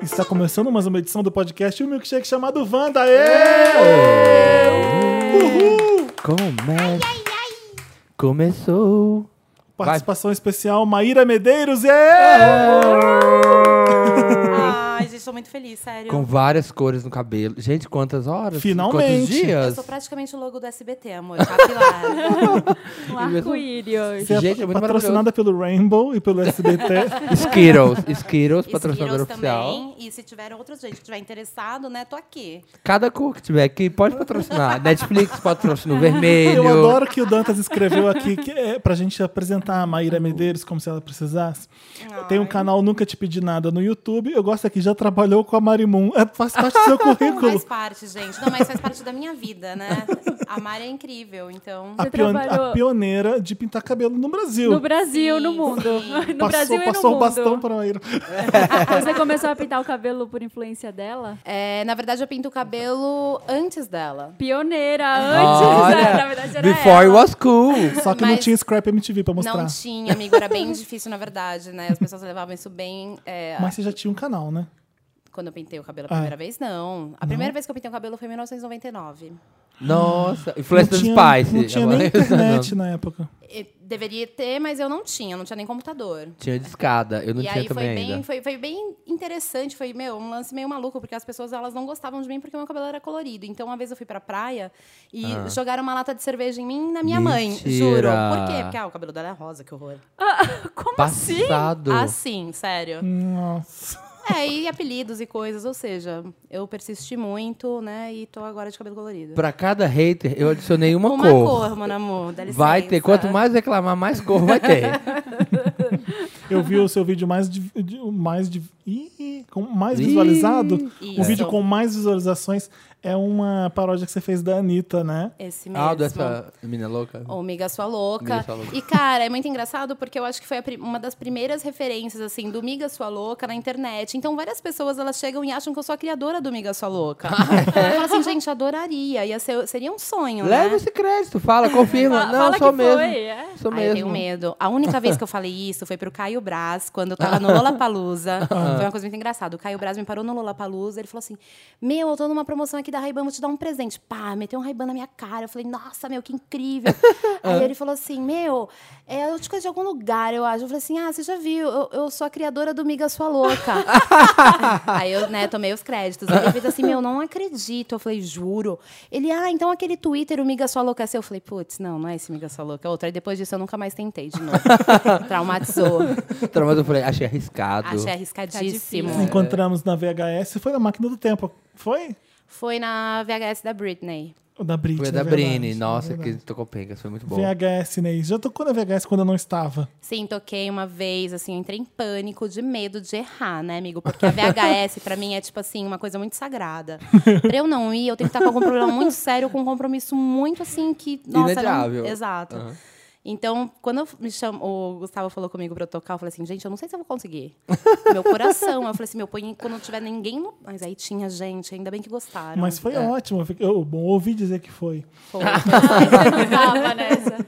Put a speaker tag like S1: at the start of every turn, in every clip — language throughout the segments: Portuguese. S1: Está começando mais uma edição do podcast O Milkshake chamado Wanda. Aê! Uhul!
S2: Come... Começou.
S1: Participação especial Maíra Medeiros. Aê!
S3: Ai, gente, tô muito feliz, sério.
S2: Com várias cores no cabelo. Gente, quantas horas?
S1: Finalmente.
S2: Quantos
S3: Eu
S2: dias?
S3: sou praticamente o logo do SBT, amor. tá? Capilar.
S4: Um arco-íris.
S1: Você é
S2: Gente, é muito
S1: patrocinada pelo Rainbow e pelo SBT.
S2: Skittles. Skittles, patrocinador
S3: Skittles
S2: oficial.
S3: também. E se tiver outro gente que tiver interessado, né, tô aqui.
S2: Cada cor que tiver aqui pode patrocinar. Netflix patrocina é o vermelho.
S1: Eu adoro que o Dantas escreveu aqui que é pra gente apresentar a Maíra Medeiros como se ela precisasse. Tem um canal Nunca Te Pedi Nada no YouTube. Eu gosto aqui, já trabalhou com a Marimun. É, faz parte do seu
S3: Não faz
S1: currículo.
S3: parte, gente. Não, mas faz parte da minha vida, né? A Mari é incrível, então.
S1: A,
S4: Você
S1: pione- a
S4: trabalhou-
S1: pioneira de pintar cabelo no Brasil.
S4: No Brasil,
S3: Sim,
S4: no mundo.
S3: sim.
S4: No
S1: passou
S4: Brasil e no
S1: passou
S4: mundo. Ah,
S1: o bastão pra Maíra.
S4: Você começou a pintar o cabelo por influência dela?
S3: É, na verdade, eu pinto o cabelo antes dela. Ah,
S4: Pioneira, antes, né?
S2: Olha,
S4: na verdade era
S2: before
S4: ela.
S2: was cool.
S1: Só que não
S3: Mas-
S1: tinha Scrap MTV pra mostrar.
S3: Não tinha, amigo. Era bem difícil, na verdade, né? As pessoas levavam isso bem... é,
S1: Mas você já tinha um canal, né?
S3: Quando eu pintei o cabelo a primeira vez, não. A primeira vez que eu pintei o cabelo foi em 1999.
S2: Nossa,
S1: não
S2: influência dos
S1: tinha,
S2: pais.
S1: Não tinha nem internet na época.
S3: E deveria ter, mas eu não tinha. Não tinha nem computador.
S2: Tinha discada, eu não
S3: e
S2: tinha
S3: aí foi
S2: também ainda.
S3: bem, foi, foi bem interessante, foi meu, um lance meio maluco, porque as pessoas elas não gostavam de mim porque meu cabelo era colorido. Então, uma vez eu fui pra praia e jogaram uma lata de cerveja em mim e na minha mãe, juro.
S2: Ah. Mentira.
S3: Por quê? Porque ah, o cabelo dela é rosa, que horror.
S4: Como assim?
S2: Passado.
S3: Assim, sério.
S1: Hum. Nossa.
S3: É, e apelidos e coisas, ou seja, eu persisti muito, né, e tô agora de cabelo colorido.
S2: Pra cada hater, eu adicionei uma,
S3: Uma
S2: cor.
S3: cor, assim, meu amor, dá licença.
S2: Vai ter, quanto mais reclamar, mais cor vai ter.
S1: Eu vi o seu vídeo mais de, de- mais de- ih, com mais
S2: Ih.
S1: visualizado. O
S3: Isso.
S1: vídeo com mais visualizações é uma paródia que você fez da Anitta, né?
S3: Esse mesmo.
S2: ah, dessa menina louca.
S3: Ô, miga sua louca.
S2: Miga sua louca.
S3: E, cara, é muito engraçado porque eu acho que foi a pri- uma das primeiras referências, assim, do Miga Sua Louca na internet. Então, várias pessoas, elas chegam e acham que eu sou a criadora do Miga Sua Louca. Fala assim, gente, adoraria. Ia ser, seria um sonho,
S2: Leva
S3: né?
S2: esse crédito, fala, confirma.
S4: Fa-
S2: não,
S4: fala
S2: sou
S4: que
S2: mesmo.
S4: foi, é.
S2: Sou
S3: Ai, eu tenho
S2: mesmo.
S3: medo. A única vez que eu falei isso foi pro Caio Braz, quando eu tava no Lollapalooza. foi uma coisa muito engraçada. O Caio Braz me parou no Lollapalooza, ele falou assim, meu, eu tô numa promoção aqui da Ray-Ban, vou te dar um presente. Pá, meteu um Ray-Ban na minha cara. Eu falei, nossa, meu, que incrível. Aí ele falou assim, meu, é, eu te conheço de algum lugar, eu acho. Eu falei assim, ah, você já viu, eu, eu sou a criadora do Miga Sua Louca. Aí eu, né, tomei os créditos. Ele fez assim, meu, não acredito. Eu falei, juro. Ele, ah, então aquele Twitter, o Miga Sua Louca é seu. Eu falei, putz, não, não é esse Miga Sua Louca, é outro. Aí depois disso eu nunca mais tentei de novo. Traumatizou.
S2: Então, mas eu falei, achei arriscado.
S3: Achei arriscadíssimo.
S2: É.
S4: Tá difícil.
S1: Encontramos na VHS. Foi na Máquina do Tempo. Foi?
S3: Foi na VHS da Britney.
S1: Ou da Britney?
S2: Foi a da
S1: é verdade,
S2: Brine,
S1: é
S2: nossa,
S1: verdade.
S2: que tocou pengas, foi muito bom.
S1: VHS, Ney. Já tocou na VHS quando eu não estava.
S3: Sim, toquei uma vez, assim, eu entrei em pânico de medo de errar, né, amigo? Porque a VHS, pra mim, é, tipo assim, uma coisa muito sagrada. Pra eu não ir, eu tenho que estar com algum problema muito sério, com um compromisso muito, assim, que... Nossa, era um-
S2: Inadiável.
S3: Exato. Então, quando eu me chamo, o Gustavo falou comigo pra eu tocar, eu falei assim, gente, eu não sei se eu vou conseguir. Meu coração. Eu falei assim, meu, põe quando não tiver ninguém... no- Mas aí tinha gente, ainda bem que gostaram.
S1: Mas
S2: É.
S1: foi ótimo. Eu, fiquei- eu- bom, ouvi dizer que foi.
S3: Pô,
S4: Tava nessa.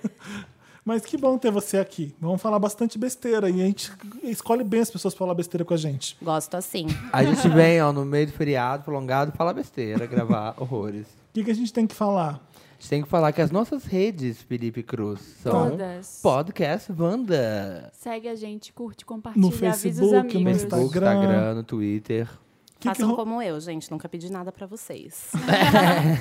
S1: Mas que bom ter você aqui. Vamos falar bastante besteira. E a gente escolhe bem as pessoas pra falar besteira com a gente.
S3: gosto assim.
S2: A gente vem, ó, no meio do feriado prolongado, falar besteira, gravar horrores.
S1: O que, que a gente tem que falar?
S2: A gente tem que falar que as nossas redes, Felipe Cruz, são
S4: Todas.
S2: Podcast Wanda.
S4: Segue a gente, curte, compartilha,
S1: No
S4: avisa os
S1: Facebook, no
S4: amigos.
S2: Facebook,
S1: Instagram.
S2: Instagram, no Twitter.
S1: Que que
S3: Façam
S1: ro-
S3: como eu, gente. Nunca pedi nada pra vocês.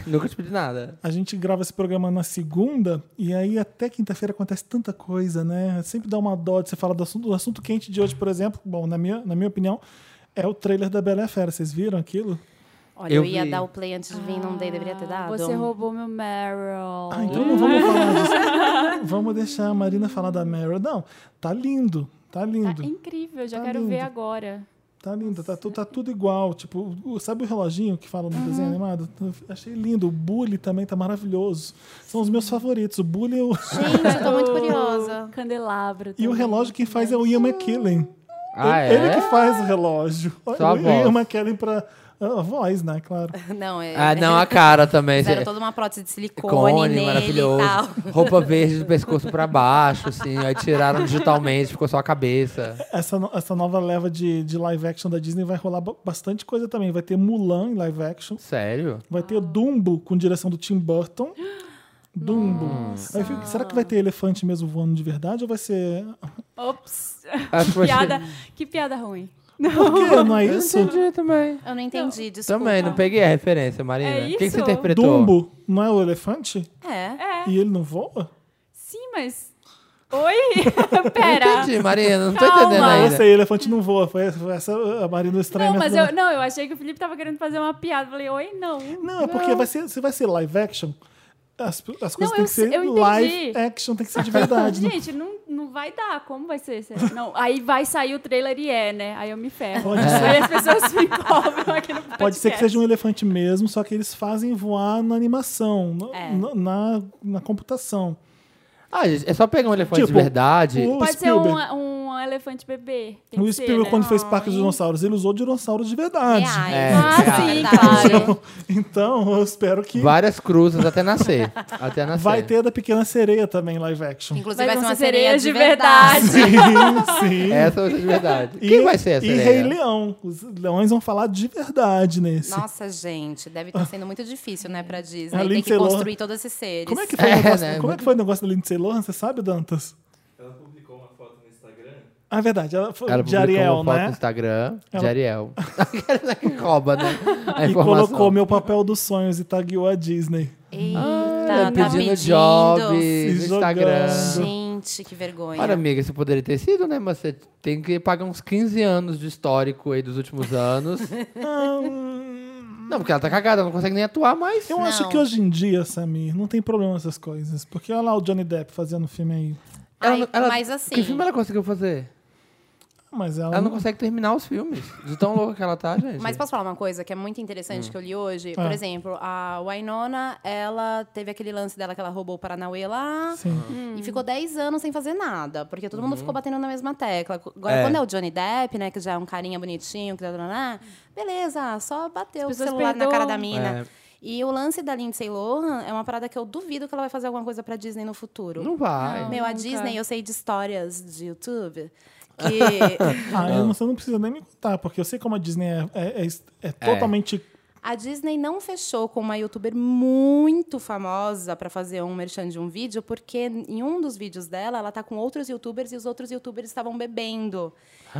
S2: Nunca te pedi nada.
S1: A gente grava esse programa na segunda e aí até quinta-feira acontece tanta coisa, né? Sempre dá uma dó de você falar do assunto. O assunto quente de hoje, por exemplo, bom, na minha, na minha opinião, é o trailer da Bela e a Fera. Vocês viram aquilo?
S3: Olha,
S2: Eu
S3: eu, ia
S2: vi.
S3: dar o play antes de vir, não dei, deveria ter dado.
S4: Tá, Você roubou meu Meryl.
S1: Ah, então não vamos falar disso. vamos deixar a Marina falar da Meryl. Não, tá lindo. Tá
S4: Tá
S1: lindo.
S4: incrível, já
S1: Tá
S4: quero
S1: lindo.
S4: ver agora.
S1: Tá lindo, tá, tu- tá tudo igual. Tipo, o- sabe o reloginho que fala no desenho animado? Eu Achei lindo. O Bully também tá maravilhoso. São os meus favoritos. O Bully e o,
S3: Gente, eu tô muito curiosa.
S4: O Candelabro.
S1: e o
S4: também.
S1: relógio quem faz é o Ian McKellen.
S2: Ah,
S1: ele, ele
S2: é?
S1: que faz o relógio.
S2: Só a
S1: o Ian
S2: voz.
S1: McKellen pra A voz, né? Claro.
S3: Não, é.
S2: Ah, não, a cara também.
S3: Fizeram
S2: gente.
S3: toda uma prótese de silicone
S2: Cone,
S3: nele e
S2: maravilhoso.
S3: tal.
S2: Roupa verde do pescoço pra baixo, assim. Aí tiraram digitalmente, ficou só a cabeça.
S1: Essa, no- essa nova leva de, de live action da Disney vai rolar ba- bastante coisa também. Vai ter Mulan em live action.
S2: Sério?
S1: Vai ter Dumbo com direção do Tim Burton. Dumbo. Aí eu fico, será que vai ter elefante mesmo voando de verdade ou vai ser.
S4: Ops.
S3: Ah,
S2: Acho que
S4: Que
S2: vai ser-
S4: piada, que piada ruim.
S1: Por quê? Não é
S2: Eu
S1: isso?
S2: entendi também.
S3: Eu não entendi, desculpa.
S2: Também, não peguei a referência, Marina.
S4: É
S2: O que, que
S4: isso?
S2: você interpretou?
S1: Dumbo não é o elefante?
S3: É.
S4: É,
S1: E ele não voa?
S4: sim, mas... Oi? Pera.
S2: Entendi, Marina. Não tô
S4: Calma.
S2: entendendo
S1: Ah, eu
S2: ainda.
S1: sei, elefante não voa. Foi essa, foi essa a Marina estranha.
S4: Não, mas
S1: mesmo.
S4: eu, não, eu achei que o Felipe tava querendo fazer uma piada. Falei, oi, não.
S1: Não, é porque vai ser, se vai ser live action, as, as coisas
S4: Não,
S1: têm
S4: eu
S1: que ser
S4: se- eu entendi.
S1: live action, tem que ser de verdade. não
S4: Gente, não, não vai dar. Como vai ser? será? Não, aí vai sair o trailer e é, né? Aí eu me ferro.
S1: Pode
S4: Aí as pessoas se empolgam aqui no podcast.
S1: Pode ser que seja um elefante mesmo, só que eles fazem voar na animação, no-
S3: É.
S1: na, na, na computação.
S2: Ah, gente, é só pegar um elefante de
S1: Tipo,
S2: verdade.
S1: o-
S4: Pode ser
S1: Spielberg.
S4: um, um elefante bebê. Tem
S1: o
S4: que
S1: Spielberg,
S4: ser, né?
S1: quando fez Parque dos Dinossauros, ele usou dinossauros de verdade.
S3: Reais.
S2: É,
S4: Ah,
S3: tá,
S2: reais.
S4: sim,
S3: claro.
S1: Então,
S4: é.
S1: então, eu espero que
S2: Várias cruzas até nascer. Até nascer.
S1: vai ter da Pequena Sereia também live action.
S3: Inclusive
S4: Mas
S3: vai ser
S4: vão
S3: uma
S4: ser
S3: sereia
S4: sereias
S3: de
S4: de
S3: verdade.
S1: Sim, sim.
S2: Essa vai ser de verdade. É, Quem vai ser essa?
S1: E Rei Leão. Os leões vão falar de verdade nesse.
S3: Nossa, gente, deve estar sendo muito difícil, né, pra Disney.
S1: A
S3: Tem que
S1: Lindsay Lohan.
S3: construir todos esses seres.
S1: Como é que foi, o
S2: É,
S1: negócio,
S2: né?
S1: como é que foi o negócio da Lindsay Lohan? Você sabe, Dantas?
S5: Ela publicou uma foto no Instagram.
S1: Ah, é verdade. Ela foi
S2: Ela
S1: de
S2: publicou
S1: Ariel,
S2: uma foto assim.
S1: né?
S2: no Instagram de
S1: Ela-
S2: Ariel. Aquela que rouba, né? A
S1: E
S2: informação.
S1: colocou meu papel dos sonhos e tagueou a Disney.
S3: Eita,
S2: Ela
S3: tá
S2: Ah, pedindo,
S3: pedindo.
S2: job no
S1: jogando.
S2: Instagram.
S3: Gente, que vergonha.
S2: Olha, amiga, isso poderia ter sido, né? Mas você tem que pagar uns 15 anos de histórico aí dos últimos anos. não, porque ela tá cagada, ela não consegue nem atuar mais.
S1: Eu
S3: Não.
S1: acho que hoje em dia, Samir, não tem problema essas coisas. Porque olha lá o Johnny Depp fazendo filme aí.
S3: Ai,
S2: não-
S3: mas assim-
S2: Que filme ela conseguiu fazer?
S1: Ah, Mas ela.
S2: Ela não consegue terminar os filmes. De tão louca que ela tá, gente.
S3: Mas posso falar uma coisa que é muito interessante que eu li hoje? Por
S1: Ah.
S3: exemplo, a Wynonna, ela teve aquele lance dela que ela roubou o Paranauê lá.
S1: Sim.
S3: E ficou 10 anos sem fazer nada, porque todo mundo ficou batendo na mesma tecla. Agora,
S2: É.
S3: quando é o Johnny Depp, né, que já é um carinha bonitinho, que tá, tá, tá, beleza, só bateu o
S4: pessoas
S3: celular na cara
S4: perdoam.
S3: da mina.
S2: É.
S3: E o lance da Lindsay Lohan é uma parada que eu duvido que ela vai fazer alguma coisa pra Disney no futuro.
S2: É, Não vai.
S3: Meu, a
S4: nunca.
S3: Disney, eu sei de histórias de YouTube. Que
S1: Ah, eu não, você não precisa nem me contar, porque eu sei como a Disney é, é- é- é totalmente.
S3: a Disney não fechou com uma youtuber muito famosa pra fazer um merchan de um vídeo, porque em um dos vídeos dela, ela tá com outros youtubers e os outros youtubers estavam bebendo.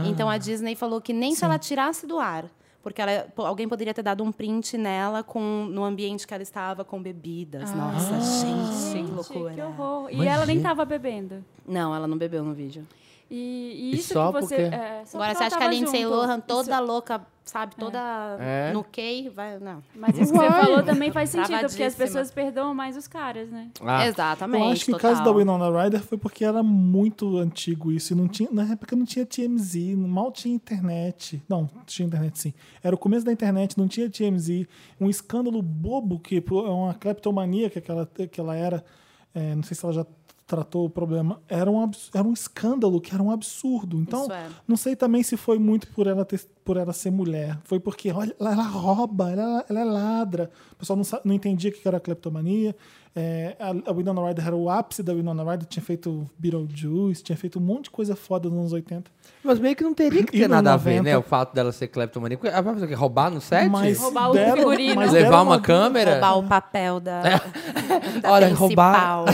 S3: Então a Disney falou que nem se ela tirasse do ar. Porque ela- é, pô, alguém poderia ter dado um print nela com, no ambiente que ela estava com bebidas. Nossa, gente, que loucura.
S4: Ah. Que horror. E
S2: Imagina.
S4: ela nem tava bebendo.
S3: Não, ela não bebeu no vídeo.
S4: E,
S2: E
S4: e isso
S2: só
S4: que você...
S2: porque-
S4: é,
S3: Agora, você
S4: só porque ela
S3: acha que a
S4: tava
S3: Lindsay
S4: junto.
S3: Lohan toda
S4: Isso-
S3: louca, sabe? Toda
S2: É.
S3: no quei? Vai, não.
S4: Mas isso que você falou também faz sentido, porque as
S3: Travadíssima.
S4: pessoas perdoam mais os caras, né?
S2: Ah,
S3: Exatamente.
S1: Eu acho que
S3: total.
S1: o caso da Winona Ryder foi porque era muito antigo isso. E não tinha, na época não tinha TMZ, mal tinha internet. Não, tinha internet sim. Era o começo da internet, não tinha TMZ. Um escândalo bobo que pô, é uma cleptomaníaca que ela, que ela era. é, não sei se ela já tratou o problema. Era um, abs- era um escândalo que era um absurdo. Então,
S3: Isso é.
S1: não sei também se foi muito por ela, ter- por ela ser mulher. Foi porque olha, ela, ela rouba, ela, ela é ladra. O pessoal não, sa- não entendia o que era cleptomania. É, a, a Winona Ryder era o ápice da Winona Ryder. Tinha feito Beetlejuice, tinha feito um monte de coisa foda nos anos 80.
S2: Mas meio que não teria que
S1: E
S2: ter
S1: no
S2: nada a ver,
S1: 90?
S2: né? O fato dela ser cleptomaníaca. Ela vai fazer o quê? Roubar no set?
S1: Mas
S4: Roubar o
S1: deram-
S4: figurino.
S1: mas
S2: Levar
S1: deram
S2: uma câmera?
S3: Roubar o papel da, da
S2: Olha,
S3: principal.
S2: roubar-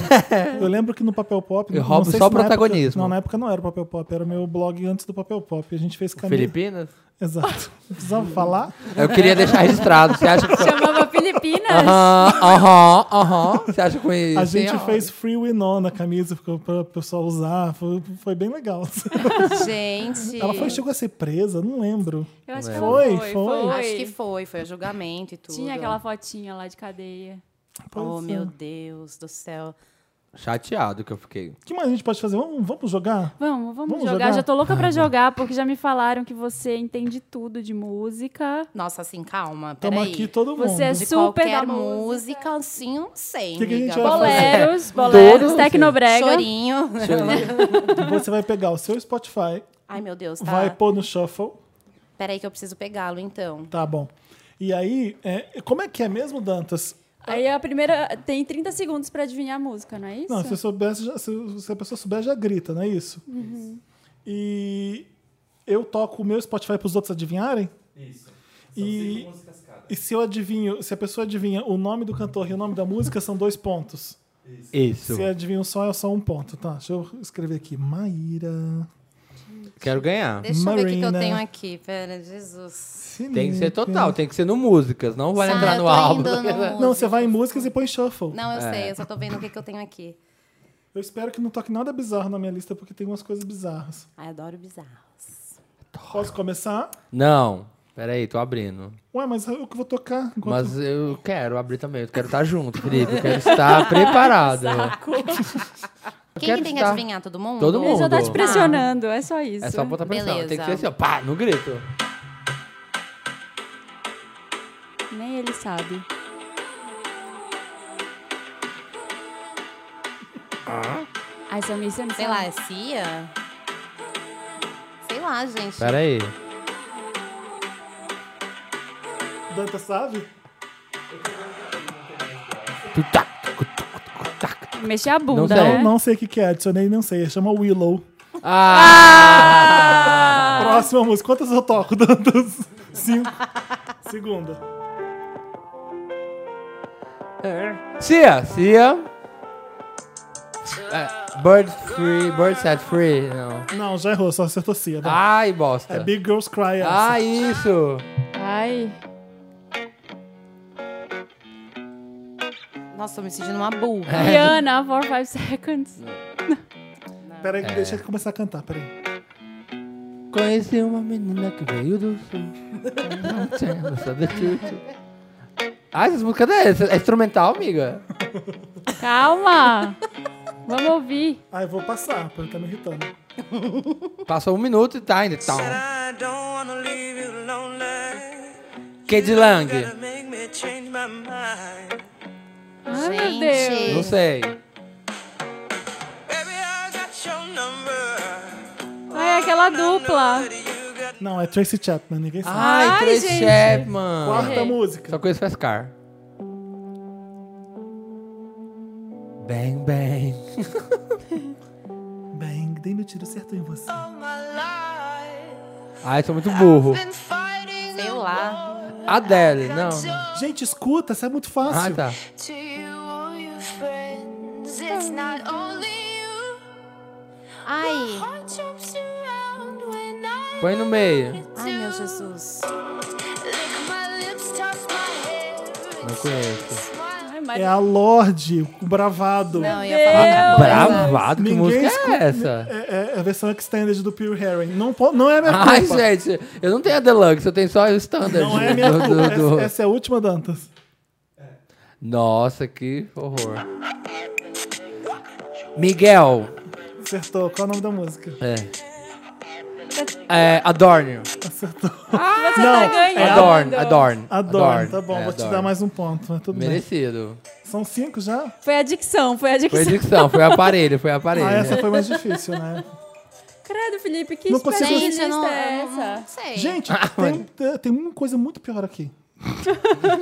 S1: Eu lembro que no Papel Pop...
S2: E
S1: não
S2: rouba
S1: sei
S2: só
S1: se na época-
S2: protagonismo.
S1: não, na época não era o Papel Pop. Era o meu blog antes do Papel Pop. A gente fez... Camisa,
S2: Filipinas?
S1: Exato. Precisava
S2: Hum.
S1: falar?
S2: Eu queria deixar registrado. Você acha que foi...
S4: Chamava Filipinas.
S2: Aham, aham, aham. Você acha que foi isso?
S1: A gente fez Free Winona na camisa ficou pra o pessoal usar. Foi, foi bem legal.
S3: Gente.
S1: Ela foi, chegou a ser presa? Não lembro.
S4: Eu acho que ela
S1: Foi,
S4: foi,
S1: foi.
S4: foi.
S3: Acho que foi, foi a julgamento e tudo.
S4: Tinha aquela fotinha lá de cadeia.
S3: Oh,
S1: Pois é.
S3: meu Deus do céu.
S2: Chateado que eu fiquei.
S1: O que mais a gente pode fazer? Vamos, vamos jogar?
S4: Vamos, vamos,
S1: Vamos
S4: jogar.
S1: jogar?
S4: Já tô louca pra jogar, porque já me falaram que você entende tudo de música.
S3: Nossa, assim, calma,
S1: Estamos
S3: peraí.
S1: aqui todo mundo.
S4: Você é
S3: De
S4: super
S3: qualquer
S4: da música.
S3: música, assim, não sei,
S1: Que que a gente
S3: amiga.
S1: vai fazer?
S2: Todos,
S4: Boleros, boleros, tecnobrega.
S3: Chorinho.
S1: Você vai pegar o seu Spotify,
S3: Ai, meu Deus, tá.
S1: vai pôr no shuffle.
S3: Peraí que eu preciso pegá-lo, então.
S1: Tá bom. E aí, é, como é que é mesmo, Dantas?
S4: Aí a primeira. Tem 30 segundos pra adivinhar a música, não é isso?
S1: Não, se, eu soubesse, já- se, se a pessoa souber, já grita, não é isso? E eu toco o meu Spotify para os outros adivinharem?
S6: Isso. São
S1: E-
S6: cinco músicas cada.
S1: E se eu adivinho, se a pessoa adivinha o nome do cantor e o nome da música, são dois pontos.
S6: Isso.
S2: Isso.
S1: Se adivinha um só, é só um ponto, tá? Deixa eu escrever aqui. Maíra.
S2: Quero ganhar.
S7: Deixa eu ver o que que eu
S1: Marina.
S7: tenho aqui. Pera, Jesus.
S2: Tem que ser total, tem que ser no músicas, não vale
S7: Ah,
S2: entrar
S7: eu
S2: no
S7: tô
S2: álbum.
S7: indo no
S1: Não,
S7: música.
S1: você É. vai em músicas e põe shuffle.
S7: Não, eu sei, eu só tô vendo o que, que eu tenho aqui.
S1: Eu espero que não toque nada bizarro na minha lista, porque tem umas coisas bizarras.
S7: Ai, adoro bizarros.
S1: Posso começar?
S2: Não, peraí, tô abrindo.
S1: Ué, mas eu que vou tocar. enquanto-
S2: Mas eu quero abrir também, eu quero estar junto, Felipe. Eu quero estar preparado. Eu
S7: Quem
S2: quero
S7: que tem que
S2: estar-
S7: adivinhar? Todo mundo?
S2: Todo
S3: é
S4: Ele
S2: mundo.
S4: já tá te
S2: Ah.
S4: pressionando, é só isso.
S2: É só botar pressão.
S7: Beleza.
S2: Tem que ser assim, ó, pá, no grito.
S4: Nem ele sabe. Ai, Samir, você não
S7: Sei
S4: sabe.
S7: lá, é Cia? Sei lá, gente.
S2: Peraí.
S1: Danta sabe?
S2: tá,
S4: Mexer a bunda,
S2: Não sei.
S4: né?
S1: Eu não sei o que, que é, adicionei, não sei. Chama Willow.
S2: Ah!
S1: Próxima música. Quantas eu toco, Dantas? Cinco. Segunda.
S2: Cia, Cia. É, bird free, bird set free. Não.
S1: Não, já errou, só acertou Cia. vai.
S2: Ai,
S1: É assim.
S2: bosta.
S1: Big Girls Cry. essa.
S2: Ah, isso.
S4: Ai.
S7: Nossa, tô me sentindo uma
S4: É.
S7: burra.
S4: Rihanna, 4, 5 seconds.
S1: Peraí,
S2: É.
S1: que deixa ele começar a cantar, peraí.
S2: Conheci uma menina que veio do sul. Não sabe tudo. Ah, essas músicas é, é instrumental, amiga.
S4: Calma. Vamos ouvir.
S1: Ah, eu vou passar, porque ele tá me irritando.
S2: Passou um minuto e tá ainda. Tá.
S8: Said I don't wanna leave you lonely.
S2: Kid Lang.
S8: Gotta make me change my mind.
S4: Ai, meu
S7: Gente.
S4: Deus.
S2: Não sei.
S8: Baby, I got your number.
S4: Ai, aquela
S8: Know
S4: dupla.
S8: that you got
S1: Não, é Tracy Chapman, ninguém sabe.
S2: Ai,
S4: Ai,
S2: Tracy
S4: gente.
S2: Chapman.
S1: Quarta
S4: errei.
S1: música.
S2: Só conheço faz car. Bang, bang.
S1: Bem, dei meu tiro certo em você.
S8: all my life.
S2: Ai, Ah, sou muito burro.
S8: Been fighting
S7: Sei lá.
S2: Adele, não.
S1: Gente, escuta, isso é muito fácil.
S2: Ah, tá.
S8: to you or your friends. It's not only you.
S7: Ai,
S8: Heart jumps around when I
S2: Põe no meio.
S7: ai meu Jesus.
S8: lick my lips, toss my hair.
S2: Não conheço.
S4: Ai,
S2: tá.
S4: mas...
S1: É a Lorde, o bravado.
S7: Não, eu ia falar outra coisa.
S2: Bravado, que
S1: Ninguém
S2: música
S1: escuta-
S2: é essa?
S1: É, é a versão extended do Pure Herring. Não, po- não é minha culpa.
S2: Ai, gente, eu não tenho a deluxe, eu tenho só o standard.
S1: Não é minha
S2: do-
S1: culpa.
S2: do- do-
S1: Essa, é- essa é a última, Dantas.
S2: Nossa, que horror. Miguel.
S1: Acertou. Qual é o nome da música?
S2: É. É, Adorno.
S1: Acertou.
S4: tá
S1: não,
S4: ganhando.
S2: é Adorn, Adorn.
S1: Adoro. É, Tá bom,
S2: É,
S1: vou te
S2: Adorn.
S1: dar mais um ponto. Mas tudo bem.
S2: Merecido.
S1: São cinco já?
S4: Foi a dicção, foi a dicção.
S2: Foi dicção, foi aparelho, foi aparelho.
S1: Ah, essa foi mais difícil, né?
S4: Credo, Felipe, que
S1: Não consigo-
S4: especialista
S7: Gente, eu não,
S4: é
S7: eu não-
S4: essa?
S7: não sei.
S1: Gente,
S2: Ah,
S1: tem, tem- tem uma coisa muito pior aqui.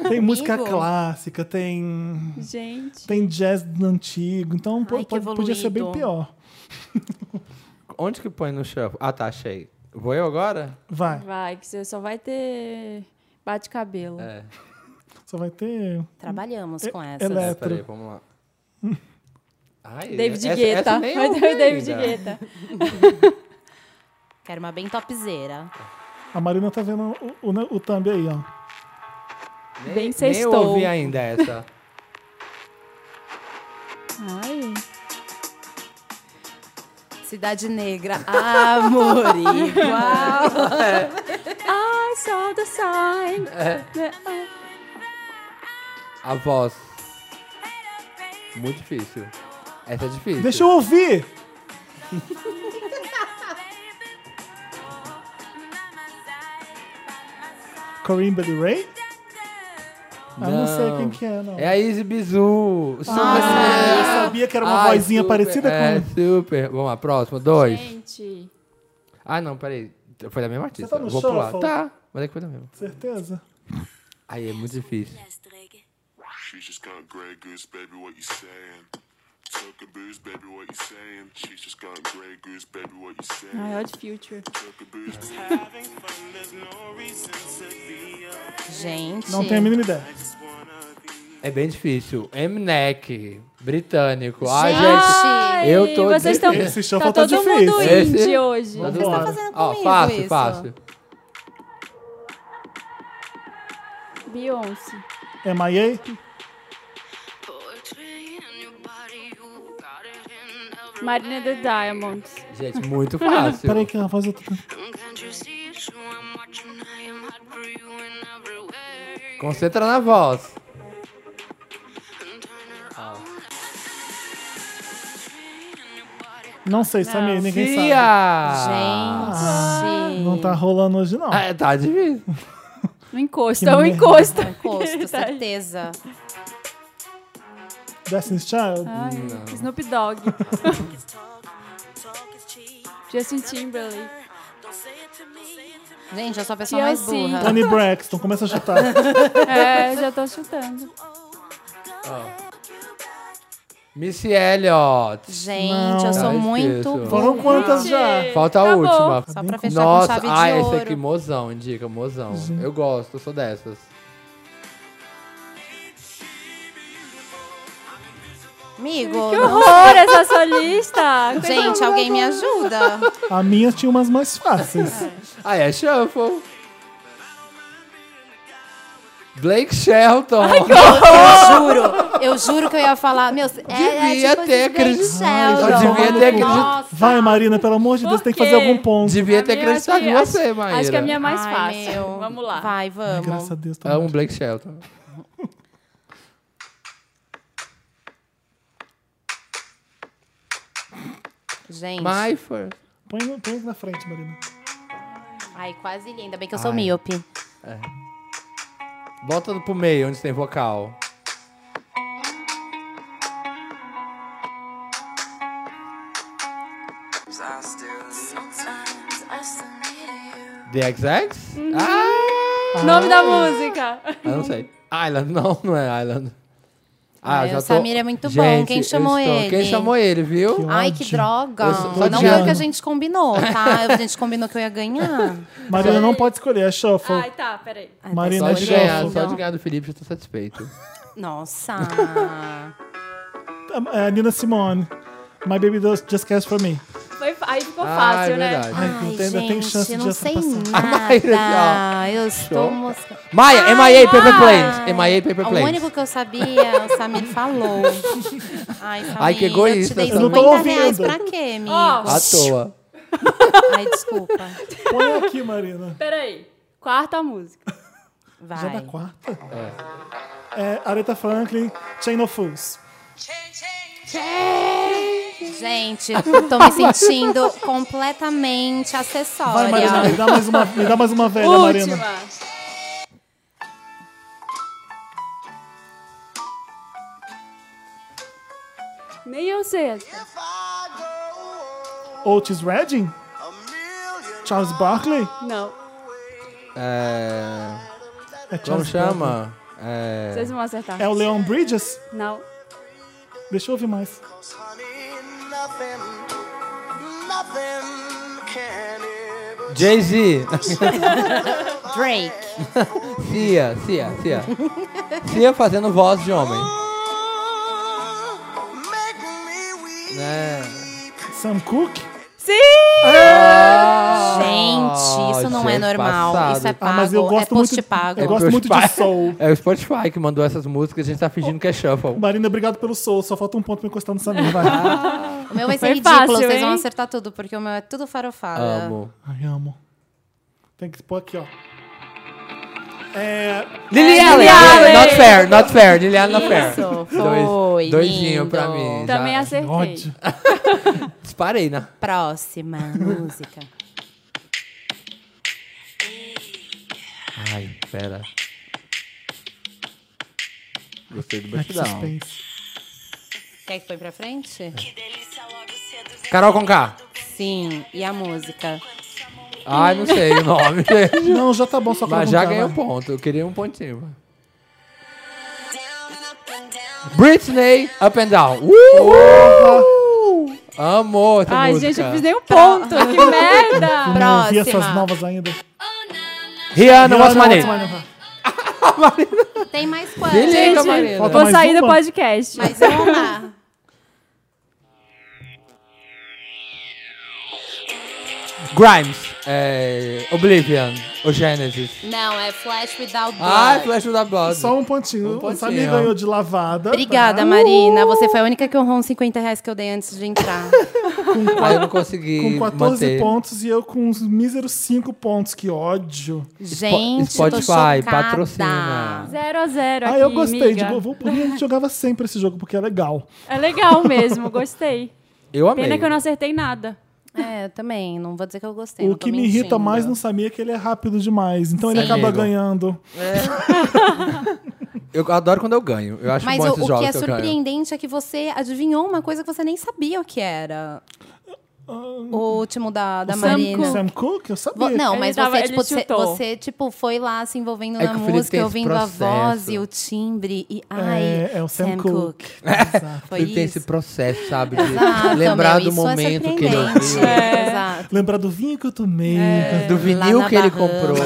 S1: tem música
S7: Amigo.
S1: clássica, tem,
S4: Gente.
S1: tem jazz antigo, então pô,
S7: que
S1: pode- podia ser bem
S7: evoluído.
S1: pior.
S2: Onde que põe no shuffle? Ah, tá, achei. Vou eu agora?
S1: Vai,
S4: Vai, que você só vai ter bate-cabelo.
S2: É.
S1: só vai ter.
S7: Trabalhamos com
S1: É-
S7: essas.
S1: ela é-
S2: É, peraí, vamos lá. Ai,
S4: David
S2: essa-
S4: Guetta.
S2: essa nem
S4: Vai
S2: eu né?
S4: ter o
S2: ouvi
S4: David
S2: ainda.
S4: Guetta.
S7: Quero uma bem topzeira.
S1: A Marina tá vendo o, o, o thumb aí, ó.
S2: Nem-
S4: Bem
S2: Nem eu
S4: sextou.
S2: ouvi ainda essa.
S4: Ai.
S7: Cidade Negra, amor igual.
S4: I saw the sign.
S2: É. A voz. Muito difícil. Essa é difícil.
S1: Deixa eu ouvir! Corinne Bailey Ray? Ah, não sei quem que é, não.
S2: É a Izzy Bizu. Super.
S1: Eu sabia que era Ah, uma
S2: Ai,
S1: vozinha
S2: super,
S1: parecida
S2: é,
S1: com.
S2: super. Vamos lá, próximo. Dois.
S4: Gente.
S2: Ah, não, peraí. Foi da mesma artista.
S1: tá no
S2: Vou pular.
S1: shuffle?
S2: Tá, mas é que foi da mesma.
S1: Certeza?
S2: Aí é muito difícil.
S9: She just got gray goose, baby, what you saying? Took a booze, baby, what you saying? She just got gray goose, baby, what you saying?
S4: Ai, Odd Future.
S9: Took a booze,
S3: Gente.
S1: Não tenho a mínima ideia.
S2: É bem difícil. M-Neck, britânico.
S3: Gente!
S2: Ah,
S4: Ai,
S2: Eu tô
S4: vocês
S2: de-
S4: estão.
S1: Esse show
S4: tá
S1: tá
S4: todo mundo
S1: difícil.
S2: Esse-
S4: indie hoje.
S1: Vamos
S2: gente.
S1: lá.
S3: tá fazendo
S2: Ó,
S3: comigo
S2: fácil,
S3: isso?
S2: fácil.
S4: Beyoncé.
S1: É MIA?
S4: Marina the Diamonds.
S2: Gente, muito fácil.
S1: Peraí que é ela faz outra.
S2: Concentra na voz.
S1: Não sei, Samir, ninguém sabe.
S2: Ah. Tia!
S3: Gente.
S1: Não tá rolando hoje, não.
S2: Ah, tá difícil.
S4: No encosto,
S1: Que
S4: é um
S1: merda.
S4: encosto.
S3: Encosto, certeza.
S1: Destiny's Child?
S4: Ai, Snoop Dogg. Justin Timberlake.
S3: Gente, eu sou a pessoa mais
S4: TLC.
S3: burra.
S1: Tony Braxton, começa a chutar.
S4: É, já tô chutando.
S2: Missy Elliott.
S3: Gente,
S1: Não.
S3: eu sou
S2: Tá
S3: muito
S2: difícil.
S3: burra.
S1: Foram quantas já?
S2: Falta a
S4: Acabou.
S2: última.
S3: Só pra fechar
S2: Nossa,
S3: com chave
S2: ah,
S3: de
S2: esse
S3: ouro.
S2: aqui, mozão, indica, mozão. Eu gosto, eu sou dessas.
S3: Amigo,
S4: Que
S3: não-
S4: horror essa solista!
S3: gente, alguém me ajuda.
S1: A minha tinha umas mais fáceis.
S2: Ah, é Shuffle. Blake Shelton.
S3: Eu juro, eu juro que eu ia falar. Meu, é,
S2: Devia
S3: é tipo
S2: ter
S3: esses Blake
S2: acreditado.
S3: Sheldon.
S1: Só devia
S2: ter acreditado.
S3: Nossa.
S1: Vai, Marina, pelo amor de
S4: Por
S1: Deus, tem que
S4: quê?
S1: fazer algum ponto.
S2: Devia ter
S4: A minha, acho
S2: acreditado em
S4: que- acho-
S2: você, Maíra.
S4: Acho que a minha é mais
S3: Ai,
S4: fácil.
S3: meu.
S4: Vamos lá.
S3: Vai,
S1: Ai, Graças a
S3: vamos.
S1: Deus. Tá
S2: Amo
S1: bom.
S2: um Blake Shelton.
S3: Gente.
S2: My first.
S1: põe, no- põe na frente, Marina.
S3: Ai, quase li. Ainda bem que eu sou
S2: Ai.
S3: míope.
S2: Bota pro meio, onde tem vocal. The XX?
S4: Uhum.
S2: Ah!
S4: Nome da música.
S2: Eu não sei. Island, não, não é Island. Ah,
S3: Ai,
S2: eu já
S3: o
S2: tô-
S3: Samir é muito bom. Quem
S2: eu
S3: chamou
S2: estou-
S3: ele?
S2: Quem chamou ele, viu?
S3: Ai, que
S1: ódio.
S3: droga.
S2: Eu sou- só
S3: Não é
S2: odiando.
S3: o que a gente combinou, tá? A gente combinou que eu ia ganhar.
S1: Marina não pode escolher, é shuffle.
S4: Ai, tá, peraí.
S3: Ai,
S1: Marina,
S2: Só
S3: tá
S2: de
S1: Shuffle.
S2: ganhar,
S3: escolhendo.
S2: só de ganhar do Felipe, já tô satisfeito.
S3: Nossa.
S1: É, Nina Simone. My baby does just cares for me.
S4: Foi, aí ficou
S2: Ah,
S4: fácil,
S2: é
S4: né?
S2: verdade.
S1: não
S3: Ai,
S1: tem- não tem chance
S3: gente, eu
S1: de
S3: não
S1: essa
S3: sei
S1: passar.
S2: Maíra já,
S3: nada. Eu estou
S2: choca.
S3: mosca.
S2: Maia, MIA, Paper Planes.
S3: Ai,
S2: MIA, Paper
S3: É O
S2: Planes.
S3: único que eu sabia, o Samir falou. Ai, Samir,
S2: Ai, que egoísta,
S3: eu te
S2: Samir.
S3: dei
S1: Eu não
S3: 50
S1: tô
S3: reais
S1: ouvindo.
S3: pra quê, amigo?
S4: Ó.
S2: À toa.
S3: Ai, desculpa.
S1: Põe aqui, Marina.
S4: Peraí. Quarta música.
S1: Já da
S3: Vai.
S1: quarta? É. Aretha Franklin, Chain of Fools.
S3: Gente, tô me sentindo completamente
S1: Vai, Marina, me
S3: acessória.
S1: dá mais uma, me dá mais uma velha,
S4: Última.
S1: É Marina.
S4: Nem eu sei. essa.
S1: Otis Redding? Charles Barkley?
S4: Não.
S2: É...
S1: É
S2: Como
S1: Charles Barkley.
S2: chama? É...
S4: Vocês vão acertar.
S1: É o Leon Bridges?
S4: Não.
S1: Deixa eu ouvir mais.
S2: Jay-Z.
S3: Drake.
S2: Cia, Cia, Cia. Cia fazendo voz de homem. É.
S1: Sam Cooke?
S3: Gente, isso não é
S2: gente,
S3: normal.
S2: passado.
S3: Isso é pago,
S1: Ah, mas eu
S3: é
S1: gosto muito-
S3: post pago.
S1: eu gosto-
S2: o
S1: muito de
S2: Spotify-
S1: soul.
S2: É o Spotify que mandou essas músicas, a gente tá fingindo que é shuffle.
S1: Marina, obrigado pelo sou. Só falta um ponto pra encostar no Samir, vai.
S3: O meu vai ser
S4: Foi
S3: ridículo,
S4: fácil,
S3: vocês vão
S4: hein?
S3: acertar tudo, porque o meu é tudo farofado.
S2: Amo.
S1: Ai, amo. Tem que pôr aqui, ó. É,
S2: Lily Allen!
S4: Lily Allen.
S2: Not fair, not fair. Lily Allen, not fair.
S3: Isso,
S2: Dois,
S3: foi,
S2: doidinho
S3: lindo.
S2: pra mim. já.
S4: Também acertei.
S1: é ódio. né,
S2: Disparei, né?
S3: Próxima música.
S2: Ai, pera. Gostei do
S1: Ai, que
S2: batidão.
S1: suspense.
S3: Quer que põe pra frente?
S2: Carol Conká.
S3: Sim, e a música?
S2: Ai, não sei o nome, gente.
S1: Não, já tá bom só
S2: Mas já ganhei um
S1: pouco.
S2: ponto. Eu queria um pontinho.
S10: Down and up and down.
S2: Britney Up and Down. Uh! Amor essa
S4: Ai,
S2: música.
S4: gente, eu fiz nem um ponto. que
S2: um
S4: merda.
S1: Não vi essas
S3: Próxima.
S1: novas ainda.
S2: Rihanna, What's My
S1: Rihanna,
S2: Name.
S1: What's My Name?
S3: Tem mais quantas?
S2: Beleza. Chega, Marina.
S4: Gente,
S1: Falta
S4: vou
S1: mais
S4: sair do
S1: uma?
S4: podcast.
S3: Mais uma.
S2: Grimes. É, Oblivion. O Genesis.
S3: Não, é Flash Without Blood.
S2: Ai, Flash da Blood.
S1: Só um pontinho.
S2: Um pontinho.
S1: O Samir ganhou de lavada.
S3: Obrigada,
S1: tá?
S3: Marina. Você foi a única que honrou os 50 reais que eu dei antes de entrar.
S2: Aí eu não consegui
S1: Com 14
S2: manter.
S1: pontos e eu com uns míseros 5 pontos. Que ódio.
S3: Gente, tô
S2: Spotify,
S3: chocada.
S2: patrocina.
S4: Zero a zero
S1: Ah,
S4: aqui,
S1: eu gostei.
S4: miga.
S1: Tipo, por mim, a gente jogava sempre esse jogo, porque é legal.
S4: É legal mesmo, gostei.
S2: Eu amei.
S4: Pena que eu não acertei nada.
S3: É, eu também. Não vou dizer que eu gostei.
S1: O
S3: não tô
S1: que me
S3: mentindo.
S1: irrita mais no Samir é que ele é rápido demais. Então ele
S2: Sim.
S1: acaba
S2: Amigo.
S1: ganhando.
S2: Eu adoro quando eu ganho. Eu acho
S3: Mas
S2: bom
S3: o,
S2: esses
S3: o que
S2: jogos
S3: é
S2: que eu ganho.
S3: surpreendente é que você adivinhou uma coisa que você nem sabia o que era. O último da, da
S1: o
S3: Marina.
S1: Sam, Sam Cook, eu sabia.
S3: Vo- Não,
S4: Ele
S3: mas
S4: tava-
S3: você,
S4: ele
S3: tipo, você,
S4: chutou.
S3: você, tipo, foi lá se envolvendo
S2: É
S3: na
S2: que o Felipe tem
S3: música,
S2: esse
S3: ouvindo a voz
S2: processo.
S3: e o timbre. E, ai,
S1: É, é o Sam, Cook.
S3: Foi
S2: Ele tem
S3: isso.
S2: esse processo, sabe? De
S3: Exato,
S2: lembrar
S3: meu,
S2: do
S3: isso é
S2: momento que ele
S3: surpreendente.
S2: ouviu.
S4: É.
S3: Exato.
S1: Lembrar do vinho que eu tomei.
S2: Do vinil
S3: na
S2: que ele
S3: Bahamas.
S2: comprou.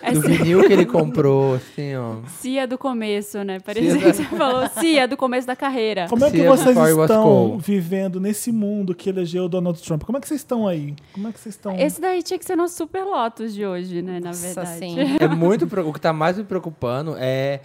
S4: É
S2: do vinil que ele comprou, assim, ó.
S4: Cia do começo, né? Parecia que você falou Cia do começo da carreira.
S1: Como é que
S2: Se
S1: vocês
S2: Everybody Was
S1: estão
S2: Cold.
S1: vivendo nesse mundo que elegeu o Donald Trump? Como é que vocês estão aí? Como é que vocês estão?
S4: Esse daí tinha que ser nosso super Lotus de hoje, né? Na
S3: Nossa,
S4: verdade.
S3: sim.
S2: É muito, pre- o que tá mais me preocupando é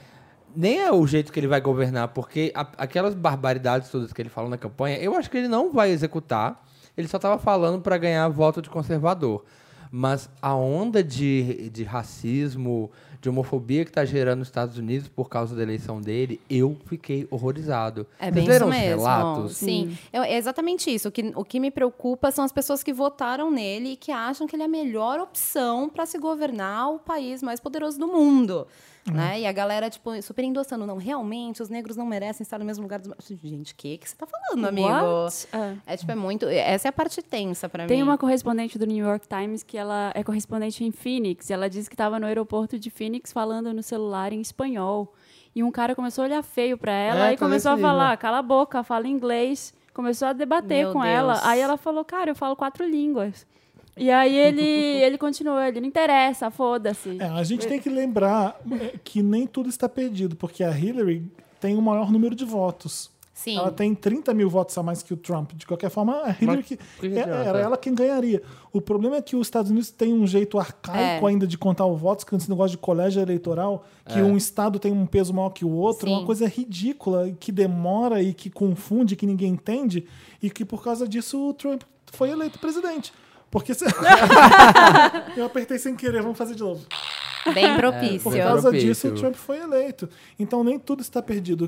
S2: nem é o jeito que ele vai governar, porque a- aquelas barbaridades todas que ele falou na campanha, eu acho que ele não vai executar. Ele só tava falando para ganhar voto de conservador. Mas a onda de, de racismo, de homofobia que tá gerando nos Estados Unidos por causa da eleição dele, eu fiquei horrorizado.
S3: É
S2: Vocês
S3: bem isso
S2: leram os
S3: mesmo.
S2: relatos?
S3: Sim. Eu- é exatamente isso. O que, o que me preocupa são as pessoas que votaram nele e que acham que ele é a melhor opção para se governar o país mais poderoso do mundo.
S1: Hum.
S3: Né? E a galera, tipo, super endossando. Não, realmente, os negros não merecem estar no mesmo lugar dos. Gente, o que, que você tá falando, amigo?
S4: What? Ah.
S3: É tipo, é muito. Essa é a parte tensa pra
S4: Tem
S3: mim.
S4: uma correspondente do New York Times que ela é correspondente em Phoenix. E ela disse que estava no aeroporto de Phoenix falando no celular em espanhol. E um cara começou a olhar feio pra ela
S2: É,
S4: e
S2: tá
S4: começou a
S2: nesse nível.
S4: falar, cala a boca, fala inglês. Começou a debater
S3: Meu
S4: com
S3: Deus.
S4: ela. Aí ela falou, cara, eu falo quatro línguas. E aí ele, ele continuou, ele não interessa, foda-se.
S1: É, a gente tem que lembrar é, que nem tudo está perdido, porque a Hillary tem o maior número de votos.
S3: Sim.
S1: Ela tem 30 mil votos a mais que o Trump. De qualquer forma, a Hillary que-
S2: que
S1: é-
S2: idiota.
S1: era ela quem ganharia. O problema é que os Estados Unidos têm um jeito arcaico
S3: É.
S1: ainda de contar os votos, que é esse negócio de colégio eleitoral,
S2: É.
S1: que um estado tem um peso maior que o outro, é uma
S3: Sim.
S1: coisa ridícula, e que demora e que confunde, que ninguém entende, e que por causa disso o Trump foi eleito presidente. Porque se- eu apertei sem querer, vamos fazer de novo.
S3: Bem
S1: Por
S3: propício.
S2: Eu-
S1: causa
S2: Propício.
S1: disso, o Trump foi eleito. Então nem tudo está perdido.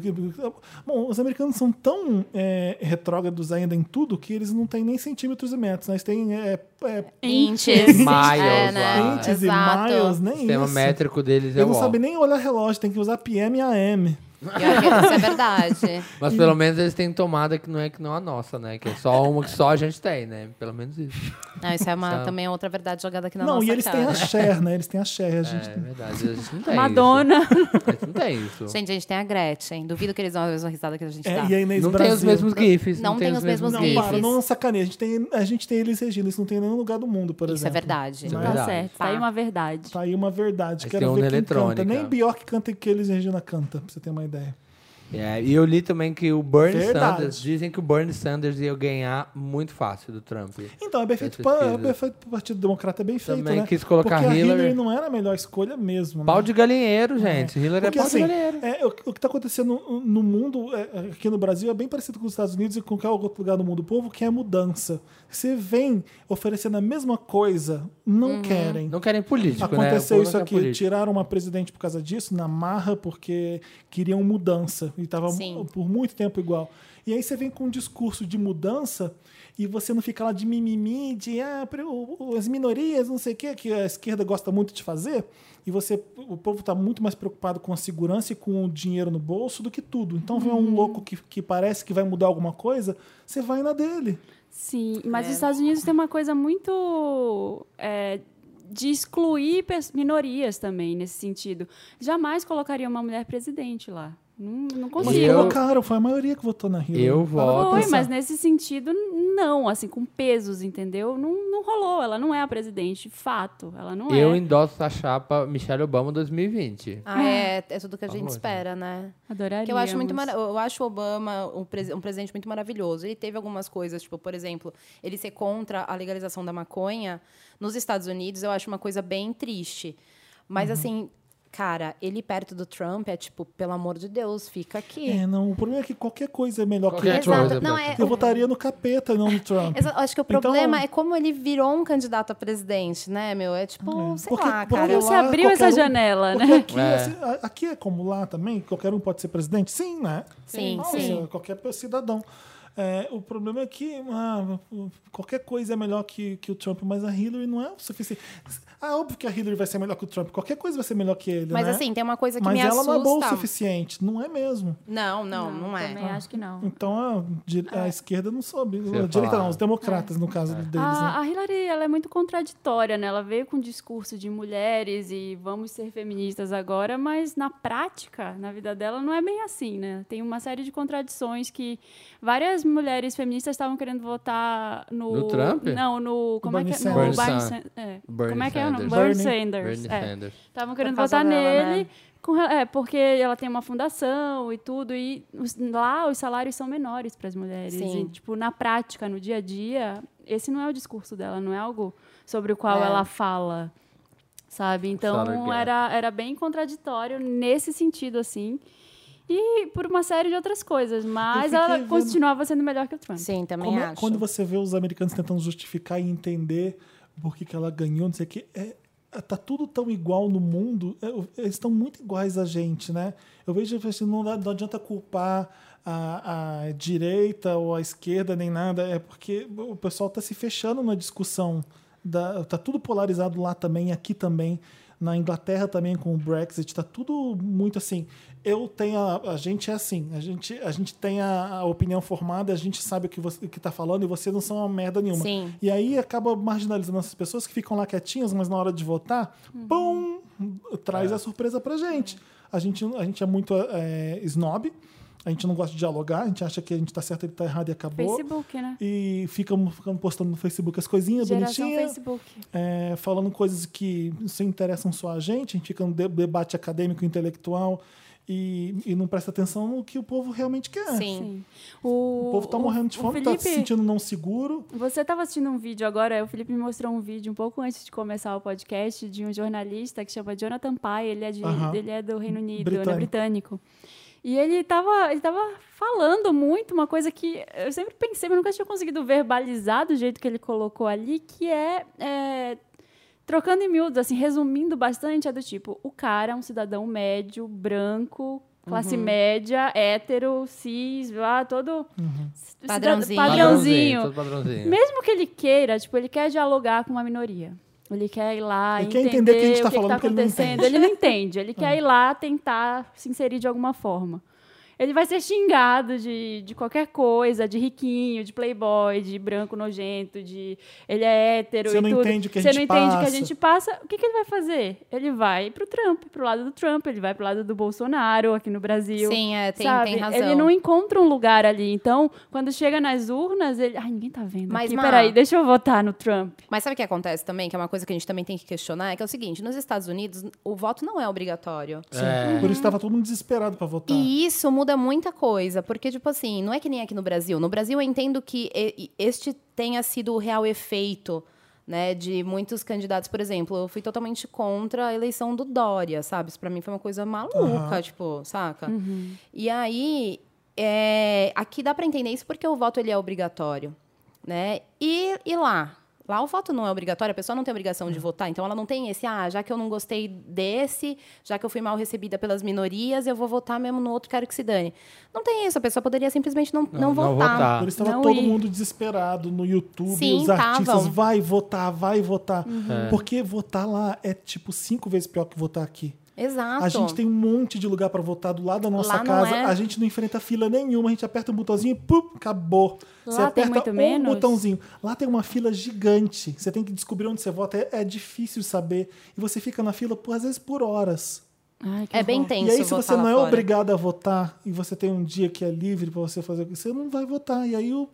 S1: Bom, os americanos são tão é, retrógrados ainda em tudo que eles não têm nem centímetros e metros. né? Eles têm é, é,
S3: Inches.
S2: Miles,
S3: É, né?
S2: lá.
S1: pentes
S3: Exato.
S1: e miles, né?
S2: O
S1: nem
S2: sistema
S1: isso.
S2: métrico deles é
S1: Eles
S2: o
S1: não
S2: ó.
S1: sabem nem olhar relógio, tem que usar PM e AM.
S3: Pior que Isso é verdade.
S2: Mas pelo menos eles têm tomada que não é que não a nossa, né? Que é só uma que só a gente tem, né? Pelo menos isso.
S3: Não, isso é uma,
S2: Então-
S3: também é outra verdade jogada aqui na
S1: não,
S3: nossa
S1: e eles
S3: cara.
S1: têm a Cher, né? Eles têm a Cher. A gente
S2: É verdade, a gente não tem
S4: Madonna.
S2: isso. A gente não tem isso.
S3: Gente, a gente tem a Gretchen. Duvido que eles dão a mesma risada que a gente
S1: É,
S3: dá.
S1: e a Inês
S2: Não
S1: Brasil.
S2: tem os mesmos GIFs.
S3: Não tem os mesmos
S1: Não,
S3: gifs.
S1: para, não sacaneia. A gente tem, a gente tem eles regindo, isso não tem em nenhum lugar do mundo, por
S3: Isso é
S1: exemplo.
S3: verdade.
S2: Isso é
S4: Tá
S2: verdade.
S4: certo, tá aí uma verdade.
S1: Tá aí uma verdade.
S2: Mas tem
S1: Quero
S2: um
S1: ver
S2: na
S1: quem
S2: eletrônica.
S1: canta. Nem Bjork canta que eles Regina canta, pra você ter uma ideia.
S2: É, e eu li também que o Bernie
S1: Verdade.
S2: Sanders, dizem que o Bernie Sanders ia ganhar muito fácil do Trump.
S1: Então, é bem feito,
S2: Essas
S1: pa- é
S2: pesquisas.
S1: bem feito pro Partido Democrata, é bem feito,
S2: Também
S1: né?
S2: quis colocar
S1: Porque a Hillary
S2: Hillary
S1: não era a melhor escolha mesmo, né?
S2: Pau de galinheiro, gente. Hillary é
S1: Porque,
S2: pau
S1: assim,
S2: de galinheiro.
S1: é, o, o que tá acontecendo no, no mundo, é, aqui no Brasil, é bem parecido com os Estados Unidos e com qualquer outro lugar do mundo. O povo quer mudança. Você vem oferecendo a mesma coisa, não querem.
S2: Não querem político, né? O
S1: Aconteceu
S2: povo não
S1: isso
S2: quer
S1: aqui,
S2: político.
S1: tiraram uma presidente por causa disso, na marra, porque queriam mudança. E tava
S3: Sim.
S1: mu- por muito tempo igual. E aí você vem com um discurso de mudança e você não fica lá de mimimi, de ah, pre- o- o- as minorias, não sei o quê, que a esquerda gosta muito de fazer. E você, o povo está muito mais preocupado com a segurança e com o dinheiro no bolso do que tudo. Então vem
S4: Uhum.
S1: um louco que, que parece que vai mudar alguma coisa, você vai na dele.
S4: Sim, mas os Estados Unidos tem uma coisa muito é, de excluir pes- minorias também nesse sentido. Jamais colocaria uma mulher presidente lá. Não, não
S1: Mas
S4: consigo.
S2: eu-
S1: colocaram, foi a maioria que votou na Hillary.
S2: Eu voto.
S4: Foi, mas nesse sentido, não, assim, com pesos, entendeu? Não, não rolou. Ela não é a presidente, fato. Ela não
S2: Eu
S4: é.
S2: endosso a chapa Michelle Obama 2020.
S3: Ah, é, é tudo que a
S2: Pelo amor
S3: gente
S2: de
S3: espera, né?
S4: Adoraria.
S3: Que eu acho muito
S4: mas-
S3: mara- eu acho o Obama um, presi- um presidente muito maravilhoso. Ele teve algumas coisas, tipo, por exemplo, ele ser contra a legalização da maconha nos Estados Unidos, eu acho uma coisa bem triste.
S1: Uhum.
S3: Mas assim, cara, ele perto do Trump é tipo, pelo amor de Deus, fica aqui.
S1: É, não, o problema é que qualquer coisa é melhor
S2: Qualquer
S1: que o Trump.
S2: coisa.
S3: não
S2: Beto.
S3: é.
S1: Eu votaria no capeta, não no Trump.
S3: Exa- acho que o
S1: Então-
S3: problema é como ele virou um candidato a presidente, né, meu? É tipo, sei
S1: Porque-
S3: lá,
S1: porque
S3: cara.
S1: eu
S4: Você
S1: lá,
S4: abriu essa
S1: qualquer um-
S4: janela,
S1: Porque
S4: né?
S1: aqui,
S2: É.
S1: assim, a- aqui é como lá também, qualquer um pode ser presidente? Sim, né?
S3: Sim,
S1: Ou
S3: sim.
S1: seja, Qualquer cidadão. É, o problema é que ah, qualquer coisa é melhor que, que o Trump, mas a Hillary não é o suficiente. Ah, óbvio que a Hillary vai ser melhor que o Trump, qualquer coisa vai ser melhor que ele.
S3: Mas
S1: né?
S3: assim, tem uma coisa que
S1: mas
S3: me
S1: ela
S3: assusta.
S1: não é boa o suficiente, não é mesmo.
S3: Não, não, não, é.
S11: Também acho que não.
S1: Então a, di- a esquerda não soube.
S2: Você ia
S1: A direita
S2: falar. É.
S1: não, os democratas,
S3: É.
S1: no caso deles. né?
S4: A, a Hillary ela é muito contraditória, né? Ela veio com o discurso de mulheres e vamos ser feministas agora, mas na prática, na vida dela, não é bem assim, né? Tem uma série de contradições que várias mulheres feministas estavam querendo votar no.
S2: No Trump?
S4: Não, no. Como é que
S1: Bernie
S4: é? No
S2: Sanders. Bernie
S4: Bernie San- é.
S2: Bernie
S4: Como é que é o nome?
S2: Sanders.
S4: Bernie
S1: Bernie.
S4: Sanders.
S2: Bernie
S4: é.
S2: Sanders.
S4: Estavam querendo
S3: causa
S4: votar
S3: dela,
S4: nele,
S3: né?
S4: com re- é, porque ela tem uma fundação e tudo, e os- lá os salários são menores para as mulheres.
S3: Sim.
S4: E, tipo, na prática, no dia a dia, esse não é o discurso dela, não é algo sobre o qual
S3: É.
S4: ela fala,
S2: Salary
S4: sabe?
S1: é.
S4: Então,
S2: gap.
S4: era, era bem contraditório nesse sentido, assim. E por uma série de outras coisas, mas
S1: fiquei
S4: ela
S1: vendo-
S4: continuava sendo melhor que o Trump.
S3: Sim, também
S1: Como é-
S3: acho.
S1: quando você vê os americanos tentando justificar e entender por que, que ela ganhou, não sei o quê, é, é- tá tudo tão igual no mundo, é, o- eles estão muito iguais a gente, né? Eu vejo eu vejo assim, não, dá- não adianta culpar a, a direita ou a esquerda nem nada, é porque o pessoal tá se fechando na discussão. Da, tá tudo polarizado lá também, aqui também. Na Inglaterra também com o Brexit, tá tudo muito assim. Eu tenho a, a gente é assim, a gente a gente tem a, a opinião formada, a gente sabe o que você o que tá falando e vocês não são uma merda nenhuma.
S3: Sim.
S1: E aí acaba marginalizando essas pessoas que ficam lá quietinhas, mas na hora de votar,
S4: Uhum.
S1: pum, traz a surpresa pra gente. A gente, a gente é muito é, snob, a gente não gosta de dialogar, a gente acha que a gente tá certo, ele tá errado e acabou.
S4: Facebook, né?
S1: E ficamos ficamos postando no Facebook as coisinhas
S4: Geração
S1: bonitinhas.
S4: Facebook.
S1: É, falando coisas que se interessam só a gente, a gente fica no de- debate acadêmico, intelectual e, e não presta atenção no que o povo realmente quer.
S3: Sim.
S4: Sim. O,
S1: É. O povo tá morrendo de
S4: o
S1: fome, tá se
S4: Felipe-
S1: sentindo não seguro.
S4: Você estava assistindo um vídeo agora, o Felipe me mostrou um vídeo um pouco antes de começar o podcast de um jornalista que chama Jonathan Pye, ele é, de-
S1: Aham.
S4: ele é do Reino Unido,
S1: Britânico.
S4: né, britânico. E ele estava ele tava falando muito uma coisa que eu sempre pensei, mas nunca tinha conseguido verbalizar do jeito que ele colocou ali, que é, é, trocando em miúdos, assim, resumindo bastante, é do tipo, o cara é um cidadão médio, branco, classe
S1: Uhum.
S4: média, hétero, cis, lá, todo...
S1: Uhum.
S4: cidad-
S3: Padrãozinho.
S4: padrãozinho.
S2: todo padrãozinho.
S4: Mesmo que ele queira, tipo, ele quer dialogar com uma minoria. Ele quer ir lá e
S1: Ele quer
S4: entender,
S1: entender o que a gente tá
S4: o que, que tá
S1: falando, porque ele não
S4: acontecendo.
S1: entende. Ah.
S4: Ele não entende. Ele quer ir lá tentar se inserir de alguma forma. Ele vai ser xingado de, de qualquer coisa, de riquinho, de playboy, de branco nojento, de ele é hétero
S1: Você
S4: e
S1: não
S4: tudo.
S1: entende o que a
S4: Você
S1: gente
S4: não entende o que a
S1: passa.
S4: gente passa. O que, que ele vai fazer? Ele vai pro Trump, pro lado do Trump, ele vai pro lado do Bolsonaro aqui no Brasil.
S3: Sim, é, tem,
S4: Sabe?
S3: tem razão.
S4: Ele não encontra um lugar ali. Então, quando chega nas urnas, ele. Ai, ninguém tá vendo.
S3: Mas,
S4: aqui.
S3: Ma-
S4: Peraí, deixa eu votar no Trump.
S3: Mas sabe o que acontece também? Que é uma coisa que a gente também tem que questionar, é que é o seguinte, nos Estados Unidos, o voto não é obrigatório.
S1: Sim.
S4: Uhum.
S1: Por isso estava todo mundo desesperado para votar.
S3: E isso muda muita coisa, porque, tipo assim, não é que nem aqui no Brasil. No Brasil, eu entendo que e- e- este tenha sido o real efeito, né, de muitos candidatos. Por exemplo, eu fui totalmente contra a eleição do Dória, sabe? Isso pra mim foi uma coisa maluca,
S1: Aham.
S3: tipo, saca? E aí, é, aqui dá pra entender isso porque o voto, ele é obrigatório, né? E, e lá? Lá o voto não é obrigatório, a pessoa não tem obrigação de
S1: Hum.
S3: votar, então ela não tem esse, ah, já que eu não gostei desse, já que eu fui mal recebida pelas minorias, eu vou votar mesmo no outro, quero que se dane. Não tem isso, a pessoa poderia simplesmente não, não,
S2: não votar.
S3: votar.
S1: Por isso estava
S4: Não
S1: todo
S4: ir.
S1: mundo desesperado no YouTube,
S3: Sim,
S1: os
S3: tavam.
S1: artistas, vai votar, vai votar.
S4: Uhum.
S1: Porque votar lá é tipo cinco vezes pior que votar aqui.
S3: Exato.
S1: A gente tem um monte de lugar pra votar do lado da nossa
S3: Lá não
S1: casa.
S3: é.
S1: A gente não enfrenta fila nenhuma. A gente aperta um botãozinho e pum, acabou.
S4: Lá
S1: você
S4: tem
S1: aperta
S4: muito
S1: um
S4: menos?
S1: botãozinho. Lá tem uma fila gigante. Você tem que descobrir onde você vota. É, é difícil saber. E você fica na fila, por, às vezes, por horas.
S4: Ai, que
S3: É bem
S4: horror.
S3: tenso.
S1: e aí, se você
S3: votar lá
S1: não é
S3: fora.
S1: obrigado a votar e você tem um dia que é livre pra você fazer, você não vai votar. E aí, o-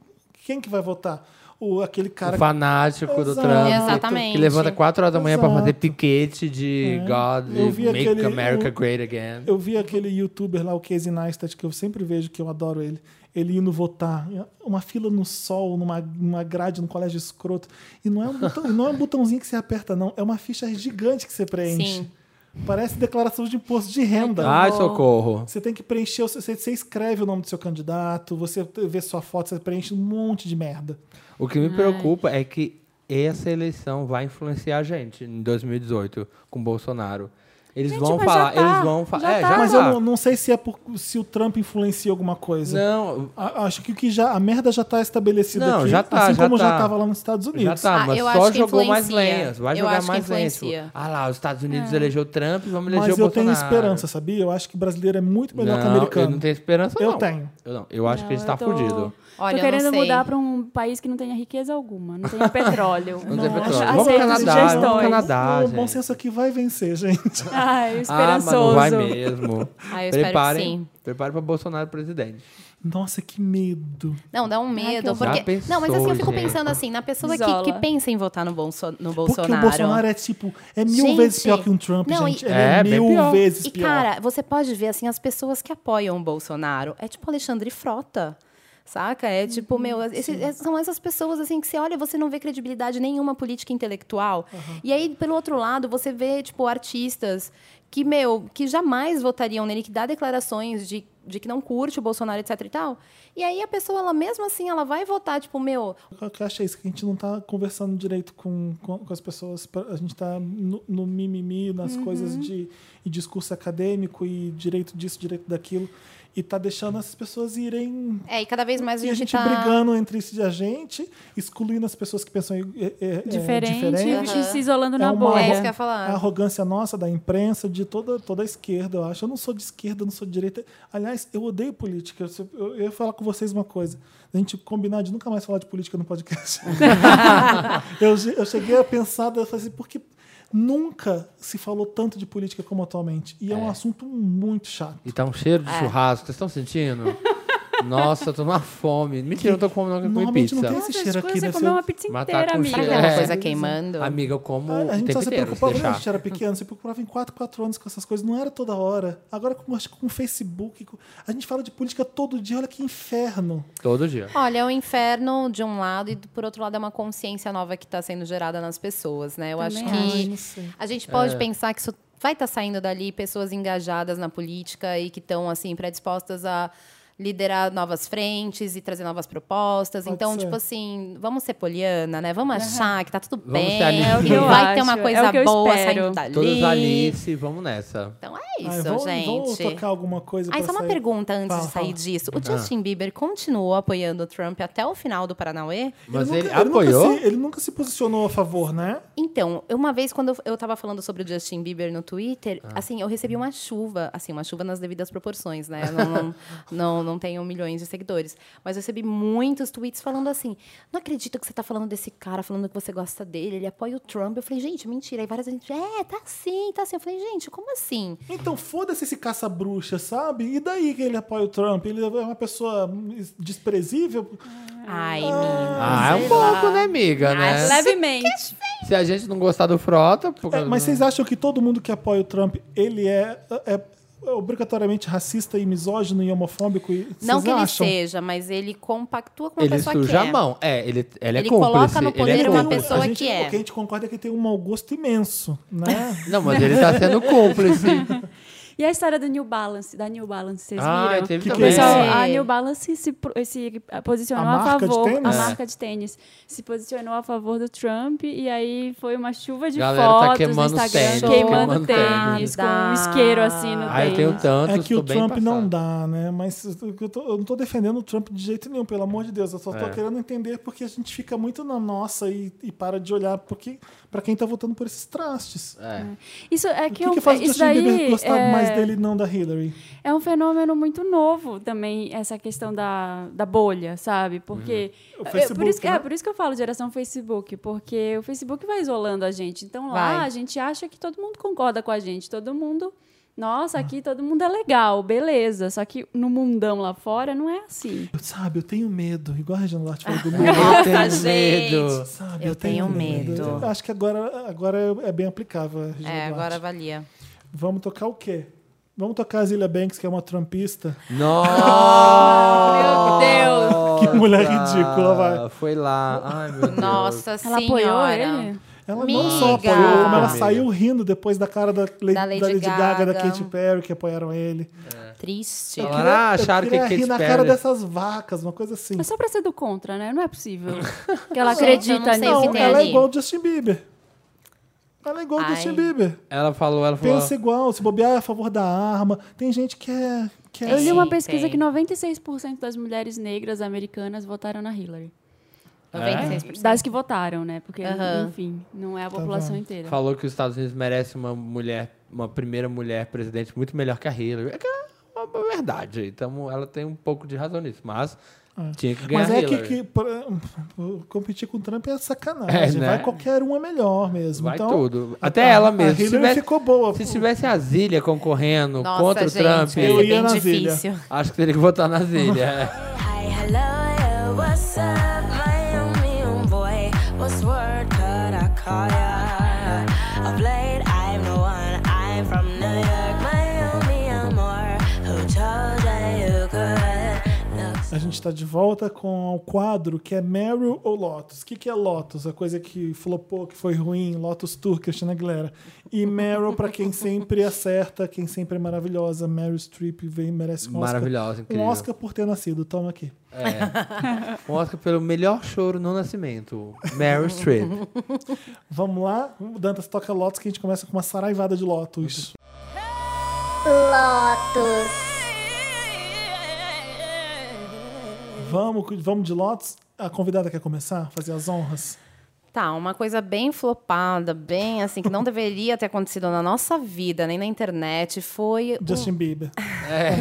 S1: quem que vai votar? O, aquele cara
S2: O fanático do
S1: Exato.
S2: trânsito.
S3: Exatamente.
S2: Que levanta 4 horas da manhã pra
S1: Exato.
S2: fazer piquete de God,
S1: Eu vi
S2: Make
S1: aquele-
S2: America
S1: o-
S2: Great Again.
S1: Eu vi aquele youtuber lá, o Casey Neistat, que eu sempre vejo, que eu adoro ele. Ele indo votar. Uma fila no sol, numa, numa grade, num colégio escroto. E não é, um botão- não é um botãozinho que você aperta, não. É uma ficha gigante que você preenche.
S3: Sim.
S1: Parece declaração de imposto de renda.
S2: Ai, socorro.
S1: Você tem que preencher, o seu- você, você escreve o nome do seu candidato, você vê sua foto, você preenche um monte de merda.
S2: O que me preocupa é que essa eleição vai influenciar a gente em 2018 com Bolsonaro. Eles
S4: Gente,
S2: vão
S4: mas já
S2: falar,
S4: tá,
S2: eles vão
S4: já
S2: falar. É,
S4: tá.
S2: já
S4: Ah,
S1: Mas
S2: tá.
S1: eu não, não sei se é por- se o Trump influencia alguma coisa.
S2: Não,
S1: A- Acho que o que já a merda já tá estabelecida
S2: Não,
S1: aqui,
S2: já tá,
S1: assim
S2: já
S1: como já
S2: tá.
S1: estava lá nos Estados Unidos.
S2: já tá,
S3: Ah,
S2: mas
S3: eu
S2: só
S3: acho que
S2: jogou mais
S3: influencia.
S2: lenhas. Vai
S3: Eu
S2: jogar
S3: acho que
S2: mais lenhas. Tipo,
S3: influencia. É.
S2: Ah lá, os Estados Unidos elegeu o Trump, vamos eleger
S1: Mas
S2: o
S1: eu tenho
S2: Bolsonaro.
S1: esperança, sabia? Eu acho que brasileiro é muito melhor que
S2: Não,
S1: americano.
S2: Eu não tenho esperança,
S1: Eu
S2: não.
S1: tenho.
S2: Eu não. Eu acho que ele
S4: Não,
S2: está
S4: eu tô-
S2: fudido.
S3: Olha,
S4: tô
S3: eu
S4: querendo
S3: não sei.
S4: mudar pra um país que não tenha riqueza alguma, não tenha petróleo.
S2: Não tem
S1: Não,
S2: petróleo.
S1: acho-
S2: Vamos pro
S4: aceito
S2: Canadá,
S4: sugestões.
S2: vamos pro Canadá,
S1: o
S2: gente.
S1: bom senso aqui vai vencer, gente.
S4: Ai,
S2: Ah, mas
S4: esperançoso.
S2: não vai mesmo.
S3: Ah, eu espero que
S2: Preparem,
S3: sim.
S2: preparem para Bolsonaro presidente.
S1: Nossa, que medo.
S3: Não, dá um medo.
S2: horror.
S3: porque...
S2: Já pensou,
S3: não, mas assim, eu fico
S2: gente?
S3: pensando assim, na pessoa que,
S4: Isola.
S3: que pensa em votar no, Bolso... no
S1: Porque o Bolsonaro é tipo, é mil
S3: Gente,
S1: vezes pior que um Trump,
S3: não,
S1: gente.
S3: e-
S1: Ele é,
S2: É, bem
S1: mil
S2: pior.
S1: vezes
S3: Então, E,
S1: pior.
S3: cara, você pode ver, assim, as pessoas que apoiam o Bolsonaro. É tipo Alexandre Frota. Saca? É
S1: Uhum,
S3: tipo, meu, esse- é- são essas pessoas assim que você olha, você não vê credibilidade nenhuma política intelectual. E aí, pelo outro lado, você vê, tipo, artistas que, meu, que jamais votariam nele, que dá declarações de, de que não curte o Bolsonaro, etc e tal. E aí a pessoa, ela mesmo assim, ela vai votar, tipo, meu,
S1: O que eu acho é isso, que a gente não tá conversando direito com, com, com as pessoas. pra- A gente tá no, no mimimi, nas
S3: Uhum.
S1: coisas de e discurso acadêmico e direito disso, direito daquilo. E tá deixando essas pessoas irem
S3: é, e cada vez mais a
S1: E
S3: gente,
S1: a gente
S3: tá...
S1: brigando entre si a gente, excluindo as pessoas que pensam é, é, é,
S4: Diferente,
S1: diferente.
S4: e se isolando
S1: É
S4: na
S1: uma
S3: É isso
S4: bolha.
S3: que eu ia falar.
S1: A arrogância nossa da imprensa, de toda, toda a esquerda, eu acho. Eu não sou de esquerda, eu não sou de direita. Aliás, eu odeio política. Eu, eu, eu ia falar com vocês uma coisa. A gente combinar de nunca mais falar de política no podcast. eu, che- eu cheguei a pensar, eu falei assim, porque nunca se falou tanto de política como atualmente. E é, um assunto muito chato.
S2: E tá um cheiro
S3: É.
S2: de churrasco, vocês estão sentindo? Nossa, eu tô numa fome. Mentira, eu não tô com fome, não, que eu comi
S1: Normalmente
S2: pizza.
S1: não tem esse
S4: Nossa,
S1: cheiro
S4: quando
S1: aqui,
S4: você
S1: né?
S4: comeu
S1: Seu-
S4: uma pizza
S2: Mas tá
S4: inteira,
S2: com
S4: amiga.
S3: Será
S2: cheiro.
S3: que é uma
S2: É.
S3: coisa queimando?
S2: Amiga, eu como
S1: É, A, a
S2: Tipo, o
S1: gente só
S2: tempo
S1: se
S2: inteiro, se
S1: preocupava quando a
S2: deixar.
S1: gente era pequeno, se preocupava em 4, 4 anos com essas coisas, não era toda hora. Agora com, acho que com o Facebook, com- a gente fala de política todo dia, olha que inferno.
S2: Todo dia.
S3: Olha, é o inferno de um lado e, do- por outro lado, é uma consciência nova que está sendo gerada nas pessoas, né? Eu acho
S4: Também
S3: que
S1: Ai, não sei.
S3: a gente pode
S2: É.
S3: pensar que isso vai estar saindo dali pessoas engajadas na política e que estão, assim, predispostas a liderar novas frentes e trazer novas propostas.
S1: Pode
S3: então,
S1: ser.
S3: tipo assim, vamos ser poliana, né? Vamos achar que tá tudo
S2: Vamos
S3: bem,
S2: ser Alice. É o
S3: que
S2: que eu
S3: vai ter
S4: acho,
S3: uma
S4: é
S3: coisa
S4: o que eu
S3: boa
S4: espero.
S3: saindo dali.
S2: Todas Alice, vamos nessa.
S3: Então é isso,
S1: Ai, vamos,
S3: gente.
S1: vamos tocar alguma coisa
S3: Aí
S1: pra
S3: só uma
S1: sair?
S3: pergunta antes
S1: Fala,
S3: de sair
S1: fala.
S3: disso.
S2: Uhum.
S3: O
S2: Ah.
S3: Justin Bieber continuou apoiando o Trump até o final do Paranauê?
S2: Mas
S1: nunca-
S2: ele,
S1: nunca
S2: apoiou?
S1: se- ele nunca se posicionou a favor, né?
S3: Então, uma vez quando eu- eu tava falando sobre o Justin Bieber no Twitter,
S2: Ah.
S3: assim, eu recebi uma chuva, assim, uma chuva nas devidas proporções, né? Eu não, não, não, não tenho milhões de seguidores. Mas eu recebi muitos tweets falando assim: não acredito que você tá falando desse cara, falando que você gosta dele, ele apoia o Trump. Eu falei, gente, mentira. Aí várias gente, é, tá sim, tá sim. Eu falei, gente, como assim?
S1: Então foda-se esse caça-bruxa, sabe? E daí que ele apoia o Trump? Ele é uma pessoa desprezível?
S3: Ai, menina.
S2: Ah, é um
S3: sei
S2: pouco,
S3: lá.
S2: né, amiga? né?
S4: Levemente.
S2: Se a gente não gostar do Frota... Por...
S1: É,
S2: causa
S1: mas
S2: do-
S1: vocês acham que todo mundo que apoia o Trump, ele é, é obrigatoriamente racista e misógino e homofóbico? E,
S3: Não
S1: vocês
S3: que ele
S1: acham?
S3: seja, mas ele compactua com uma
S2: Ele
S3: pessoa que
S2: suja
S3: é.
S2: a mão. É, ele, ele é
S3: Ele
S2: cúmplice.
S3: coloca no
S2: ele
S3: poder
S2: é
S3: uma
S2: cúmplice.
S3: pessoa
S1: A gente-
S3: que é.
S1: O que a gente concorda é que tem um mau gosto imenso, né?
S2: Não, mas ele tá sendo cúmplice.
S4: E a história do New Balance, da New Balance, vocês
S2: Ah,
S4: viram?
S2: teve
S1: Que
S4: O
S1: que é
S4: pessoal,
S3: isso?
S4: a New Balance se, pro- se posicionou
S1: A
S4: a,
S1: marca de
S4: favor, a
S1: tênis? É.
S4: marca de tênis se posicionou a favor do Trump e aí foi uma chuva de
S2: Galera tá
S4: fotos
S2: queimando
S4: no Instagram,
S2: tênis,
S1: Tá
S2: queimando
S4: queimando tênis,
S3: tênis.
S4: com um isqueiro assim no
S2: Ah, eu tenho
S4: tênis.
S2: tantos,
S1: É que
S2: tô
S1: o
S2: bem
S1: Trump não
S2: passado.
S1: dá, né? Mas eu, tô- eu não tô defendendo o Trump de jeito nenhum, pelo amor de Deus. Eu só tô
S2: É.
S1: querendo entender porque a gente fica muito na nossa e, e para de olhar porque, pra quem tá votando por esses trastes.
S2: É.
S4: Isso é
S1: O
S4: que,
S1: que,
S4: eu,
S1: que faz o
S4: isso
S1: Justin Bieber
S4: daí
S1: gostar
S4: é,
S1: mais dele e não da Hillary?
S4: é um fenômeno muito novo também, essa questão da, da bolha, sabe?
S2: Uhum.
S4: Porque.
S1: O
S4: é, por
S1: Facebook,
S4: isso, que-
S1: né?
S4: É por isso que eu falo geração Facebook, porque o Facebook vai isolando a gente. Então lá
S3: Vai.
S4: a gente acha que todo mundo concorda com a gente, todo mundo. Nossa, aqui todo mundo é legal, beleza. Só que no mundão lá fora não é assim.
S1: Eu- Sabe, eu tenho medo, igual a Regina Duarte falou do
S2: Eu
S1: Lula.
S2: tenho
S3: gente.
S2: medo.
S1: Sabe,
S3: Eu tenho medo.
S1: Eu Acho que agora, agora é bem aplicável. a Regina
S3: É,
S1: Duarte.
S3: agora valia.
S1: Vamos tocar o quê? Vamos tocar a Zilia Banks, que é uma trumpista.
S2: Oh, Nossa!
S3: Meu
S1: Deus! Que mulher ridícula, vai.
S2: Foi lá. Ai, meu Deus.
S3: Nossa
S4: Ela apoiou
S3: senhora.
S4: ele?
S1: Ela não
S3: Amiga.
S1: só apoiou, como ela
S2: Amiga.
S1: saiu rindo depois da cara da, Le- da Lady, Gaga, da Katy Perry, que apoiaram ele.
S3: Triste.
S2: Eu queria- Ah, acharam
S1: eu
S2: que
S1: queria
S2: a Katy
S1: rir na
S2: Perry-
S1: cara dessas vacas, uma coisa assim.
S4: É só pra ser do contra, né? Não é possível. Que ela
S3: Gente, eu
S4: acredita
S3: não sei o que
S4: nisso.
S1: Não,
S3: tem
S1: ela é
S3: ali.
S1: igual o Justin Bieber. Ela é igual o
S3: Ai.
S1: Justin Bieber.
S2: Ela falou, ela falou.
S1: Pensa igual, se bobear é a favor da arma. Tem gente que é. Que é
S4: Eu li uma
S3: Sim,
S4: pesquisa
S3: tem.
S4: que 96% das mulheres negras americanas votaram na Hillary.
S3: 96%.
S4: Das que votaram, né? Porque,
S3: Aham.
S4: enfim, não é a população
S1: vendo?
S4: inteira.
S2: Falou que os Estados Unidos merece uma mulher, uma primeira mulher presidente muito melhor que a Hillary. É que é uma boa verdade. Então, ela tem um pouco de razão nisso, mas tinha que ganhar
S1: Mas
S2: a
S1: é que,
S2: Hillary.
S1: que pra- um, competir com o Trump é sacanagem.
S2: É, né?
S1: Vai qualquer uma melhor mesmo.
S2: Vai
S1: então,
S2: tudo. Até
S1: a-
S2: ela
S1: A
S2: mesma.
S1: Hillary
S2: Se tivesse,
S1: ficou boa.
S2: se tivesse a Zília concorrendo
S3: Nossa,
S2: É. contra
S3: gente,
S2: o Trump,
S3: ia
S1: Eu
S3: ser
S1: ia
S3: bem
S1: na
S3: difícil.
S2: acho que teria que votar na Zília.
S8: Hi, hello, yo, what's up, Miami oh boy? What's word? Could I call ya? Of late, I'm the one. I'm from New York, Miami, I'm more. Who told ya you could look
S1: A gente está de volta com o quadro que é Meryl ou Lotus. O que, que é Lotus? A coisa que flopou, que foi ruim, Lotus Tour, Christina Aguilera. E Meryl, para quem sempre acerta, quem sempre é maravilhosa. Meryl Streep vem, merece um Oscar.
S2: Maravilhosa,
S1: Um
S2: incrível.
S1: Oscar por ter nascido, toma aqui.
S2: Um Oscar pelo melhor choro no nascimento. Meryl Streep.
S1: Vamos lá, o Dantas toca Lotus que a gente começa com uma saraivada de Lotus. Vamos, vamos de Lotus. A convidada quer começar? Fazer as honras?
S3: Tá, uma coisa bem flopada, bem assim, que não deveria ter acontecido na nossa vida, nem na internet, foi
S1: Justin Bieber.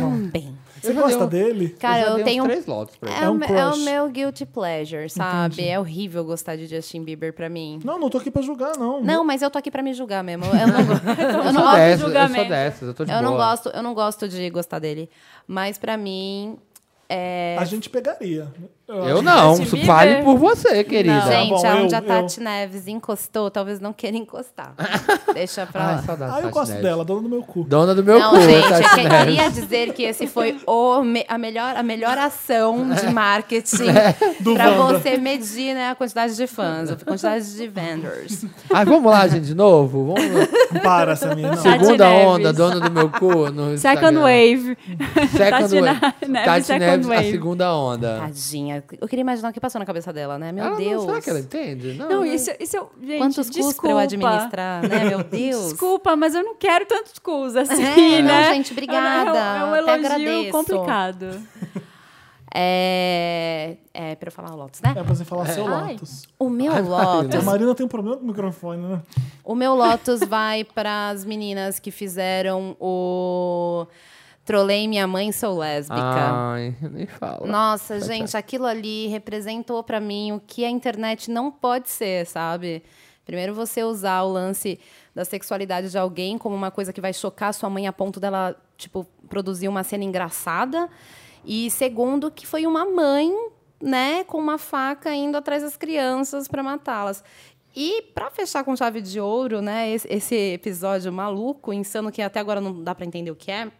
S3: o bem.
S1: Você
S2: já
S1: gosta
S2: dei um-
S1: dele?
S3: Cara,
S2: É, já
S3: eu,
S2: dei uns
S3: tenho.
S2: três lotes pra ele.
S3: É,
S1: É
S3: o
S1: um
S3: me- é o
S1: crush.
S3: meu guilty pleasure, sabe? É horrível gostar de Justin Bieber pra mim.
S1: Não, não tô aqui pra julgar, não.
S3: Não, mas eu tô aqui pra me julgar mesmo. Eu não, go- eu
S2: Eu
S3: não
S2: sou
S3: gosto
S2: dessas, eu sou
S4: julgamento.
S2: dessas, eu tô de
S3: um Eu não
S2: boa.
S3: gosto, eu não gosto de gostar dele. Mas pra mim é
S1: A gente pegaria.
S2: Eu não,
S4: Justin Bieber?
S2: fale por você, querida.
S4: Não.
S3: Gente,
S1: bom,
S3: aonde
S1: eu-
S3: a Tati Neves encostou, talvez não queira encostar. Deixa pra
S2: Ai,
S3: lá.
S2: saudade da
S1: Ah, eu
S2: Tati
S1: gosto
S2: Neves.
S1: dela, dona do meu cu.
S2: Dona do meu
S3: não,
S2: cu,
S3: gente,
S2: Tati
S3: eu que-
S2: Neves.
S3: queria dizer que esse foi o me- a, melhor, a melhor ação de marketing
S1: Do
S3: pra
S1: Wanda.
S3: você medir né, a quantidade de fãs, a quantidade de vendors.
S2: Ai, Ah, vamos lá, gente, de novo. Vamos...
S1: Para, Samir, não.
S3: Tá
S4: Tati
S2: Segunda
S4: Neves.
S2: onda, dona do meu cu. No
S4: Second
S2: Instagram.
S4: wave.
S3: Tá
S2: Second
S4: Tati
S2: wave.
S4: Neves,
S2: Tati
S4: second
S2: Neves, a
S4: wave.
S2: segunda onda.
S3: Tadinha. Eu queria imaginar o que passou na cabeça dela, né? Tá Meu
S2: Ela Ah. não-
S3: Deus.
S2: será que ela entende? Não,
S4: Não,
S2: né?
S4: isso, isso eu. Gente,
S3: Quantos cus
S4: desculpa.
S3: pra eu administrar, né? Meu Deus.
S4: Desculpa, mas eu não quero tantos cus assim,
S3: É, não,
S4: né?
S3: gente, obrigada.
S4: É um, é um
S3: Até
S4: elogio
S3: agradeço.
S4: complicado.
S3: É, é pra eu falar o Lotus, né?
S1: É pra você falar seu
S4: Ai.
S1: Lotus.
S3: O meu
S1: A
S3: Lotus.
S1: Marina tem um problema com o microfone, né?
S3: O meu Lotus vai para as meninas que fizeram o Trolei Minha Mãe Sou Lésbica.
S2: Ai, nem fala.
S3: Nossa, gente, aquilo ali representou pra mim o que a internet não pode ser, sabe? Primeiro você usar o lance da sexualidade de alguém como uma coisa que vai chocar sua mãe a ponto dela, tipo, produzir uma cena engraçada. E segundo, que foi uma mãe, né, com uma faca indo atrás das crianças pra matá-las. E pra fechar com chave de ouro, né, esse- esse episódio maluco, insano que até agora não dá pra entender o que é,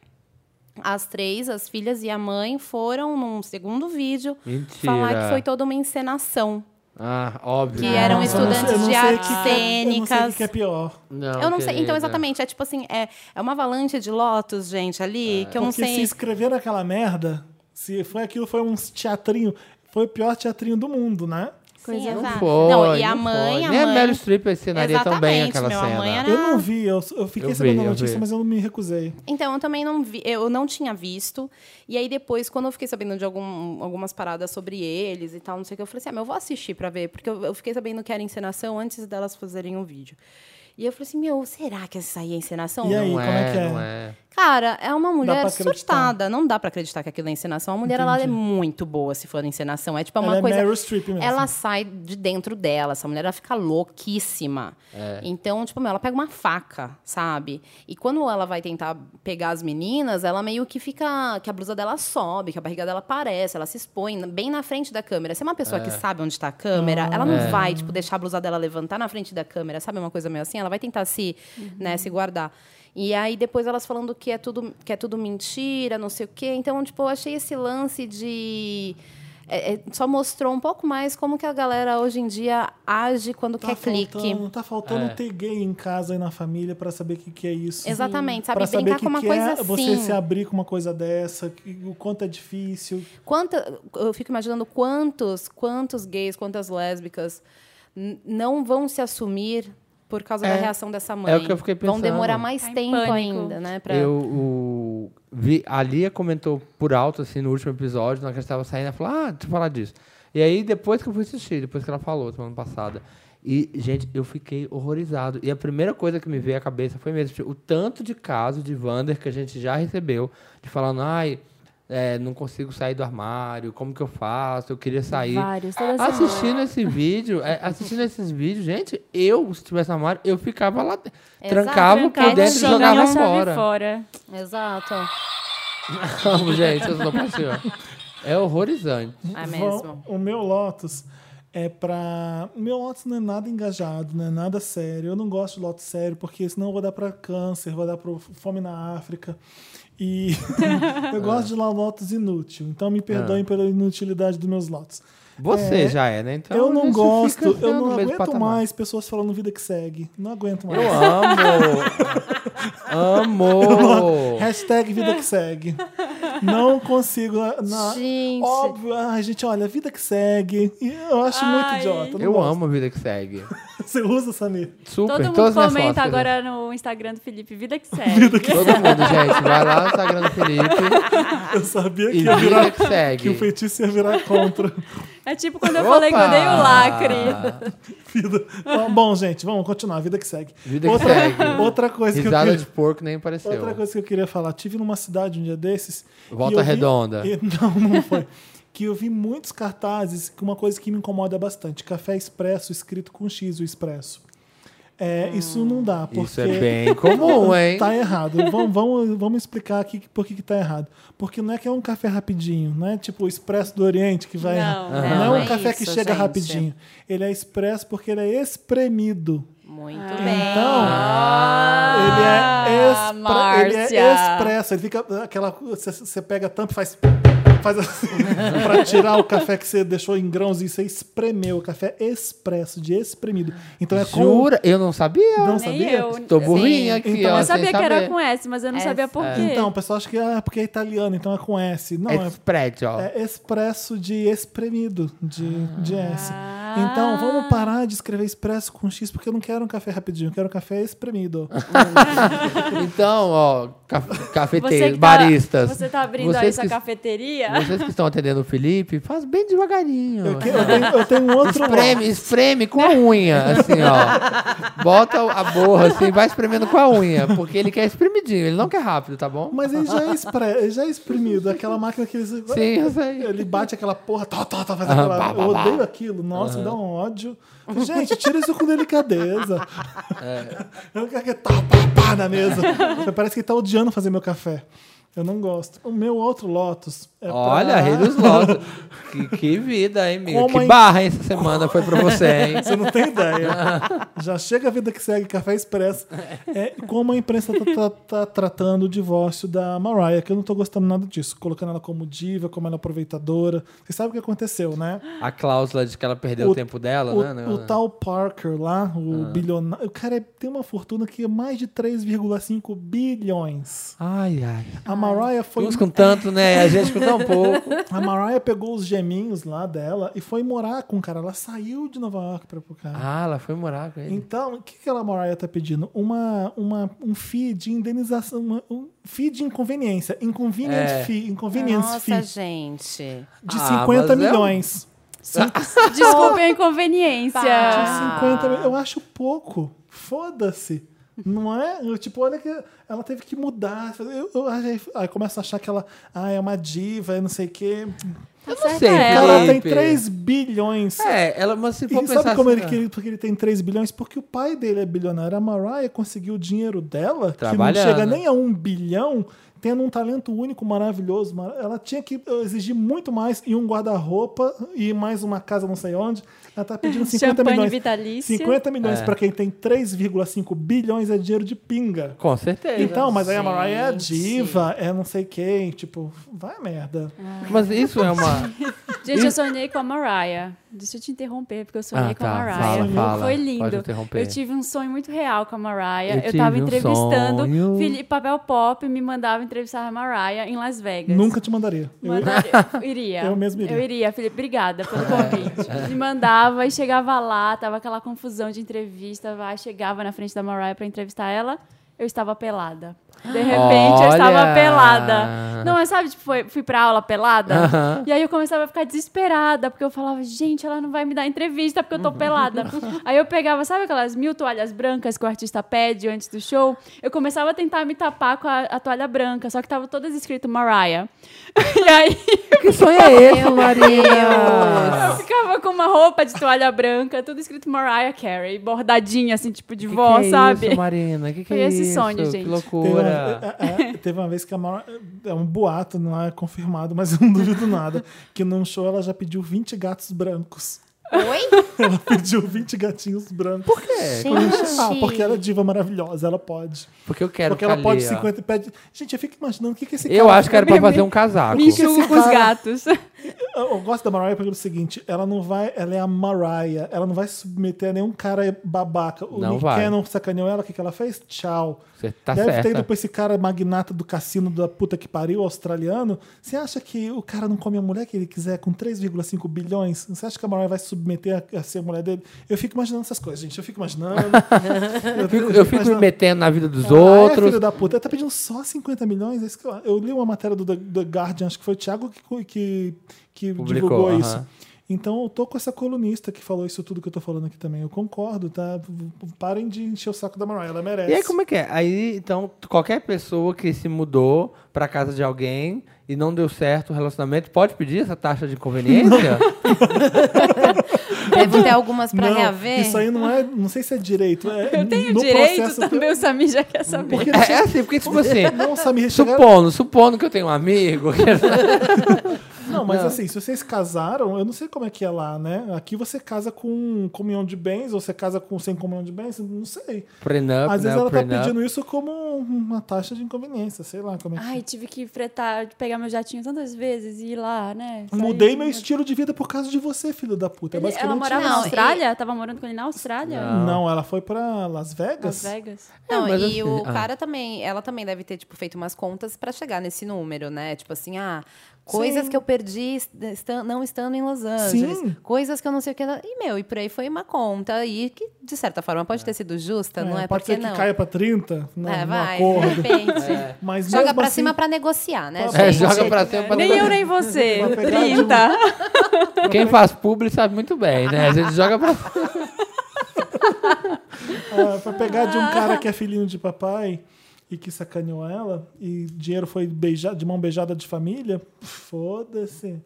S3: as três, as filhas e a mãe, foram num segundo vídeo
S2: Mentira.
S3: falar que foi toda uma encenação.
S2: Ah, óbvio.
S3: Que um
S2: né?
S3: eram
S1: Nossa, eu não sei-
S3: estudantes
S1: eu não
S3: de
S1: sei
S3: artes
S1: que que é- Eu não sei o que
S3: cênicas.
S1: que é pior.
S2: Não,
S3: Eu não sei. Então,
S2: querida.
S3: exatamente. É tipo assim, é, é uma avalanche de lotos, gente, ali,
S2: É.
S3: que eu não
S1: Porque se
S3: sei.
S1: escreveram aquela merda, se foi aquilo, foi um teatrinho, foi o pior teatrinho do mundo, né?
S3: Sim,
S2: Não
S3: exato.
S2: foi,
S3: Ah, não, e a
S2: não
S3: mãe,
S2: foi.
S3: a
S2: Nem a
S3: mãe.
S2: Meryl Streep ensinaria tão bem
S3: Exatamente,
S2: aquela
S3: meu, a
S2: cena.
S3: mãe era-
S1: Eu não vi, eu, eu fiquei
S2: Eu
S1: sabendo
S2: vi,
S1: da
S2: eu
S1: notícia,
S2: vi.
S1: mas eu me recusei.
S3: Então, eu também não vi, eu não tinha visto. E aí depois, quando eu fiquei sabendo de algum- algumas paradas sobre eles e tal, não sei o que, eu falei assim, ah, mas eu vou assistir pra ver, porque eu, eu fiquei sabendo que era encenação antes delas fazerem o vídeo. E eu falei assim, meu, será que essa aí é encenação?
S1: E
S3: Não
S1: aí,
S2: Não
S1: como é que é?
S2: Não é.
S3: Cara, é uma mulher
S1: pra acreditar.
S3: surtada. Não dá pra acreditar que aquilo é encenação. A mulher, ela é muito boa se for encenação. É tipo uma
S1: Ela é
S3: coisa.
S1: Meryl Streep mesmo.
S3: Ela sai de dentro dela. Essa mulher, ela fica louquíssima. Então, tipo, meu, ela pega uma faca, sabe? E quando ela vai tentar pegar as meninas, ela meio que fica. que a blusa dela sobe, que a barriga dela aparece, ela se expõe bem na frente da câmera. Se é uma pessoa que sabe onde tá a câmera,
S1: Ah.
S3: ela não vai, tipo, deixar a blusa dela levantar na frente da câmera, sabe? Uma coisa meio assim. Ela vai tentar se,
S1: Uhum.
S3: né, se guardar. E aí depois elas falando que é tudo, que é tudo mentira, não sei o quê. Então, tipo, eu achei esse lance de. é, é, só mostrou um pouco mais como que a galera hoje em dia age quando
S1: Tá
S3: quer clique.
S1: faltando, tá
S2: É.
S1: faltando ter gay em casa e na família pra saber o que, que é isso.
S3: Exatamente,
S1: Pra
S3: sabe?
S1: saber
S3: Brincar
S1: que
S3: com uma
S1: que
S3: coisa
S1: é
S3: assim.
S1: você se abrir com uma coisa dessa, que- o quanto é difícil.
S3: Quanta, eu fico imaginando quantos, quantos gays, quantas lésbicas n- não vão se assumir por causa da
S2: É.
S3: reação dessa mãe.
S2: É o que eu fiquei
S3: Vão
S2: pensando.
S3: demorar mais
S4: Tá em
S3: tempo
S4: pânico.
S3: ainda, né? Pra...
S2: Eu o- vi, a Lia comentou por alto, assim, no último episódio, na hora que a gente tava saindo, ela falou, ah, deixa eu falar disso. E aí, depois que eu fui assistir, depois que ela falou, semana passada. E, gente, eu fiquei horrorizado. E a primeira coisa que me veio à cabeça foi mesmo tipo, o tanto de casos de Wander que a gente já recebeu, de falando, ai, é, não consigo sair do armário, como que eu faço, eu queria sair.
S4: Vários, toda semana.
S2: Assistindo esse vídeo, é, assistindo esses vídeos, gente, eu, se tivesse no armário, eu ficava lá, dentro. trancava por
S4: Trancado,
S2: dentro e
S4: jogando
S2: jogava
S4: a chave
S2: fora.
S4: fora.
S3: Exato.
S2: Amo, gente, eu sou apaixonado. É horrorizante.
S3: É
S1: Vão-
S3: mesmo.
S1: o meu Lotus é pra. O meu Lotus não é nada engajado, não é nada sério. Eu não gosto de Lotus sério, porque senão eu vou dar pra câncer, vou dar pra fome na África. E
S2: É.
S1: eu gosto de Lotus inútil. Então me perdoem pela inutilidade dos meus Lotus.
S2: Você
S1: É,
S2: já é, né? Então,
S1: eu não
S2: isso
S1: gosto,
S2: fica,
S1: eu
S2: no
S1: não
S2: mesmo
S1: aguento
S2: patamar.
S1: mais pessoas falando vida que segue. Não aguento mais.
S2: Eu amo. amo.
S1: Hashtag vida que segue. Não consigo. ah, Na,
S3: Gente.
S1: Óbvio. Ai, gente, olha, vida que segue. E Eu acho muito
S4: Ai.
S1: idiota. não
S2: Eu
S1: gosto.
S2: amo a vida que segue.
S1: Você usa, Samir?
S2: Super.
S4: Todo mundo
S2: todas minhas
S4: comenta
S2: fotos, né?
S4: agora no Instagram do Felipe, vida que segue.
S2: gente. Todo mundo, gente. Vai lá no Instagram do Felipe
S1: Eu sabia que
S2: e
S1: ia virar.
S2: vida que segue.
S1: Que o feitiço ia virar contra.
S4: É tipo quando eu falei que eu dei o lacre.
S1: Vida. Ah, Bom, gente, vamos continuar. Vida que segue.
S2: Vida que
S1: outra,
S2: segue.
S1: outra coisa que eu
S2: Risada
S1: queria.
S2: de porco nem apareceu.
S1: Outra coisa que eu queria falar, tive numa cidade um dia desses.
S2: Volta
S1: e eu vi-
S2: Redonda.
S1: e- não, não foi. que eu vi muitos cartazes com uma coisa que me incomoda bastante: café expresso escrito com X, o expresso. É, Isso não dá, porque.
S2: Isso é bem comum, hein?
S1: Tá errado. Vamos, vamos, vamos explicar aqui por que, que tá errado. Porque não é que é um café rapidinho, não é tipo o expresso do Oriente que vai. não,
S4: Não,
S3: não,
S1: é um
S3: é
S1: café que
S3: isso,
S1: chega
S3: gente.
S1: rapidinho. Ele é expresso porque ele é espremido.
S3: Muito
S1: Ah.
S3: bem.
S4: Ah,
S2: Ah,
S1: Então, ele, é expre- ele é
S4: Márcia.
S1: expresso. Ele fica aquela. Você você pega a tampa e faz. Faz assim. pra tirar o café que você deixou em grãos e você espremeu. O café é expresso, de espremido. Então é com-
S2: Jura? Eu não sabia.
S1: Não
S4: Nem
S1: sabia?
S4: eu.
S2: Tô burrinha aqui,
S1: Então,
S2: ó,
S4: Eu
S2: sem
S4: sabia que era
S2: saber.
S4: com S, mas eu não
S3: É,
S4: sabia por quê.
S1: Então, o pessoal acha que ah, é porque é italiano, então é com S. Não,
S2: É
S1: é,
S2: spread, ó.
S1: é expresso de espremido, de, de S. Então, vamos parar de escrever expresso com X, porque eu não quero um café rapidinho, eu quero um café espremido.
S2: Então, ó, ca-
S4: Você
S2: cafeteiros,
S4: que tá-
S2: baristas.
S4: Você tá abrindo aí
S2: vocês
S4: sua
S2: que-
S4: cafeteria?
S2: Vocês que estão atendendo o Felipe, faz bem devagarinho.
S1: Eu, que- eu tenho, eu tenho um outro.
S2: Espreme, espreme com a unha, assim, ó. Bota a borra, assim, vai espremendo com a unha. Porque ele quer espremidinho, ele não quer rápido, tá bom?
S1: Mas ele já é, expre- ele já é espremido. Aquela máquina que eles.
S2: Sim, eu sei. Ah,
S1: Ele bate aquela porra, tá, tá, tá, faz
S2: Aham,
S1: aquela.
S2: pá, pá,
S1: Eu
S2: pá.
S1: odeio aquilo. Nossa, me dá um ódio. Gente, tira isso com delicadeza.
S2: É.
S1: tá Eu não quero que tá, pá, pá na mesa. Parece que ele tá odiando fazer tá meu café. Eu não gosto. O meu outro Lotus é pra-
S2: Olha, Rei dos Lotos. que, que vida, hein, amiga?
S1: Como
S2: que
S1: a in-
S2: barra, hein, essa semana foi pra você, hein?
S1: Você não tem ideia. Já chega a vida que segue Café Expresso. É como a imprensa tá, tá- tá tratando o divórcio da Mariah, que eu não tô gostando nada disso. Colocando ela como diva, como ela é aproveitadora. Você sabe o que aconteceu, né?
S2: A cláusula de que ela perdeu o, tempo dela,
S1: o,
S2: né? né,
S1: o
S2: né? Ah.
S1: tal Parker lá, o bilionário. O cara é- tem uma fortuna que é mais de 3,5 bilhões.
S2: Ai, ai.
S1: A Mariah foi. um
S2: Uns com tanto, né? A gente com tão pouco.
S1: A Mariah pegou os geminhos lá dela e foi morar com o cara. Ela saiu de Nova York pra pro cara.
S2: Ah, ela foi morar com ele.
S1: Então, o que, que a Mariah tá pedindo? Uma, uma, um fee de indenização, uma- um fee de inconveniência. Inconvenience
S2: É.
S1: fee, inconvenience
S7: Nossa,
S1: fee
S7: gente.
S1: de
S2: Ah,
S1: 50
S2: mas é um-
S1: milhões.
S4: Desculpa a inconveniência.
S7: Pá.
S1: 50
S7: Ah.
S1: mil- eu acho pouco. Foda-se. Não é? Eu, tipo, olha que ela teve que mudar. Eu, eu, aí, aí começo a achar que ela ah, é uma diva, é não sei o quê.
S2: Eu não
S4: certa
S2: sei,
S7: É.
S4: ela.
S1: Ela tem
S2: Felipe.
S1: 3 bilhões.
S2: É, ela, mas se for
S1: Então, E
S2: pensar
S1: sabe como
S2: assim,
S1: ele, que ele, porque ele tem 3 bilhões? Porque o pai dele é bilionário. A Mariah conseguiu o dinheiro dela, que não
S2: Trabalhando.
S1: chega nem a 1 bilhão, tendo um talento único maravilhoso. Mar- Ela tinha que eh, exigir muito mais e um guarda-roupa e mais uma casa não sei onde. Ela tá pedindo 50
S4: Champanhe
S1: milhões.
S4: vitalício.
S1: 50 milhões pra quem tem 3,5 bilhões é dinheiro de pinga.
S2: Com certeza.
S1: Então, mas aí a Mariah é a
S7: Gente.
S1: diva, é não sei quem, tipo, vai a merda.
S2: Mas isso é uma.
S4: Gente, eu sonhei com a Mariah. Deixa eu te interromper, porque eu sonhei
S2: Ah,
S4: com a
S2: tá.
S4: Mariah.
S2: Fala, fala.
S4: Foi
S2: Pode
S4: lindo.
S2: interromper.
S4: Eu tive um sonho muito real com a
S2: Eu
S4: Mariah. Eu,
S2: tive
S4: tava
S2: um
S4: entrevistando
S2: sonho.
S4: Felipe Papel Pop me mandava entrevistar a Mariah em Las Vegas.
S1: Nunca te mandaria. Eu-
S4: Mandaria. Iria.
S1: Eu mesmo iria.
S4: Eu iria, Felipe. Obrigada pelo convite. Me mandava e chegava lá, tava aquela confusão de entrevista, vai, chegava na frente da Mariah pra entrevistar ela, eu estava pelada. De repente, eu
S2: Olha!
S4: estava pelada. Não, mas sabe, tipo, foi- fui pra aula pelada, e aí eu começava a ficar desesperada, porque eu falava, gente, ela não vai me dar entrevista porque eu
S1: Uhum.
S4: tô pelada. aí eu pegava, sabe aquelas mil toalhas brancas que o artista pede antes do show? Eu começava a tentar me tapar com a, a toalha branca, só que tava todas escrito Mariah. e aí
S2: Que sonho é esse,
S4: eu
S2: Marina?
S4: ficava com uma roupa de toalha branca, tudo escrito Mariah Carey, bordadinha, assim, tipo de
S2: Que
S4: vó,
S2: que é
S4: sabe?
S2: Isso, Marina, que que
S4: Foi
S2: é
S4: esse
S2: isso?
S4: sonho,
S2: Que
S4: gente.
S1: Teve uma,
S2: loucura.
S1: é, é, teve uma vez que a Mara, é um boato, não é confirmado, mas eu não duvido nada, que num show ela já pediu 20 gatos brancos.
S7: Oi?
S1: Ela pediu 20 gatinhos brancos. Por quê?
S2: É,
S7: Gente.
S1: Ah, porque ela é diva maravilhosa, ela pode.
S2: Porque eu quero
S1: porque ela
S2: ficar
S1: pode
S2: ali, ó.
S1: 50 e pede. Gente, eu fico imaginando o que, que esse
S2: Eu
S1: cara
S2: acho que era pra fazer um casaco.
S4: Me enxugo com os
S1: cara-
S4: gatos.
S1: Eu eu gosto da Mariah pelo seguinte, ela não vai, ela é a Mariah, ela não vai se submeter a nenhum cara babaca. O
S2: Não
S1: Nick
S2: vai.
S1: Cannon sacaneou ela, o que, que ela fez? Tchau.
S2: Você tá
S1: Deve ter
S2: certa.
S1: ido pra esse cara magnata do cassino da puta que pariu, australiano. Você acha que o cara não come a mulher que ele quiser com 3,5 bilhões? Você acha que a Mariah vai se submeter a, a ser a mulher dele? Eu fico imaginando essas coisas, gente. Eu fico imaginando. eu
S2: Fico- eu fico me
S1: imaginando.
S2: metendo na vida dos
S1: Ah, é,
S2: outros.
S1: filho da puta. Ele tá pedindo só 50 milhões? É isso que eu, eu li uma matéria do The, The Guardian, acho que foi o Thiago que, co- que, que
S2: Publicou,
S1: divulgou
S2: aham.
S1: isso. Então eu tô com essa colunista que falou isso tudo que eu tô falando aqui também. Eu concordo, tá? Parem de encher o saco da Mariah, ela merece.
S2: E aí, como é que é? Aí, então, qualquer pessoa que se mudou pra casa de alguém e não deu certo o relacionamento, pode pedir essa taxa de conveniência?
S7: Deve ter algumas pra
S1: não,
S7: reaver.
S1: Isso aí não é. Não sei se é direito. É,
S4: Eu tenho
S1: no
S4: direito
S1: processo,
S4: também, o Samir já quer saber.
S1: Porque
S2: é, é assim, porque, tipo assim,
S1: não, Samir, chegaram,
S2: supondo, supondo que é eu tenho um amigo.
S1: não, mas assim, se vocês casaram, eu não sei como é que é lá, né? Aqui você casa com comunhão de bens, ou você casa com sem comunhão de bens, não sei.
S2: Prenup,
S1: Às
S2: né?
S1: vezes ela
S2: o
S1: tá
S2: prenup.
S1: pedindo isso como uma taxa de inconveniência, sei lá como é que
S4: Ai, tive que fretar, pegar meu jatinho tantas vezes e ir lá, né?
S7: tá
S4: Sair,
S1: Mudei meu estilo de vida por causa de você, filho da puta. É
S4: Ele- ela
S1: basicamente
S4: morava
S7: Não,
S4: na
S7: e-
S4: Austrália? Tava morando com ele na Austrália?
S2: Não.
S1: isso. Não, ela foi pra Las Vegas.
S4: Las Vegas?
S7: Não,
S2: É, mas
S7: e
S2: assim,
S7: o
S2: ah.
S7: cara também, ela também deve ter, tipo, feito umas contas pra chegar nesse número, né? Tipo assim, ah, coisas
S1: Sim.
S7: que eu perdi estan- não estando em Los Angeles.
S1: Sim.
S7: Coisas que eu não sei o que. E, meu, e por aí foi uma conta. E que, de certa forma, pode ter sido justa, não é?
S1: pode
S7: porque
S1: ser que
S7: não.
S1: caia pra 30 no,
S7: é,
S1: no
S7: vai, de
S1: acordo.
S7: repente.
S1: Mas
S7: Joga
S1: mesmo
S7: pra
S1: assim,
S7: cima pra negociar, né,
S1: Tá
S2: É,
S7: gente?
S2: joga pra cima pra
S4: Nem eu, nem você.
S1: Vai pegar de um-
S4: 30.
S2: Quem faz publi sabe muito bem, né? A gente joga pra.
S1: ah, pra pegar de um cara que é filhinho de papai e que sacaneou ela, e dinheiro foi beija- de mão beijada de família, foda-se.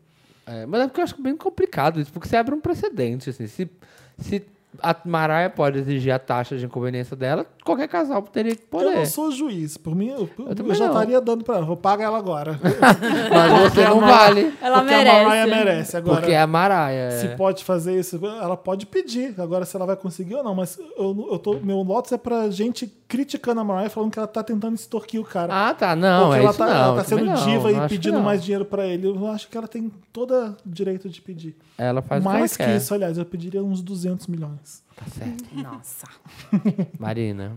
S2: É, mas é porque eu acho bem complicado isso, porque você abre um precedente, assim. Se, se a Maraia pode exigir a taxa de inconveniência dela, qualquer casal teria que
S1: Eu não
S2: poder.
S1: sou juiz. Por mim, eu, eu
S2: também
S1: já
S2: não.
S1: estaria dando pra ela. Vou pagar ela agora.
S2: Mas você não vale.
S4: Ela
S1: porque
S4: merece.
S1: a Mariah merece. Agora,
S2: Porque é a Maraia.
S1: se pode fazer isso, ela pode pedir. Agora, se ela vai conseguir ou não. Mas eu, não- eu tô, meu Lotus é pra gente criticando a Mariah, falando que ela tá tentando extorquir o cara.
S2: Ah, tá. Não,
S1: Porque
S2: é
S1: ela,
S2: isso
S1: tá,
S2: não.
S1: ela tá
S2: isso também
S1: sendo
S2: não,
S1: diva
S2: não
S1: e
S2: acho que
S1: pedindo
S2: não.
S1: mais dinheiro pra ele. Eu acho que ela tem todo direito de pedir.
S2: Ela faz
S1: mais
S2: o
S1: que,
S2: que, ela quer.
S1: isso, aliás, eu pediria uns 200 milhões.
S2: Tá certo.
S7: Nossa.
S2: Marina.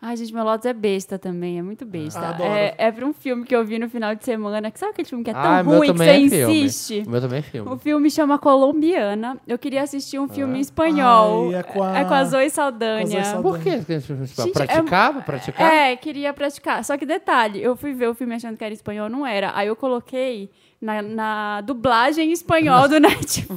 S4: Ai, gente, meu Lotus é besta também, é muito besta.
S1: Ah, adoro.
S4: é, é pra um filme que eu vi no final de semana, que sabe aquele filme que é tão
S2: Ah, meu
S4: ruim que você
S2: também é filme.
S4: insiste?
S2: O meu também é
S4: O
S2: filme.
S4: filme chama Colombiana. Eu queria assistir um filme em espanhol.
S1: Ah. Ai, é com a-
S4: Zoe
S1: com
S4: Saldanha.
S1: a Zoe Saldanha.
S2: Por que esse filme principal?
S4: Gente, é-
S2: Praticar? Pra praticar?
S4: É, queria praticar. Só que detalhe, eu fui ver o filme achando que era espanhol, não era. Aí eu coloquei na, na dublagem em espanhol do Netflix.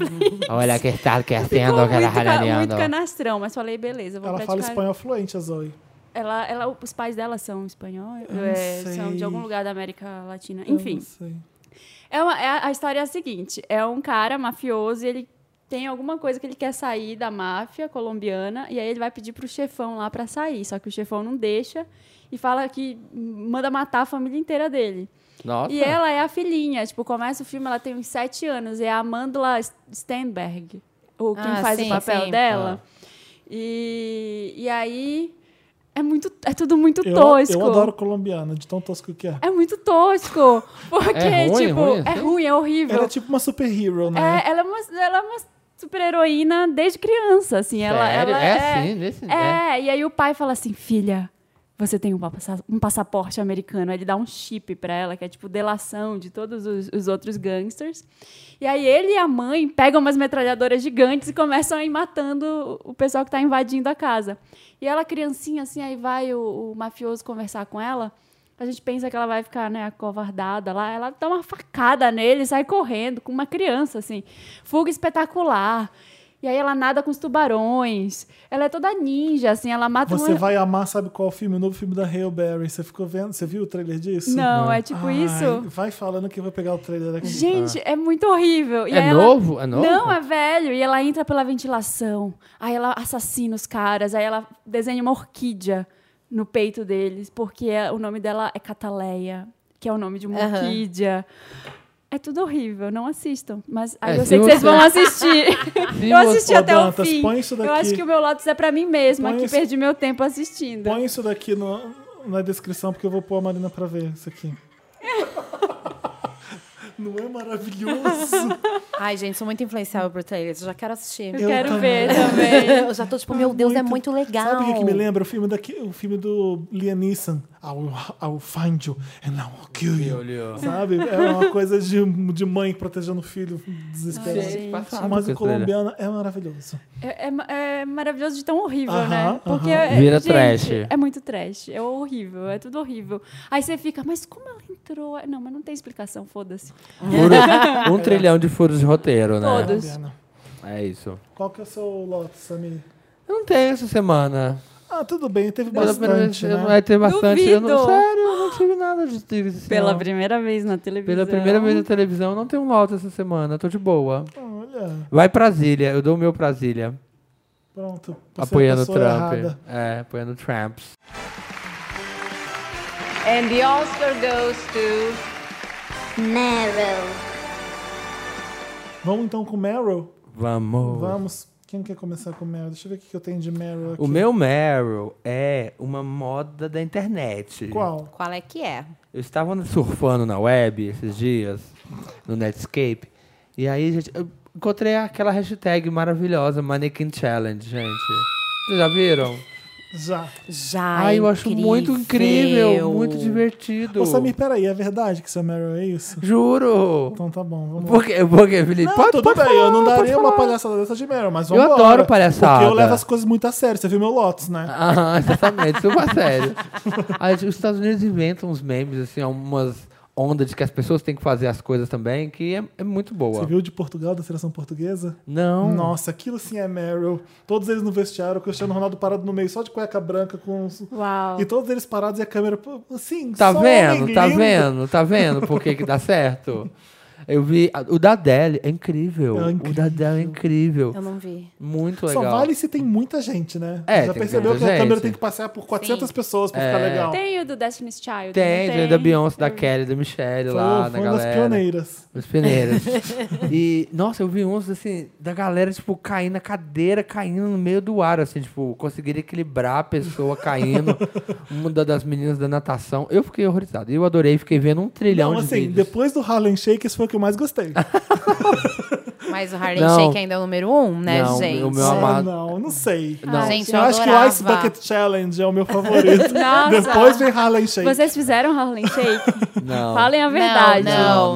S2: Olha que está que é
S4: Ficou
S2: haciendo,
S4: muito,
S2: que está
S4: ca-
S2: jalaneando.
S4: muito canastrão, mas falei, beleza, vou
S1: Ela
S4: praticar.
S1: fala espanhol fluente, a Zoe.
S4: Ela, ela- os pais dela são espanhol,
S1: Eu não
S4: é, são
S1: sei.
S4: de algum lugar da América Latina.
S1: Eu
S4: Enfim,
S1: não sei.
S4: é uma- é a a história é a seguinte: é um cara mafioso e ele tem alguma coisa que ele quer sair da máfia colombiana e aí ele vai pedir pro chefão lá pra sair, só que o chefão não deixa e fala que manda matar a família inteira dele.
S2: Nossa.
S4: E ela é a filhinha, tipo, começa o filme, ela tem uns sete anos, é a Amandla Stenberg, ou quem
S7: Ah,
S4: faz
S7: sim,
S4: o papel
S7: sim.
S4: dela. E, e aí é muito, é tudo muito
S1: Eu,
S4: tosco.
S1: eu adoro colombiana, de tão tosco que é.
S4: É muito tosco, porque
S2: É ruim,
S4: tipo,
S2: ruim,
S4: é
S2: assim?
S4: ruim, é horrível.
S1: Ela é tipo uma super hero, né?
S4: É, ela é uma, ela é uma super heroína desde criança, assim. Ela,
S2: Sério?
S4: ela
S2: É assim, nesse-
S4: É, e aí o pai fala assim, filha, você tem um, passa- um passaporte americano. Aí Ele dá um chip pra ela, que é tipo delação de todos os, os outros gangsters. E aí ele e a mãe pegam umas metralhadoras gigantes e começam a ir matando o pessoal que tá invadindo a casa. E ela, criancinha, assim, aí vai o, o mafioso conversar com ela. A gente pensa que ela vai ficar, né, acovardada lá. Ela dá uma facada nele, sai correndo com uma criança, assim. Fuga espetacular. E aí ela nada com os tubarões. Ela é toda ninja, assim. Ela mata
S1: Você
S4: um...
S1: vai amar, sabe qual filme? O novo filme da Hale Berry. Você ficou vendo? Você viu o trailer disso?
S4: Não, é tipo
S1: Ai,
S4: isso.
S1: Vai falando que eu vou pegar o trailer aqui.
S4: Gente, é muito horrível. E
S2: É
S4: aí ela-
S2: novo? É novo?
S4: Não, é velho. E ela entra pela ventilação. Aí ela assassina os caras. Aí ela desenha uma orquídea no peito deles, porque é- o nome dela é Cataleia, que é o nome de uma
S7: Aham.
S4: orquídea. É tudo horrível, não assistam. Mas aí
S2: É,
S4: eu
S2: se
S4: sei que vocês
S2: você-
S4: vão assistir.
S2: Se
S4: eu assisti
S1: você- Ô,
S4: até
S1: Dantas,
S4: o fim.
S1: põe isso daqui.
S4: Eu acho que o meu Lotus é pra mim mesma,
S1: Põe
S4: que
S1: isso-
S4: perdi meu tempo assistindo.
S1: Põe isso daqui no- na descrição, porque eu vou pôr a Marina pra ver isso aqui. Não é maravilhoso?
S7: Ai, gente, sou muito influenciável por trailers. Eu já quero assistir.
S4: Eu,
S1: Eu
S4: quero
S1: também.
S4: ver também.
S7: Eu já tô tipo, meu Deus, é muito legal.
S1: Sabe o que, que me lembra? O filme, daqui, o filme do Liam Neeson. I will, I will find you and I will kill you. Sabe? É uma coisa de, de mãe protegendo o filho desesperado.
S2: Gente,
S1: Mas
S2: passado com
S1: o
S2: esse trailer.
S1: colombiano é maravilhoso.
S4: É, é ma- é maravilhoso de tão horrível,
S1: Aham,
S4: né? Porque
S1: aham.
S4: é-
S2: Vira
S4: gente,
S2: trash.
S4: É muito trash. É horrível. É tudo horrível. Aí você fica, mas como ela entrou? Não, mas não tem explicação, foda-se.
S1: é.
S2: Furo- um trilhão de furos de roteiro, né?
S4: Todos.
S1: Colombiano.
S2: É isso.
S1: Qual que é o seu lote, Samir?
S2: Eu não tenho essa semana.
S1: Ah, tudo bem, teve
S2: Pela primeira vez,
S1: bastante,
S2: eu-
S1: né?
S2: é, teve bastante. Eu não,
S4: Duvido.
S2: sério, eu não tive nada de tive essa
S4: Pela
S2: semana.
S4: primeira vez na televisão.
S2: Pela primeira vez na televisão, eu não tenho nota essa semana. eu Tô de boa. é
S1: Olha,
S2: Vai Brasília. Eu dou o meu Brasília.
S1: pronto. Você é a
S2: apoiando o
S1: pessoa
S2: Trump.
S1: errada.
S2: É, apoiando o Trump.
S12: And the Oscar goes to.
S8: Meryl.
S1: Vamos então com Meryl?
S2: Vamos.
S1: Vamos. Quem quer começar com Meryl? Deixa eu ver o que que eu tenho de Meryl aqui.
S2: Oh. O meu Meryl é uma moda da internet.
S1: Qual?
S7: Qual é que é?
S2: Eu estava surfando na web esses dias, no Netscape, e aí, gente, eu encontrei aquela hashtag maravilhosa, Mannequin Challenge, gente. Vocês já viram?
S1: Já.
S7: Já.
S2: Ai, eu acho muito incrível, muito divertido.
S1: Ô, Samir, peraí, é verdade que seu Meryl é isso?
S2: Juro!
S1: Então tá bom, vamos lá.
S2: Por quê, por quê Felipe?
S1: Não,
S2: pode,
S1: tudo
S2: pode
S1: bem,
S2: falar,
S1: eu não
S2: pode
S1: daria uma
S2: falar.
S1: palhaçada dessa de Meryl, mas vamos
S2: adoro palhaçada. Ah,
S1: Porque eu levo as coisas muito a sério, você viu meu Lotus, né?
S2: Aham, exatamente, super sério. Aí, os Estados Unidos inventam uns memes, assim, umas ondas de que as pessoas têm que fazer as coisas também, que é, é muito boa.
S1: Você viu o de Portugal, da seleção portuguesa?
S2: Não.
S1: Nossa, aquilo sim é Meryl. Todos eles no vestiário, o Cristiano Ronaldo parado no meio, só de cueca branca, com. uns-
S4: Uau.
S1: E todos eles parados e a câmera. pô, Assim,
S2: Tá
S1: só homem
S2: vendo, tá
S1: lindo.
S2: vendo, tá vendo por que que dá certo? Eu vi. a- O da Adele é incrível.
S1: É
S2: O da Adele é incrível.
S7: Eu não vi.
S2: Muito
S1: Só
S2: legal.
S1: vale se tem muita gente, né? Já
S2: É, tem que
S1: percebeu
S2: ter
S1: que a câmera
S2: gente. É,
S1: tem que passar por 400 pessoas pra ficar legal.
S4: Tem o do Destiny's Child.
S2: Tem,
S4: não
S2: tem da Beyoncé, da Kelly, da Michelle
S1: Foi, um- foi
S2: lá, da
S1: uma das
S2: galera.
S1: pioneiras.
S2: Os peneiros. e, nossa, eu vi uns, assim, da galera, tipo, caindo na cadeira, caindo no meio do ar, assim, tipo, conseguir equilibrar a pessoa caindo. uma da- das meninas da natação. Eu fiquei horrorizado. Eu adorei, fiquei vendo um trilhão
S1: Não,
S2: de
S1: assim,
S2: vídeos.
S1: depois do Harlem Shake, esse foi o que eu mais gostei.
S3: Mas o Harlem
S2: Não.
S3: Shake ainda é o número um, né,
S2: Não,
S3: gente?
S2: o meu é
S1: Ah,
S2: amado.
S1: não, não sei.
S2: Não.
S3: Gente,
S1: eu
S3: eu
S1: acho que o
S3: adorava.
S1: Ice Bucket Challenge é o meu favorito.
S4: Nossa.
S1: Depois vem Harlem Shake.
S4: Vocês fizeram Harlem Shake?
S2: Não.
S4: Falem a verdade.
S3: Não,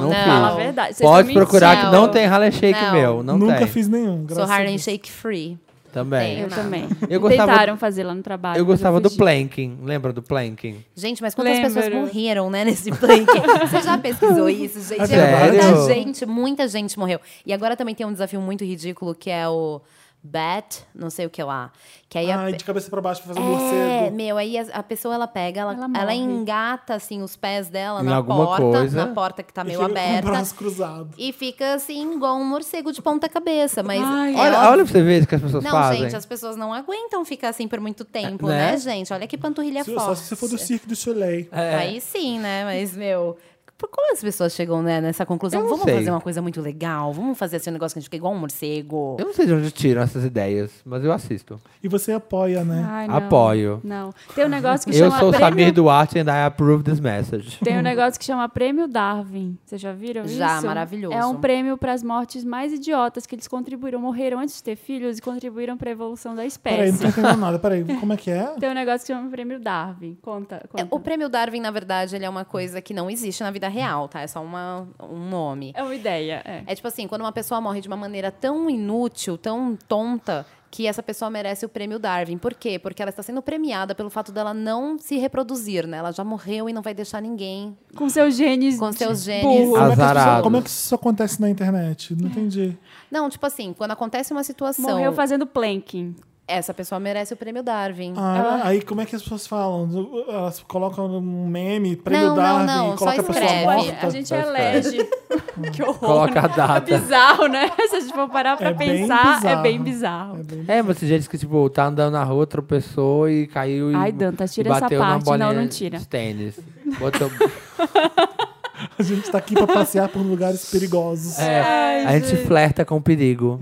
S2: Não, não
S3: não.
S4: Fala a
S2: fiz.
S4: verdade. Ah, Vocês
S2: Pode
S4: estão
S2: procurar
S4: mentindo.
S2: que não tem Harlem Shake
S3: Não.
S2: meu. Não
S1: Nunca
S2: tem.
S1: fiz nenhum,
S3: Sou
S1: graças a
S3: Harlem
S1: Deus.
S3: Shake Free.
S2: Também.
S3: Tenho.
S4: Eu
S3: Não.
S4: também.
S2: Eu gostava-
S4: Tentaram fazer lá no trabalho.
S2: Eu
S4: mas
S2: gostava do
S4: fugi.
S2: planking. Lembra do planking?
S3: Gente, mas quantas
S4: Lembro.
S3: pessoas morreram, né, nesse plank? Você já pesquisou isso, gente?
S2: É Sério?
S3: Muita gente, muita gente morreu. E agora também tem um desafio muito ridículo, que é o bat, não sei o que lá. Que aí a
S1: Ai,
S3: pe-
S1: de cabeça pra baixo pra fazer um
S3: É,
S1: morcego.
S3: meu, aí a, a pessoa ela pega, ela,
S4: Ela
S3: ela,
S4: morre.
S3: engata assim os pés dela
S2: Em
S3: na
S2: alguma
S3: porta,
S2: coisa.
S3: na porta que tá meio
S1: E
S2: um
S1: fica Com o
S3: aberta.
S1: braço cruzado.
S3: E fica assim, igual um morcego de ponta cabeça. Mas
S4: Ai,
S3: é
S2: olha,
S3: óbvio-
S2: olha pra você ver o que as pessoas
S3: Não,
S2: fazem.
S3: gente, as pessoas não aguentam ficar assim por muito tempo,
S2: Né?
S3: né, gente? Olha que panturrilha
S1: Se- Só
S3: forte.
S1: se você for do Cirque du Soleil.
S2: É.
S3: Aí sim, né? Mas, meu, por como as pessoas chegam né, nessa conclusão?
S2: Eu não
S3: Vamos
S2: sei.
S3: fazer uma coisa muito legal, vamos fazer assim um negócio que a gente fica igual um morcego.
S2: Eu não sei de onde tiram essas ideias, mas eu assisto.
S1: E você apoia,
S3: Ah,
S1: né?
S4: Ai, não.
S2: Apoio.
S4: Não. Tem um negócio que
S2: Eu
S4: chama
S2: sou o
S4: prêmio...
S2: Samir Duarte and I approve this message.
S4: Tem um negócio que chama Prêmio Darwin. Vocês já viram
S3: Já,
S4: isso?
S3: maravilhoso.
S4: É um prêmio para as mortes mais idiotas que eles contribuíram, morreram antes de ter filhos e contribuíram para a evolução da
S1: Peraí, não
S4: espécie.
S2: então.
S1: tô entendendo nada. Peraí, como é que é?
S4: Tem um negócio que chama Prêmio Darwin. Conta,
S3: É,
S4: conta.
S3: o prêmio Darwin, na verdade, ele é uma coisa que não existe na vida real, tá? É só uma, um nome.
S4: É uma ideia, é.
S3: É tipo assim, quando uma pessoa morre de uma maneira tão inútil, tão tonta, que essa pessoa merece o prêmio Darwin. Por quê? Porque ela está sendo premiada pelo fato dela não se reproduzir, né? Ela já morreu e não vai deixar ninguém.
S4: Com seus genes.
S3: Com
S4: de
S3: seus genes.
S4: burro.
S1: Como é, que isso,
S2: Azarado.
S1: como é que isso acontece na internet? Não entendi.
S3: Não, tipo assim, quando acontece uma situação,
S4: Morreu fazendo planking.
S3: essa pessoa merece o prêmio Darwin.
S1: Ah, Aí como é que as pessoas falam? Elas colocam um meme, prêmio
S3: Não, não,
S1: Darwin,
S3: não,
S1: e
S3: só
S1: coloca a pessoa
S3: escreve.
S1: morta.
S4: Tipo, a gente
S2: Só
S4: elege.
S2: Hum.
S4: que horror.
S2: Coloca a
S4: né?
S2: data.
S4: É bizarro, né? Se a gente for parar pra
S1: É bem
S4: pensar, é
S1: bizarro.
S4: bem bizarro.
S1: É bem-
S2: É, mas tem gente que, tipo, tá andando na rua, tropeçou e caiu e.
S4: Ai, Danta, tira
S2: É e
S4: essa
S2: bateu na
S4: parte.
S2: bolinha
S4: Não, não tira.
S2: De tênis. Botou-
S1: A gente tá aqui pra passear por lugares perigosos.
S2: É, a gente flerta com o perigo.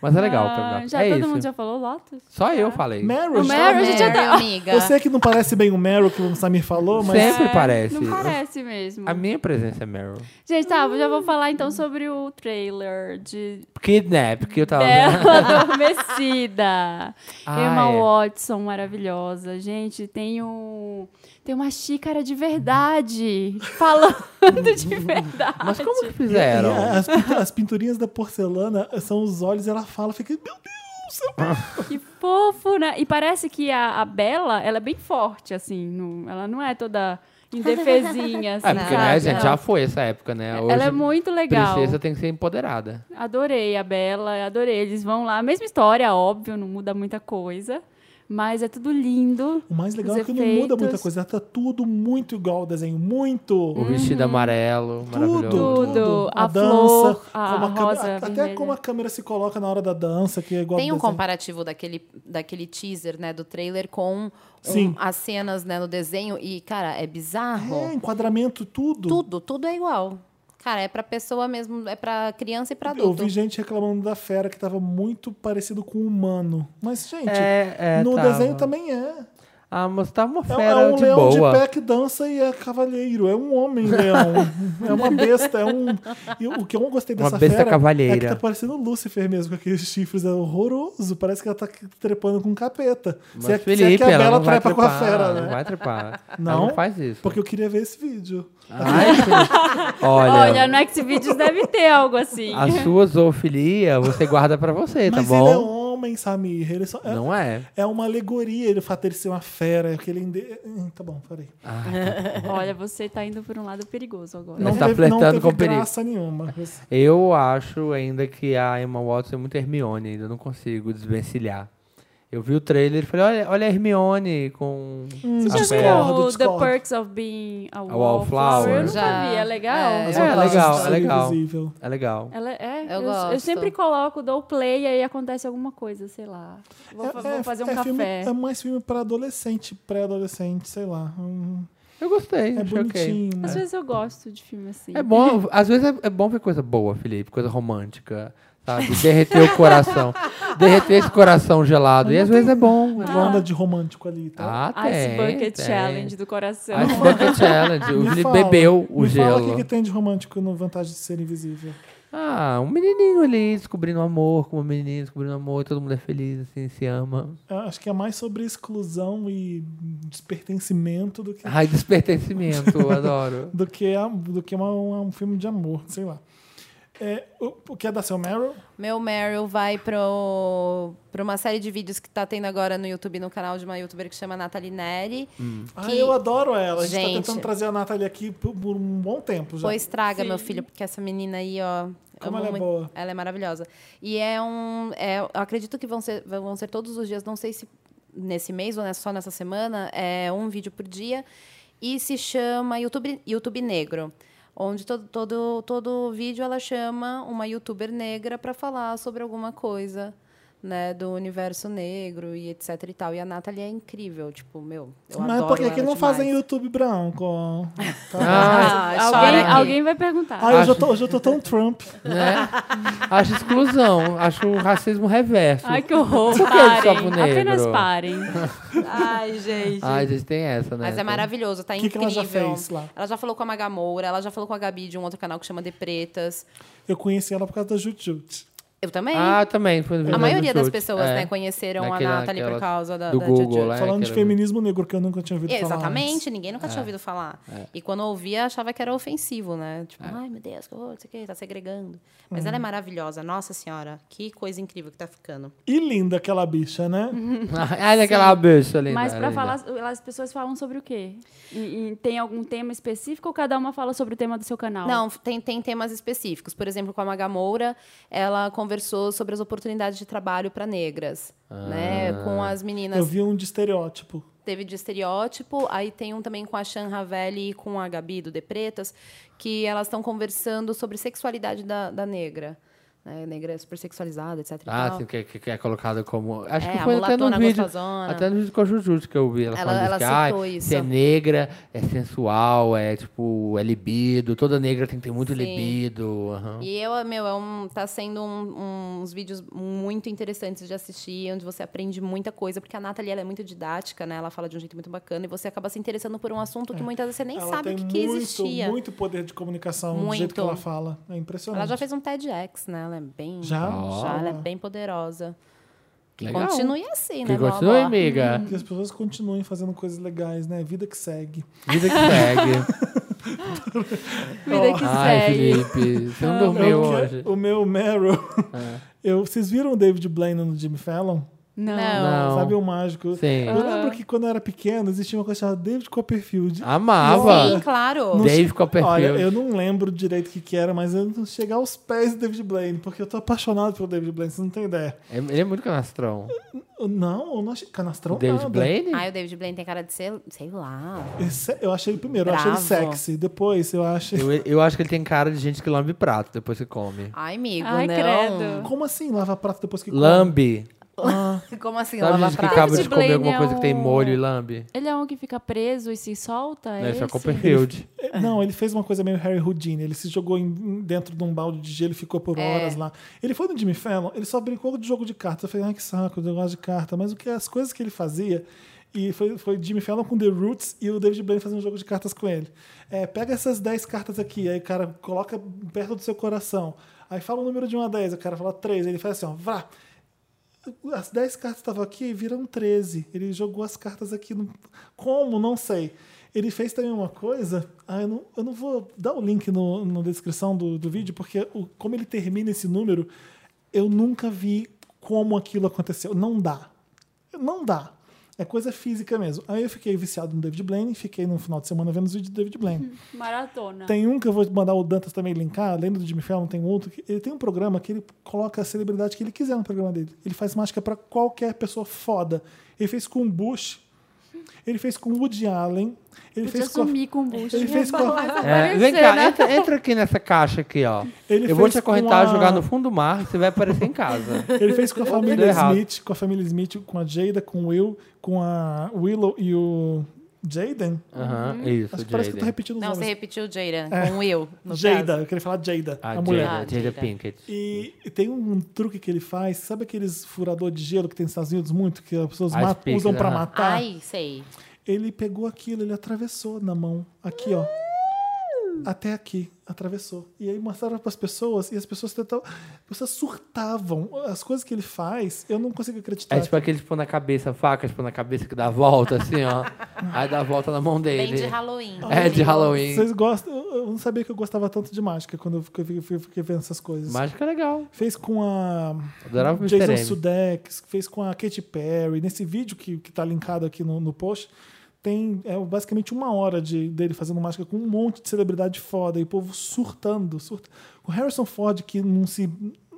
S2: mas é legal,
S4: Ah,
S2: ah,
S4: já
S2: É
S4: todo
S2: isso.
S4: mundo já falou Lotus?
S2: Só eu falei.
S1: Meryl,
S4: O
S1: já-
S4: Meryl, a gente já
S3: Meryl, é.
S4: tá-
S3: Tipo, amiga.
S1: Eu sei que não parece bem o Meryl que o Samir falou, mas
S2: Sempre
S4: É,
S2: parece. né?
S4: Não parece mesmo.
S2: A minha presença é Meryl.
S4: Gente, tá, eu já vou falar então sobre o trailer de
S2: Kidnap, que eu tava Tá vendo.
S4: Bela Adormecida.
S2: Ah,
S4: Emma
S2: é.
S4: Watson, maravilhosa. Gente, tem um... Tem uma xícara de verdade. Falando de verdade.
S2: Mas como que
S1: É,
S2: fizeram?
S1: as, pintu- as pinturinhas da porcelana são os olhos, ela fala, fica, meu Deus, eu
S4: Que fofo, né? E parece que a, a Bela, ela é bem forte, assim. não- ela não é toda indefesinha, assim,
S2: É, porque, né,
S4: sabe?
S2: gente,
S4: Não.
S2: já foi essa época, né? Hoje,
S4: Ela é muito legal.
S2: princesa tem que ser empoderada.
S4: Adorei a Bela, adorei. Eles vão lá, mesma história, óbvio, não muda muita coisa. Mas é tudo lindo.
S1: O mais legal
S4: Os
S1: é que não muda
S4: efeitos.
S1: muita coisa. Tá tudo muito igual ao desenho. Muito.
S2: O vestido
S4: Uhum.
S2: amarelo,
S1: Tudo,
S2: maravilhoso.
S1: tudo,
S4: Tudo. A
S1: dança,
S4: flor, a
S1: como câmera-
S4: rosa
S1: até
S4: vermelha.
S1: como a câmera se coloca na hora da dança, que é igual
S3: Tem
S1: ao
S3: um
S1: desenho.
S3: comparativo daquele, daquele teaser, né, do trailer com um-
S1: Sim.
S3: as cenas, né, no desenho e, cara, é
S1: É,
S3: bizarro.
S1: enquadramento, tudo.
S3: Tudo, tudo é igual. Cara, é pra pessoa mesmo, é pra criança e pra
S1: Eu
S3: adulto.
S1: vi gente reclamando da fera que tava muito parecido com o humano. Mas, gente,
S2: É, é,
S1: no
S2: tava.
S1: desenho também é.
S2: Ah, mas tá uma
S1: É,
S2: fera
S1: é um
S2: de
S1: leão
S2: boa.
S1: de pé que dança e é cavaleiro. É um homem leão. é uma besta. É um... E o que eu não gostei
S2: Uma
S1: dessa
S2: besta
S1: fera é que
S2: cavalheira.
S1: tá parecendo o Lúcifer mesmo, com aqueles chifres. É horroroso. Parece que ela tá trepando com um capeta.
S2: Mas
S1: se, é, se é
S2: Felipe,
S1: que a
S2: ela
S1: Bela
S2: não vai
S1: trepa
S2: trepar,
S1: com a fera,
S2: Não
S1: né?
S2: vai trepar. Ela
S1: Não?
S2: não faz isso.
S1: Porque eu queria ver esse vídeo.
S2: Ai, Felipe. Olha,
S4: Olha, no Xvideos deve ter algo assim.
S2: a sua zoofilia você guarda pra você, tá
S1: Mas ele é
S2: bom?
S1: homem, Samir. Ele só... é-
S2: Não é.
S1: É uma alegoria ele fato dele ser uma fera. Que ele... ende- Hum, Tá bom, peraí.
S4: Olha, você tá indo por um lado perigoso agora.
S2: Não. tá
S1: não
S2: flertando
S1: teve
S2: com o perigo.
S1: graça nenhuma.
S2: Eu acho ainda que a Emma Watson é muito Hermione, ainda não consigo desvencilhar. Eu vi o trailer e falei, olha, olha a Hermione com.
S1: Hum.
S2: a
S4: Você já
S2: Bella.
S1: Discordo,
S4: viu o The
S1: discordo.
S4: Perks of Being a
S2: Wallflower?
S4: Wallflower? Eu nunca
S3: Já.
S4: vi, é legal?
S3: É,
S2: É, legal, é
S1: Ser
S2: legal.
S1: invisível.
S2: É legal.
S4: Ela é,
S3: Eu
S4: eu,
S3: gosto.
S4: eu sempre coloco, dou play, aí acontece alguma coisa, sei lá. Vou, fa- vou fazer um
S1: é filme-
S4: café.
S1: é mais filme para adolescente, pré-adolescente, sei lá. Hum,
S2: Eu gostei,
S1: É
S2: achei ok.
S1: bonitinho.
S4: Às
S1: né?
S4: vezes eu gosto de filme assim.
S2: É bom, às vezes é, é bom ver coisa boa, Felipe, coisa romântica, sabe? Derreter o coração. Derreter esse coração gelado. E às vezes é bom.
S1: Uma
S2: É bom.
S1: onda de romântico ali, tá?
S2: Ah,
S4: Ice
S2: tem.
S4: Bucket
S2: tem.
S4: Challenge do coração.
S2: Ice Bucket Challenge. O
S1: Me
S2: Felipe
S1: fala,
S2: bebeu o
S1: me
S2: gelo.
S1: Fala o que, que tem de romântico no Vantagem de Ser Invisível.
S2: Ah, um menininho ali descobrindo amor, com uma menininha descobrindo amor, e todo mundo é feliz, assim, se ama.
S1: Eu acho que é mais sobre exclusão e despertencimento do que,
S2: Ai, despertencimento, eu adoro.
S1: do que, a- do que uma- uma- um filme de amor, sei lá. É, o, o que é da Seu Meryl?
S3: Meu Meryl vai pro, pra uma série de vídeos que tá tendo agora no YouTube, no canal de uma youtuber que chama Nathalie Neri.
S1: Ah,
S3: Que-
S1: eu adoro ela. A gente,
S3: Gente.
S1: tá tentando trazer a Nathalie aqui por, por um bom tempo já.
S3: Pois traga, meu
S4: Sim.
S3: filho, porque essa menina aí, ó.
S1: Como
S3: amo
S1: ela é
S3: muito-
S1: boa.
S3: Ela é maravilhosa. E é um. é- eu acredito que vão ser, vão ser todos os dias, não sei se nesse mês ou né, só nessa semana, é um vídeo por dia. E se chama YouTube, YouTube Negro. Onde todo, todo, todo vídeo ela chama uma youtuber negra para falar sobre alguma coisa. Né, do universo negro e etc e tal. E a Nathalie é incrível, tipo, meu, eu
S1: Mas
S3: adoro
S1: por que,
S3: ela é
S1: que não
S3: demais.
S1: fazem YouTube branco? Tá.
S2: Ah,
S4: alguém,
S3: aqui.
S4: alguém vai perguntar.
S1: Ah, eu já
S2: Acho-
S1: tô, hoje eu tô tão Trump.
S2: né? Acho exclusão, acho um racismo reverso.
S4: Ai, que horror.
S2: Por que eles só pro
S4: Parem.
S2: Tipo negro?
S4: Apenas parem.
S3: Ai, gente.
S2: Ai, gente, tem essa, né?
S3: Mas é maravilhoso, tá
S1: então. O que, que
S3: incrível.
S1: ela já fez lá?
S3: Ela já falou com a Maga Moura, ela já falou com a Gabi de um outro canal que chama De Pretas.
S1: Eu conheci ela por causa da Jutjut.
S3: Eu também.
S2: Ah, também. foi
S3: a
S2: verdade,
S3: maioria das
S2: chute.
S3: pessoas,
S2: É.
S3: né, conheceram
S2: Naquela-
S3: a Nathalie por
S2: naquela
S3: causa da,
S2: do
S3: da
S2: Google,
S3: Juju.
S2: lá. É,
S1: Falando de
S2: quero-
S1: feminismo negro, que eu nunca tinha ouvido falar. antes.
S3: Exatamente, ninguém nunca
S1: É.
S3: tinha ouvido falar. E quando ouvia, achava que era ofensivo, né? Tipo,
S1: É.
S3: ai meu Deus, que horror, não sei o que, tá segregando. Mas
S1: Uhum.
S3: ela é maravilhosa, nossa senhora, que coisa incrível que tá ficando.
S1: E linda aquela bicha, né?
S3: Uhum.
S2: Olha aquela bicha ali.
S4: Mas
S2: né?
S4: pra
S2: Ali,
S4: falar, as pessoas falam sobre o quê? E, e tem algum tema específico ou cada uma fala sobre o tema do seu canal?
S3: Não, tem, tem temas específicos. Por exemplo, com a Maga Moura, ela conversou sobre as oportunidades de trabalho para negras, né? Com as meninas
S1: Eu vi um de estereótipo.
S3: teve de estereótipo, aí tem um também com a Shan Ravelli e com a Gabi do De Pretas, que elas estão conversando sobre sexualidade da, da negra. né? A negra é super sexualizada, etc. e
S2: Ah,
S3: tal.
S2: sim, que, que- que é colocada como. Acho
S3: É,
S2: que
S3: a
S2: foi até no
S3: mulatona
S2: vídeo.
S3: gostosona.
S2: Até no vídeo com a Jujutsu que eu vi. Ela,
S3: Ela-
S2: falando
S3: ela
S2: que, ah,
S3: citou
S2: Se é
S3: isso.
S2: negra, é sensual, é tipo, é libido. Toda negra tem que ter muito
S3: Sim.
S2: libido. aham.
S3: E eu, meu, é um, tá sendo um- uns vídeos muito interessantes de assistir, onde você aprende muita coisa, porque a Nathalie ela é muito didática, né? Ela fala de um jeito muito bacana e você acaba se interessando por um assunto que muitas vezes você nem
S1: É. ela
S3: sabe
S1: tem
S3: o que, que
S1: muito,
S3: existia.
S1: muito poder de comunicação do
S3: Muito.
S1: jeito que ela fala. É impressionante.
S3: Ela já fez um TEDx, né? Ela é bem.
S1: Já?
S3: Já, ela é bem poderosa. Que
S2: Legal.
S3: continue assim,
S2: Que
S3: né, vovó?
S2: continue, amiga.
S1: Que as pessoas continuem fazendo coisas legais, né? Vida que segue.
S3: Uhum.
S2: Vida que segue.
S4: Vida que
S2: Ai,
S4: segue.
S2: Felipe, você não dormiu
S1: Eu
S2: hoje.
S1: que- É o meu Meryl.
S2: É.
S1: Eu, vocês viram o David Blaine no Jimmy Fallon?
S4: Não.
S2: Não.
S1: Sabe o mágico?
S2: Sim.
S1: Eu lembro que quando eu era pequeno existia uma coisa chamada David Copperfield.
S3: Sim,
S2: Amava.
S3: claro.
S2: Dave Copperfield.
S1: Olha, eu não lembro direito o que, que era, mas eu não chegar aos pés do David Blaine, porque eu tô apaixonado pelo David Blaine, você não tem ideia.
S2: É- Ele é muito canastrão.
S1: Eu- Não, eu não achei canastrão
S2: David
S1: nada.
S2: Blaine?
S3: Ai, o David Blaine tem cara de ser, sei lá.
S1: Esse- eu achei ele primeiro, eu achei ele
S3: Bravo.
S1: sexy. Depois eu achei.
S2: Eu, eu acho que ele tem cara de gente que lambe prato depois que come.
S3: Ai, amigo,
S4: Ai,
S3: não.
S4: credo.
S1: Como assim lava prato depois que come?
S2: Lambe.
S3: Como assim,
S2: Sabe
S3: lava
S2: gente que
S3: prato?
S2: acaba de
S4: David
S2: comer
S4: Blaine
S2: alguma
S4: é
S2: coisa que tem
S4: um-
S2: molho e lambe?
S4: Ele é um que fica preso e se solta?
S2: É,
S4: É
S2: esse é
S4: esse?
S2: o Copperfield.
S1: É, Não, ele fez uma coisa meio Harry Houdini. Ele se jogou em- em- dentro de um balde de gelo e ficou por horas lá. Ele foi no Jimmy Fallon, ele só brincou de jogo de carta. Eu falei, ai que saco, eu não gosto de carta. Mas o que as coisas que ele fazia. E foi, foi Jimmy Fallon com The Roots e o David Blaine fazendo um jogo de cartas com ele. É, pega essas 10 cartas aqui, aí o cara coloca perto do seu coração. Aí fala o número de 1 a 10, o cara fala 3. Ele faz assim, ó, vrá. As 10 cartas estavam aqui e viram 13. Ele jogou as cartas aqui. No... Como? Não sei. Ele fez também uma coisa. Ah, eu, não, eu não vou dar o link no- na descrição do, do vídeo, porque o- como ele termina esse número, eu nunca vi como aquilo aconteceu. Não dá. Não dá. É coisa física mesmo. Aí eu fiquei viciado no David Blaine, fiquei no final de semana vendo os vídeos do David Blaine.
S3: Ah.
S4: Maratona.
S1: Tem um que eu vou mandar o Dantas também linkar, além do Jimmy Fallon, tem outro. que- Ele tem um programa que ele coloca a celebridade que ele quiser no programa dele. Ele faz mágica pra qualquer pessoa foda. Ele fez com o Bush, ele fez com o Woody Allen, ele
S4: Podia
S1: fez com a-
S4: sumir com o um bucho.
S1: ele fez com a-
S2: É, vem cá,
S4: né?
S2: entra, entra aqui nessa caixa aqui, ó.
S1: Ele
S2: eu vou
S1: fez
S2: te acorrentar,
S1: com a-
S2: jogar no fundo do mar, você vai aparecer em casa.
S1: Ele fez com a
S2: Deu
S1: família
S2: errado.
S1: Smith, com a família Smith, com a Jada, com o Will, com a Willow e o Jaden.
S2: Aham, isso,
S1: Acho que parece que eu tô
S2: Jada.
S1: repetindo os
S3: Não, você
S1: nomes.
S3: repetiu Jaden,
S1: É.
S3: com eu. No
S1: Jada,
S3: caso.
S1: eu queria falar Jada,
S2: A
S1: a mulher.
S2: Ah, Jada, Jada
S3: Jada.
S2: Pinkett.
S1: E, e tem um truque que ele faz, sabe aqueles furador de gelo que tem nos Estados Unidos muito, que as pessoas
S2: Ice
S1: matam-
S2: pick, né?
S1: usam pra
S2: aham.
S1: matar?
S3: Ai, sei.
S1: Ele pegou aquilo, ele atravessou na mão, aqui ó. Até aqui, atravessou. E aí mostraram pras pessoas, e as pessoas tentavam. As pessoas surtavam. As coisas que ele faz, eu não consigo acreditar.
S2: É tipo aqueles pão na cabeça, facas pão na cabeça que dá a volta, assim, ó. Aí dá a volta na mão
S3: Bem de
S2: dele.
S3: Halloween.
S2: É, de Halloween.
S1: Vocês gostam? Eu eu não sabia que eu gostava tanto de mágica quando eu fiquei, fui- fui- fiquei vendo essas coisas.
S2: Mágica é legal.
S1: Fez com a
S2: Adorava o Mr.
S1: Jason
S2: M.
S1: Sudeikis, fez com a Katy Perry. Nesse vídeo que, que tá linkado aqui no, no post, tem é, basicamente uma hora de, dele fazendo mágica com um monte de celebridade foda e o povo surtando. Surta. O Harrison Ford, que não se.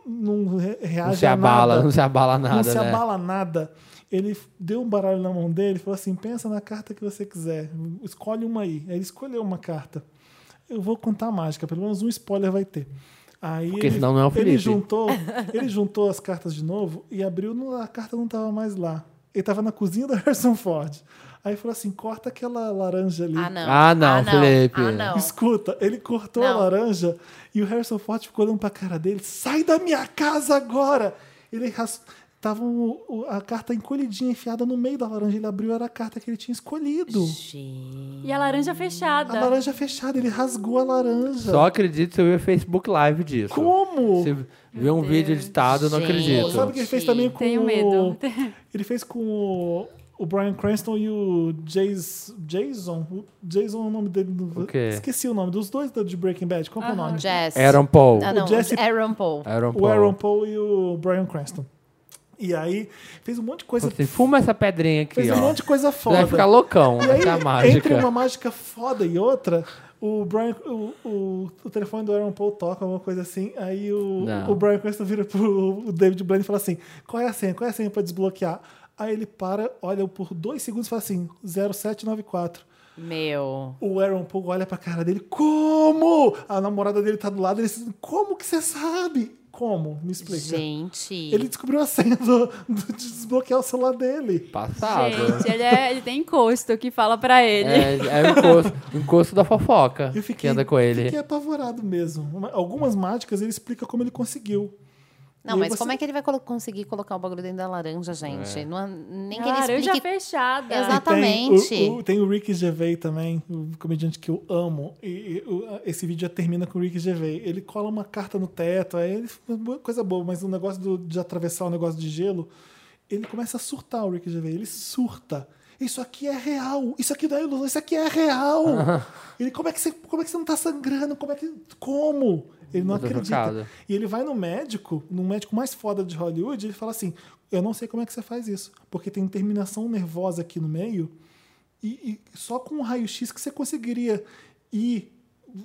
S1: Não re- reage
S2: Não se
S1: a
S2: abala,
S1: Ah, é nada
S2: não se abala
S1: não
S2: nada,
S1: se
S2: né?
S1: abala nada. Ele f- deu um baralho na mão dele e falou assim: pensa na carta que você quiser, escolhe uma aí. Aí ele escolheu uma carta. Eu vou contar a mágica, pelo menos um spoiler vai ter. Aí
S2: Porque
S1: ele,
S2: senão não é o
S1: ele
S2: Felipe.
S1: juntou, ele juntou as cartas de novo e abriu, não- a carta não estava mais lá. Ele estava na cozinha da Harrison Ford. Aí falou assim: corta aquela laranja ali.
S3: Ah, não.
S2: Ah, não, Felipe.
S3: Ah, não.
S1: Escuta, ele cortou a
S3: Não.
S1: laranja e o Harrison Ford ficou olhando pra cara dele. Sai da minha casa agora! Ele ras... Tava o- o- a carta encolhidinha, enfiada no meio da laranja. Ele abriu, era a carta que ele tinha escolhido.
S4: E a laranja fechada.
S1: A laranja fechada, ele rasgou a laranja.
S2: Só acredito se eu ver Facebook Live disso.
S1: Como?
S2: Se ver um vídeo editado, eu não
S3: Gente.
S2: acredito.
S1: Sabe o que ele fez também com
S4: Tenho
S1: o...
S4: medo.
S1: Ele fez com o, o Brian Cranston e o Jace- Jason. O Jason é o nome dele. do-
S2: O quê?
S1: Esqueci o nome dos dois do- de Breaking Bad. Qual que é o nome?
S3: Jess.
S2: Aaron Paul.
S3: Ah, não.
S1: O Jesse-
S3: Aaron Paul.
S2: Aaron
S1: o
S2: Paul.
S1: Aaron Paul e o Brian Cranston. E aí fez um monte de coisa.
S2: Você fuma essa pedrinha aqui,
S1: fez um
S2: ó.
S1: monte de coisa
S2: Você vai
S1: foda.
S2: ficar loucão.
S1: E aí,
S2: Essa é a mágica.
S1: entre uma mágica foda e outra, o Brian, o, o, o telefone do Aaron Paul toca alguma coisa assim. Aí o,
S2: Não.
S1: o Brian Cranston vira pro o David Blaine e fala assim: qual é a senha? Qual é a senha pra desbloquear? Aí ele para, olha por dois segundos e fala assim: 0794.
S2: É.
S3: Meu.
S1: O Aaron Paul olha pra cara dele, como? A namorada dele tá do lado, ele diz, como que você sabe? Como? Me explica.
S3: Gente.
S1: Ele descobriu a senha do, do- de desbloquear o celular dele.
S2: Passado.
S4: Gente, ele, é- ele tem encosto que fala pra ele.
S2: É, é o encosto, o encosto da fofoca
S1: Eu fiquei,
S2: que anda com ele.
S1: fiquei apavorado mesmo. Uma- Algumas mágicas ele explica como ele conseguiu.
S3: Não,
S1: E
S3: mas
S1: você-
S3: como é que ele vai colo- conseguir colocar o bagulho dentro da laranja, gente? Não é- nem
S4: A
S3: que ele
S4: laranja
S3: explique.
S4: fechada.
S3: Exato.
S1: E
S3: Exatamente.
S1: Tem o, o- tem o Ricky Gervais também, um comediante que eu amo. E, e o- a- esse vídeo já termina com o Ricky Gervais. Ele cola uma carta no teto, aí ele, uma coisa boa, mas o negócio do- de atravessar o negócio de gelo, ele começa a surtar o Ricky Gervais. Ele surta. Isso aqui é real. Isso aqui não é ilusão. Isso aqui é real. Ele, como é que você, como é que você não tá sangrando? Como é que como? Ele não
S2: Eu tô
S1: acredita.
S2: chocado.
S1: E ele vai no médico, no médico mais foda de Hollywood, ele fala assim: Eu não sei como é que você faz isso, porque tem terminação nervosa aqui no meio, e, e só com o raio-x que você conseguiria ir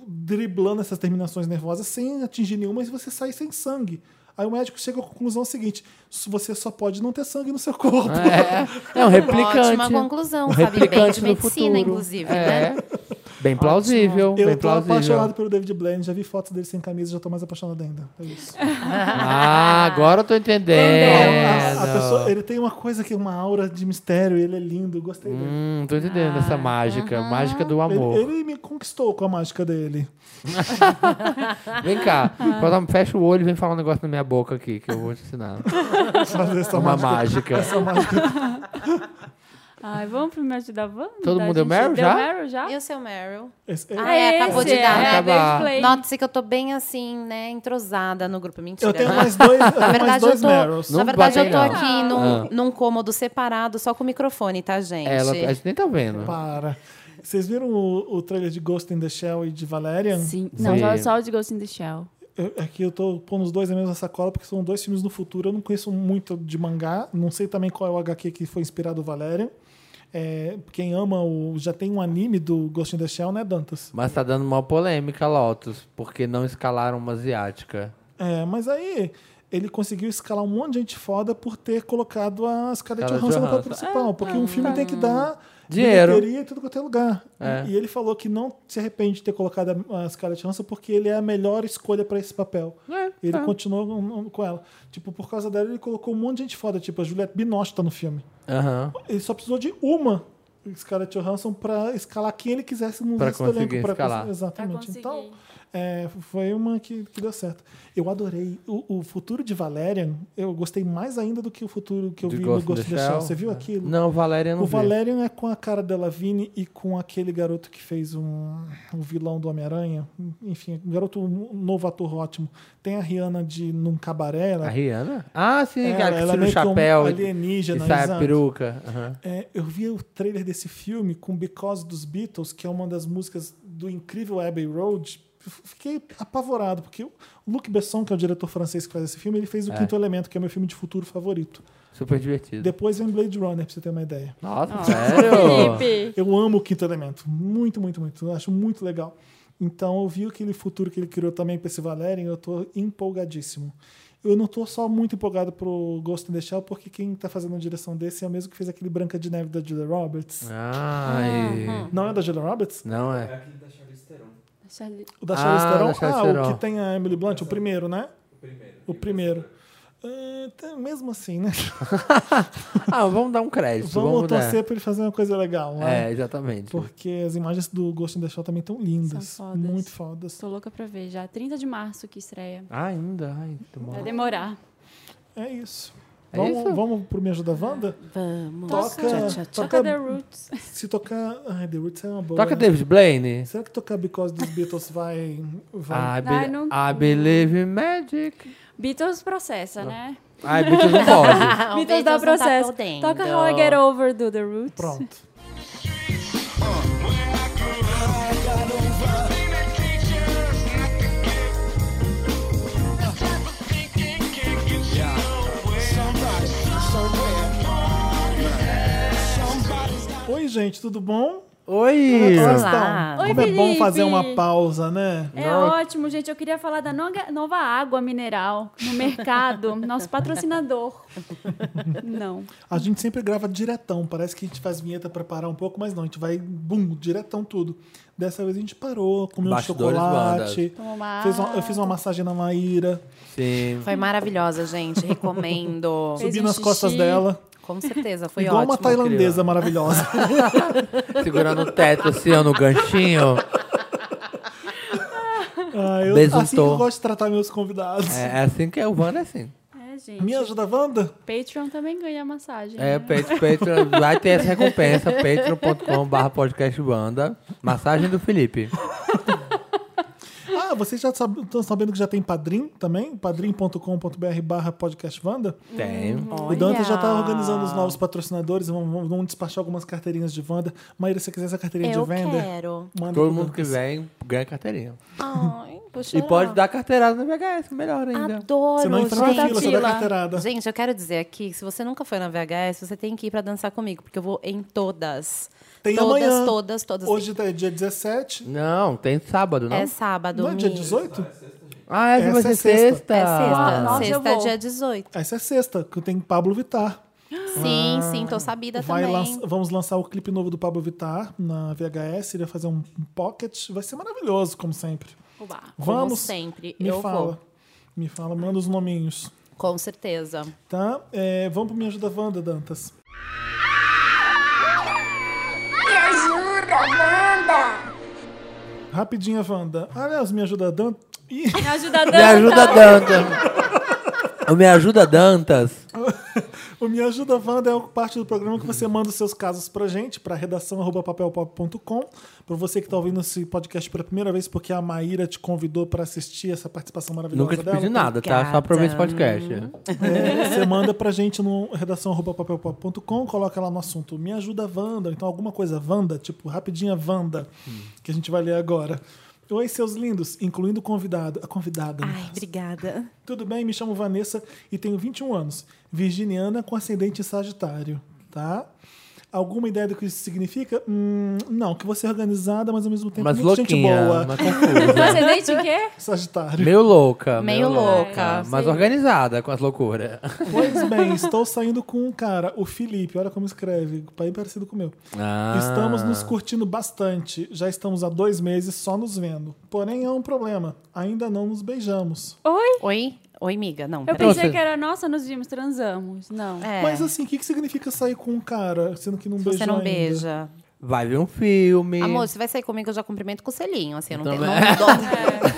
S1: driblando essas terminações nervosas sem atingir nenhuma e você sai sem sangue. Aí o médico chega à conclusão seguinte: "S- você só pode não ter sangue no seu corpo.
S2: É, é um replicante.
S3: Ótima conclusão,
S2: Um
S3: sabe? Bem
S2: replicante
S3: de
S2: no
S3: medicina,
S2: futuro.
S3: inclusive,
S2: É.
S3: né?
S2: Bem plausível.
S1: Eu
S2: bem
S1: tô
S2: plausível.
S1: apaixonado pelo David Blaine, já vi fotos dele sem camisa, já tô mais apaixonado ainda. É isso.
S2: Ah, agora eu tô
S1: A-
S2: É,
S1: a- a
S2: entendendo.
S1: pessoa- ele tem uma coisa que é uma aura de mistério, ele é lindo, gostei dele.
S2: Hum, tô entendendo essa mágica. Mágica do
S1: Ah, Ele,
S2: amor.
S1: ele me conquistou com a mágica dele.
S2: Vem cá.
S1: Ah.
S2: Fala- Fecha o olho e vem falar um negócio na minha boca aqui, que eu vou te ensinar.
S1: Fazer essa
S2: Uma
S1: mágica.
S2: mágica.
S1: Essa mágica.
S4: Ai, vamos pro me ajudar, vamos?
S2: Todo
S4: Tá,
S2: mundo deu
S4: gente?
S2: Meryl
S4: deu
S2: já?
S4: Meryl já?
S3: E o seu Meryl?
S1: Esse-
S3: Ah, é, acabou de
S4: esse,
S3: dar.
S4: é,
S2: Acabar.
S4: David Blaine.
S3: Note-se que eu tô bem assim, né, entrosada no grupo. Mentira.
S1: eu tenho mais dois, eu
S3: Na
S1: tenho mais
S3: verdade,
S1: dois
S3: eu tô,
S1: Meryls.
S3: na
S2: Não
S3: verdade, eu tô
S2: bateu, não.
S3: aqui num,
S2: Ah.
S3: num cômodo separado, só com o microfone, tá, gente?
S2: Ela, a gente nem tá vendo.
S1: Para. Vocês viram o, o trailer de Ghost in the Shell e de Valerian?
S4: Sim. Não,
S2: Sim.
S4: só, só o de Ghost in the Shell.
S1: eu- é que eu tô pondo os dois na mesma sacola, porque são dois filmes no futuro. Eu não conheço muito de mangá, não sei também qual é o HQ que foi inspirado o Valério. É, quem ama o. Já tem um anime do Ghost in the Shell, né, Dantas?
S2: Mas tá dando uma polêmica, Lotus, porque não escalaram uma asiática.
S1: É, mas aí ele conseguiu escalar um monte de gente foda por ter colocado a Scarlett
S2: Scarlett
S1: Johansson no papel
S2: Johansson.
S1: principal, porque um filme tem que dar
S2: Dinheiro.
S1: bilheteria em tudo quanto é lugar.
S2: É.
S1: E ele falou que não se arrepende de ter colocado a a Scarlett Johansson porque ele é a melhor escolha pra esse papel. ele continuou com- com ela. Tipo, por causa dela ele colocou um monte de gente foda, tipo a Juliette Binoche tá no filme.
S2: Aham.
S1: Ele só precisou de uma Scarlett Johansson pra escalar quem ele quisesse no
S2: Pra
S1: resto do
S2: conseguir
S1: elenco. pra
S2: escalar.
S1: cons- Exatamente.
S4: conseguir.
S1: então, é, foi uma que, que deu certo. Eu adorei. O, o futuro de Valerian, eu gostei mais ainda do que o futuro que eu
S2: De
S1: vi
S2: Ghost in
S1: no Ghost
S2: the
S1: in the Shell.
S2: Shell. É. né?
S1: Você viu aquilo?
S2: Não, Valéria não
S1: O
S2: vi.
S1: Valerian é com a cara Delevingne e com aquele garoto que fez um, um vilão do Homem-Aranha. Enfim, um garoto um novo ator ótimo. Tem a Rihanna de Num Cabaré.
S2: A
S1: Ela,
S2: Rihanna? Ah, sim,
S1: Ela-
S2: cara, que
S1: ela é
S2: tira o
S1: meio que um
S2: chapéu e,
S1: alienígena,
S2: e sai a
S1: exato.
S2: peruca. Aham.
S1: É, eu vi o trailer desse filme com Because dos Beatles, que é uma das músicas do incrível Abbey Road. F- Fiquei apavorado, porque o Luc Besson, que é o diretor francês que faz esse filme, ele fez o
S2: É.
S1: Quinto Elemento, que é meu filme de futuro favorito.
S2: Super divertido.
S1: Depois vem Blade Runner, pra você ter uma ideia.
S2: Nossa, sério?
S4: Felipe!
S1: Eu amo o Quinto Elemento. Muito, muito, muito. Eu acho muito legal. Então eu vi aquele futuro que ele criou também pra esse Valerian e eu tô empolgadíssimo. Eu não tô só muito empolgado pro Ghost in the Shell, porque quem tá fazendo a direção desse é o mesmo que fez aquele Branca de Neve da Julia Roberts.
S2: Ai.
S1: Não é da Julia Roberts?
S2: Não
S6: É
S2: é.
S6: aquele da Charlize Theron.
S4: Charlie-
S1: O da
S2: Ah,
S1: Charlize Theron?
S2: da Charlize
S1: Ah,
S2: Theron.
S1: o que tem a Emily Blunt, o primeiro, né?
S6: O primeiro.
S1: O primeiro. Ah, tá, mesmo assim, né?
S2: Ah, vamos dar um crédito. Vamos,
S1: Vamos
S2: dar.
S1: torcer pra ele fazer uma coisa legal, né?
S2: É, exatamente.
S1: Porque as imagens do Ghost in the Shell também estão lindas.
S4: São fodas.
S1: Muito fodas.
S4: Tô louca pra ver já. 30 de março que estreia.
S2: Ah, ainda. Ai,
S4: Vai
S2: demora.
S4: demorar.
S1: É isso.
S2: É
S1: vamos,
S2: isso?
S1: vamos pro Me Ajuda Wanda?
S3: Vamos.
S1: Toca-
S3: Tchá, tchá, tchá.
S1: Toca-
S4: É. Toca The Roots.
S1: Se tocar. Ai, The Roots é uma boa.
S2: Toca
S1: né?
S2: David Blaine.
S1: Será que tocar Because dos Beatles vai. vai...
S2: I, be
S4: Ai, não-
S2: I believe in magic.
S4: Beatles processa, né?
S2: Ai, Beatles não pode.
S3: Ah, o
S4: Beatles
S3: Beatles
S4: dá
S3: não tá
S4: processo.
S3: podendo.
S4: Toca How I Get Over do The Roots.
S1: Pronto. Oi, gente, tudo bom?
S2: Oi.
S1: Como é que vocês
S3: Olá.
S1: estão?
S4: Oi,
S1: Como é bom
S4: Felipe.
S1: fazer uma pausa, né?
S4: É
S2: Não.
S4: ótimo, gente. Eu queria falar da noga- nova água mineral no mercado, nosso patrocinador. Não.
S1: A gente sempre grava diretão. Parece que a gente faz vinheta pra parar um pouco, mas não. A gente vai, bum, diretão tudo. Dessa vez a gente parou, comeu um
S2: Bastidores,
S1: chocolate.
S4: Tomou uma
S1: fez uma- eu fiz uma massagem na Maíra.
S2: Sim.
S3: Foi maravilhosa, gente. Recomendo.
S4: Fez
S1: Subi
S4: um
S1: nas
S4: xixi.
S1: costas dela.
S3: Com certeza, foi
S1: igual uma
S3: ótimo.
S1: tailandesa
S2: incrível.
S1: maravilhosa.
S2: Segurando o teto assim, ó, no ganchinho.
S1: Ah, eu,
S2: Besuntou.
S1: assim que eu gosto de tratar meus convidados.
S2: É, é assim que é o Wanda, é assim.
S4: É, gente.
S1: Me ajuda, Wanda?
S4: Patreon também ganha massagem.
S2: É,
S4: né?
S2: Patreon, Patreon, vai ter essa recompensa, patreon.com.br podcastbanda, massagem do Felipe.
S1: Ah, vocês já sab- estão sabendo que já tem Padrim também? padrim.com.br barra podcastvanda.
S2: Tem.
S1: O Dante já tá organizando os novos patrocinadores. Vamos, vamos- vamos despachar algumas carteirinhas de Wanda. Maíra, se você quiser essa carteirinha
S3: Eu
S1: de venda,
S3: quero.
S1: manda
S2: Todo
S1: pro
S2: mundo
S1: Dante.
S2: que vem ganha carteirinha.
S3: Ai, vou
S2: E
S3: chorar.
S2: pode dar carteirada no VHS, melhor ainda.
S3: Adoro,
S1: Você não entra na
S3: gente.
S1: fila, você dá carteirada.
S3: Gente, eu quero dizer aqui, se você nunca foi na VHS, você tem que ir pra dançar comigo, porque eu vou em todas.
S1: Tem
S3: todas,
S1: amanhã.
S3: todas, todas.
S1: Hoje é dia 17.
S2: Não, tem sábado, não?
S3: É sábado.
S1: Não é dia
S3: mi-
S1: 18?
S2: Ah, essa,
S1: Essa
S2: vai ser
S1: é sexta.
S2: sexta.
S3: É sexta.
S4: Ah, nossa, eu
S3: sexta é
S4: vou.
S3: dia 18.
S1: Essa é sexta, que tem Pablo Vittar.
S3: Sim, sim, tô sabida
S1: Vai
S3: também.
S1: lança- vamos lançar o clipe novo do Pablo Vittar na VHS. Ele vai fazer um um pocket. Vai ser maravilhoso, como sempre.
S4: Oba.
S3: Como
S1: Vamos.
S3: sempre,
S1: Me
S3: eu
S1: fala.
S3: vou.
S1: Me fala, manda os nominhos.
S3: Com certeza.
S1: Tá? É, vamos pro Me Ajuda Wanda, Dantas.
S8: Me ajuda, Wanda!
S1: Rapidinha, Wanda. Aliás, Me Ajuda Dantas. Ih,
S4: Me ajuda,
S2: Me
S4: Dan.
S2: ajuda Dantas. O Me ajuda Dantas.
S1: o Me Ajuda Wanda é parte do programa que você manda os seus casos pra gente, pra redação arroba papelpop.com. Pra você que tá ouvindo esse podcast pela primeira vez, porque a Maíra te convidou pra assistir essa participação maravilhosa
S2: Nunca te
S1: dela.
S2: pedi nada, tá? Só pra ouvir esse podcast.
S1: É, você manda pra gente no redação@papelpop.com, coloca lá no assunto
S2: Hum.
S1: Me ajuda Wanda, então alguma coisa Wanda, tipo rapidinha Wanda, que a gente vai ler agora. Oi, seus lindos, incluindo o convidado, a convidada. né? no
S7: Ai,
S1: caso.
S7: obrigada.
S1: Tudo bem? Me chamo Vanessa e tenho 21 anos. Virginiana com ascendente em Sagitário, tá? Alguma ideia do que isso significa? Hum, não, que você é organizada, mas ao mesmo tempo
S2: Mas
S1: muito gente
S2: louquinha,
S1: boa.
S2: mas confusa.
S4: Você dente o quê?
S1: Sagitário.
S2: meio louca.
S3: Meio louca,
S2: Mas organizada com as loucuras.
S1: Pois bem, estou saindo com um cara, o Felipe, olha como escreve, bem parecido com o meu.
S2: Ah.
S1: Estamos nos curtindo bastante, já estamos há dois meses só nos vendo. Porém, há um problema, ainda não nos beijamos.
S4: Oi?
S3: Oi? Oi, miga. Não,
S4: Eu
S3: peraí.
S4: pensei
S2: Nossa.
S4: que era, nossa, nos vimos, transamos. Não.
S3: É,
S1: Mas assim, o que, que significa sair com um cara, sendo que não beijou
S3: você não
S1: ainda?
S3: beija.
S2: Vai ver um filme.
S3: Amor, se vai sair comigo, eu já cumprimento com o selinho, assim. Eu não, tenho,
S2: Também.
S3: não, dou,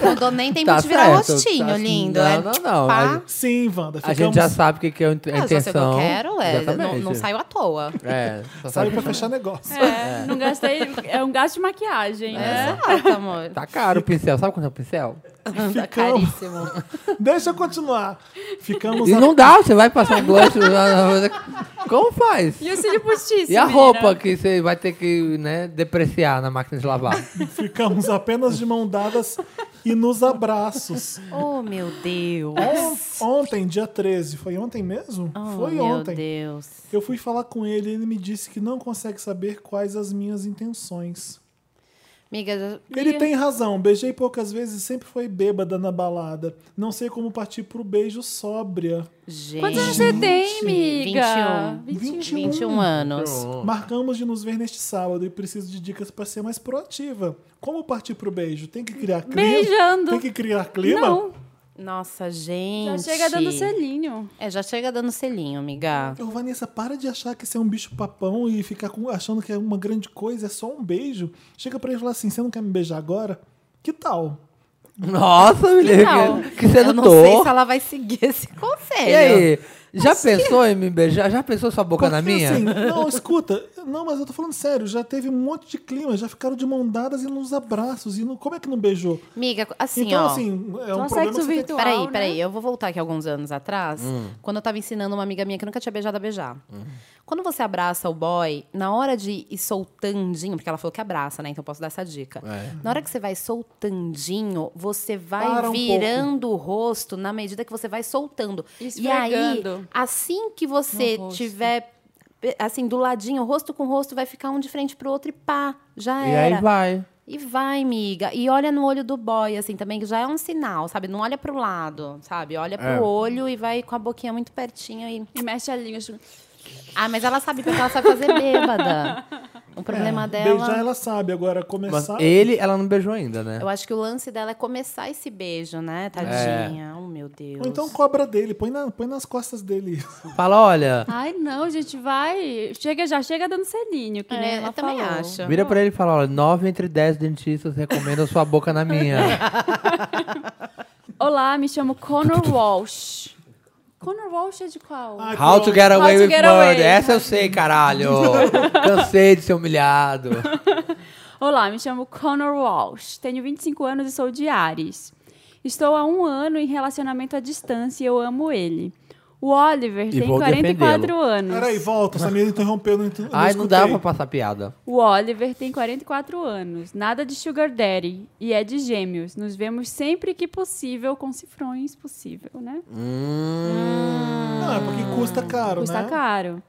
S3: não dou nem tempo
S2: Tá
S3: de virar um
S2: certo,
S3: rostinho,
S2: tá-
S3: lindo.
S2: não,
S3: é
S2: não, não,
S3: pá.
S2: mas-
S1: Sim, Wanda,
S2: a
S1: ficamos...
S2: gente já sabe o que que é a
S3: Ah, eu só sei o que
S2: intenção.
S3: eu quero, é, não,
S2: Exatamente.
S3: não saio à toa.
S2: É, só sabe
S1: Saiu
S2: que
S1: pra fechar negócio.
S4: É, Não gastei. É um gasto de maquiagem,
S2: É.
S4: né?
S3: Exato, amor.
S2: Tá caro o pincel. Sabe quanto é o pincel?
S3: Tá
S1: Ficamos...
S3: caríssimo.
S1: Deixa eu continuar. Ficamos
S2: E
S1: a-
S2: não dá, você vai passar um blush. Como faz?
S4: E o cílio postiço.
S2: E a
S4: menina?
S2: roupa que você vai ter que né, depreciar na máquina de lavar?
S1: Ficamos apenas de mão dadas e nos abraços.
S3: Oh, meu Deus.
S1: On- Ontem, dia 13, foi ontem mesmo?
S3: Oh,
S1: É, foi
S3: meu
S1: ontem.
S3: Deus.
S1: Eu fui falar com ele e ele me disse que não consegue saber quais as minhas intenções.
S3: Miga,
S1: Ele tem razão, beijei poucas vezes e sempre foi bêbada na balada. Não sei como partir pro beijo sóbria.
S3: gente.
S4: Quantos anos você tem, amiga?
S3: 21.
S1: 21.
S3: 21 anos.
S1: Marcamos de nos ver neste sábado e preciso de dicas para ser mais proativa. Como partir pro beijo? Tem que criar clima?
S4: Beijando.
S1: Tem que criar
S3: um.
S1: clima?
S4: Não,
S3: Nossa,
S4: já
S3: gente.
S4: chega dando selinho.
S3: É, já chega dando selinho, amiga.
S1: Ô, Vanessa, para de achar que você é um bicho papão e ficar com- achando que é uma grande coisa, é só um beijo. Chega pra ele e fala assim: você não quer me beijar agora? Que tal?
S2: Nossa, mulher,
S4: tal?
S2: que, que
S3: Eu não sei
S2: sedutor.
S3: se ela vai seguir esse conselho.
S2: E aí? Já pensou em me beijar? Já pensou sua boca na
S1: Porque,
S2: é minha?
S1: assim, não, escuta, não, mas eu tô falando sério, já teve um monte de clima, já ficaram de mão dadas e nos abraços. E não, como é que não beijou?
S3: Amiga, assim,
S1: então,
S3: ó.
S1: assim, é um problema
S4: Só
S1: que você
S4: sexo
S1: tem que-
S4: virtual.
S3: Peraí,
S4: né?
S3: peraí, eu vou voltar aqui alguns anos atrás,
S2: Hum.
S3: quando eu tava ensinando uma amiga minha que nunca tinha beijado a beijar. Quando você abraça o boy, na hora de ir soltandinho, porque ela falou que abraça, né? Então eu posso dar essa dica.
S2: É.
S3: Na hora que você vai soltandinho, você vai
S1: Para um
S3: virando o rosto na medida que você vai soltando. E aí,
S4: Esfregando.
S3: assim que você
S4: No rosto.
S3: tiver pe- assim do ladinho, rosto com rosto, vai ficar um de frente pro outro e pá, já
S2: E
S3: era.
S2: aí vai.
S3: E vai, miga. E olha no olho do boy, assim, também, que já é um sinal, sabe? Não olha pro lado, sabe? Olha
S2: É.
S3: pro olho e vai com a boquinha muito pertinho e.
S4: E mexe a assim. linha. acho-
S3: Ah, mas ela sabe porque ela sabe fazer bêbada. O problema dela.
S1: É. Beijar ela sabe, agora
S2: Mas
S1: começar.
S2: ele, ela não beijou ainda, né?
S3: Eu acho que o lance dela é começar esse beijo, né, tadinha? Oh, meu Deus.
S1: Ou então cobra dele, põe, na- põe nas costas dele.
S2: Fala, olha,
S4: Ai, não, gente, vai. Chega, já chega dando selinho, que nem
S3: é,
S4: ela
S3: eu também
S4: falou.
S3: acho.
S2: vira pra ele e fala, olha, 9 entre 10 dentistas recomendam sua boca na minha.
S4: Olá, me chamo Connor Walsh. Connor Walsh é de qual?
S1: Ai,
S2: How to
S1: pronto.
S2: get away
S4: to
S2: with
S4: get away.
S2: murder. Essa eu sei, caralho. Cansei de ser humilhado.
S4: Olá, me chamo Connor Walsh, tenho 25 anos e sou de Ares. Estou há um ano em relacionamento à distância e eu amo ele. O Oliver
S2: E
S4: tem
S2: vou
S4: 44
S2: defendê-lo.
S4: anos.
S1: Peraí, volta, Samir interrompeu. Não, ent- não
S2: Ai, não dá
S1: escutei.
S2: pra passar piada.
S4: O Oliver tem 44 anos, nada de sugar daddy e é de gêmeos. Nos vemos sempre que possível com cifrões possível, né?
S1: Não, é porque custa caro,
S4: Custa
S1: né?
S4: caro.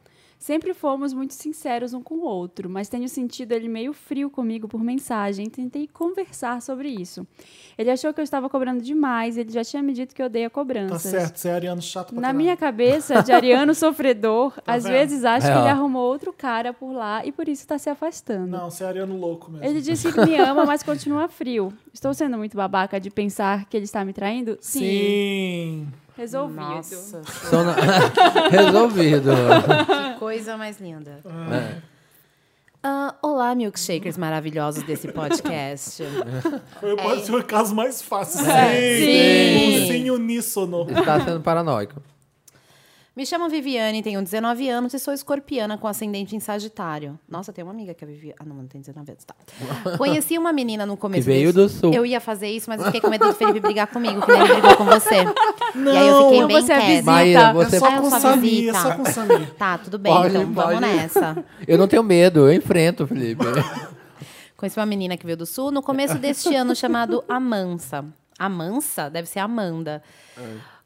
S4: Sempre fomos muito sinceros um com o outro, mas tenho sentido ele meio frio comigo por mensagem e tentei conversar sobre isso. Ele achou que eu estava cobrando demais, ele já tinha me dito que eu odeia
S1: Tá
S4: cobranças.
S1: certo, você é ariano chato pra
S4: Na
S1: caralho.
S4: minha cabeça, de ariano sofredor, às
S1: Tá vendo?
S4: vezes acho
S2: É,
S4: que
S2: ó.
S4: ele arrumou outro cara por lá e por isso está se afastando.
S1: Não, você é ariano louco mesmo.
S4: Ele disse que me ama, mas continua frio. Estou sendo muito babaca de pensar que ele está me traindo?
S1: Sim.
S4: Resolvido.
S3: Nossa,
S2: Então, não- Resolvido.
S3: que coisa mais linda. Ah, olá, milkshakers maravilhosos desse podcast.
S1: Foi, pode ser o caso mais fácil.
S3: Sim.
S1: Sim. Sim, uníssono.
S2: Está sendo paranoico.
S3: Me chamo Viviane, tenho 19 anos e sou escorpiana com ascendente em Sagitário. Nossa, tem uma amiga que é Viviane. Ah, não, não tem 19 anos. Tá. Conheci uma menina no começo.
S2: Que veio
S3: desse-
S2: do Sul.
S3: Eu ia fazer isso, mas eu fiquei com medo do Felipe brigar comigo, que nem ele brigou com você. e aí eu fiquei
S4: Não,
S3: bem
S4: você é
S3: quieta.
S2: Maíra,
S1: É
S2: você...
S1: só
S3: Ah, eu
S1: com
S3: sou
S1: Samir, é
S3: visita.
S1: só com Samir.
S3: Tá, tudo bem,
S2: Pode,
S3: então
S2: pode.
S3: vamos nessa.
S2: Eu não tenho medo, eu enfrento, Felipe.
S3: Conheci uma menina que veio do sul no começo deste ano, chamado Amansa. Amansa? Deve ser Amanda.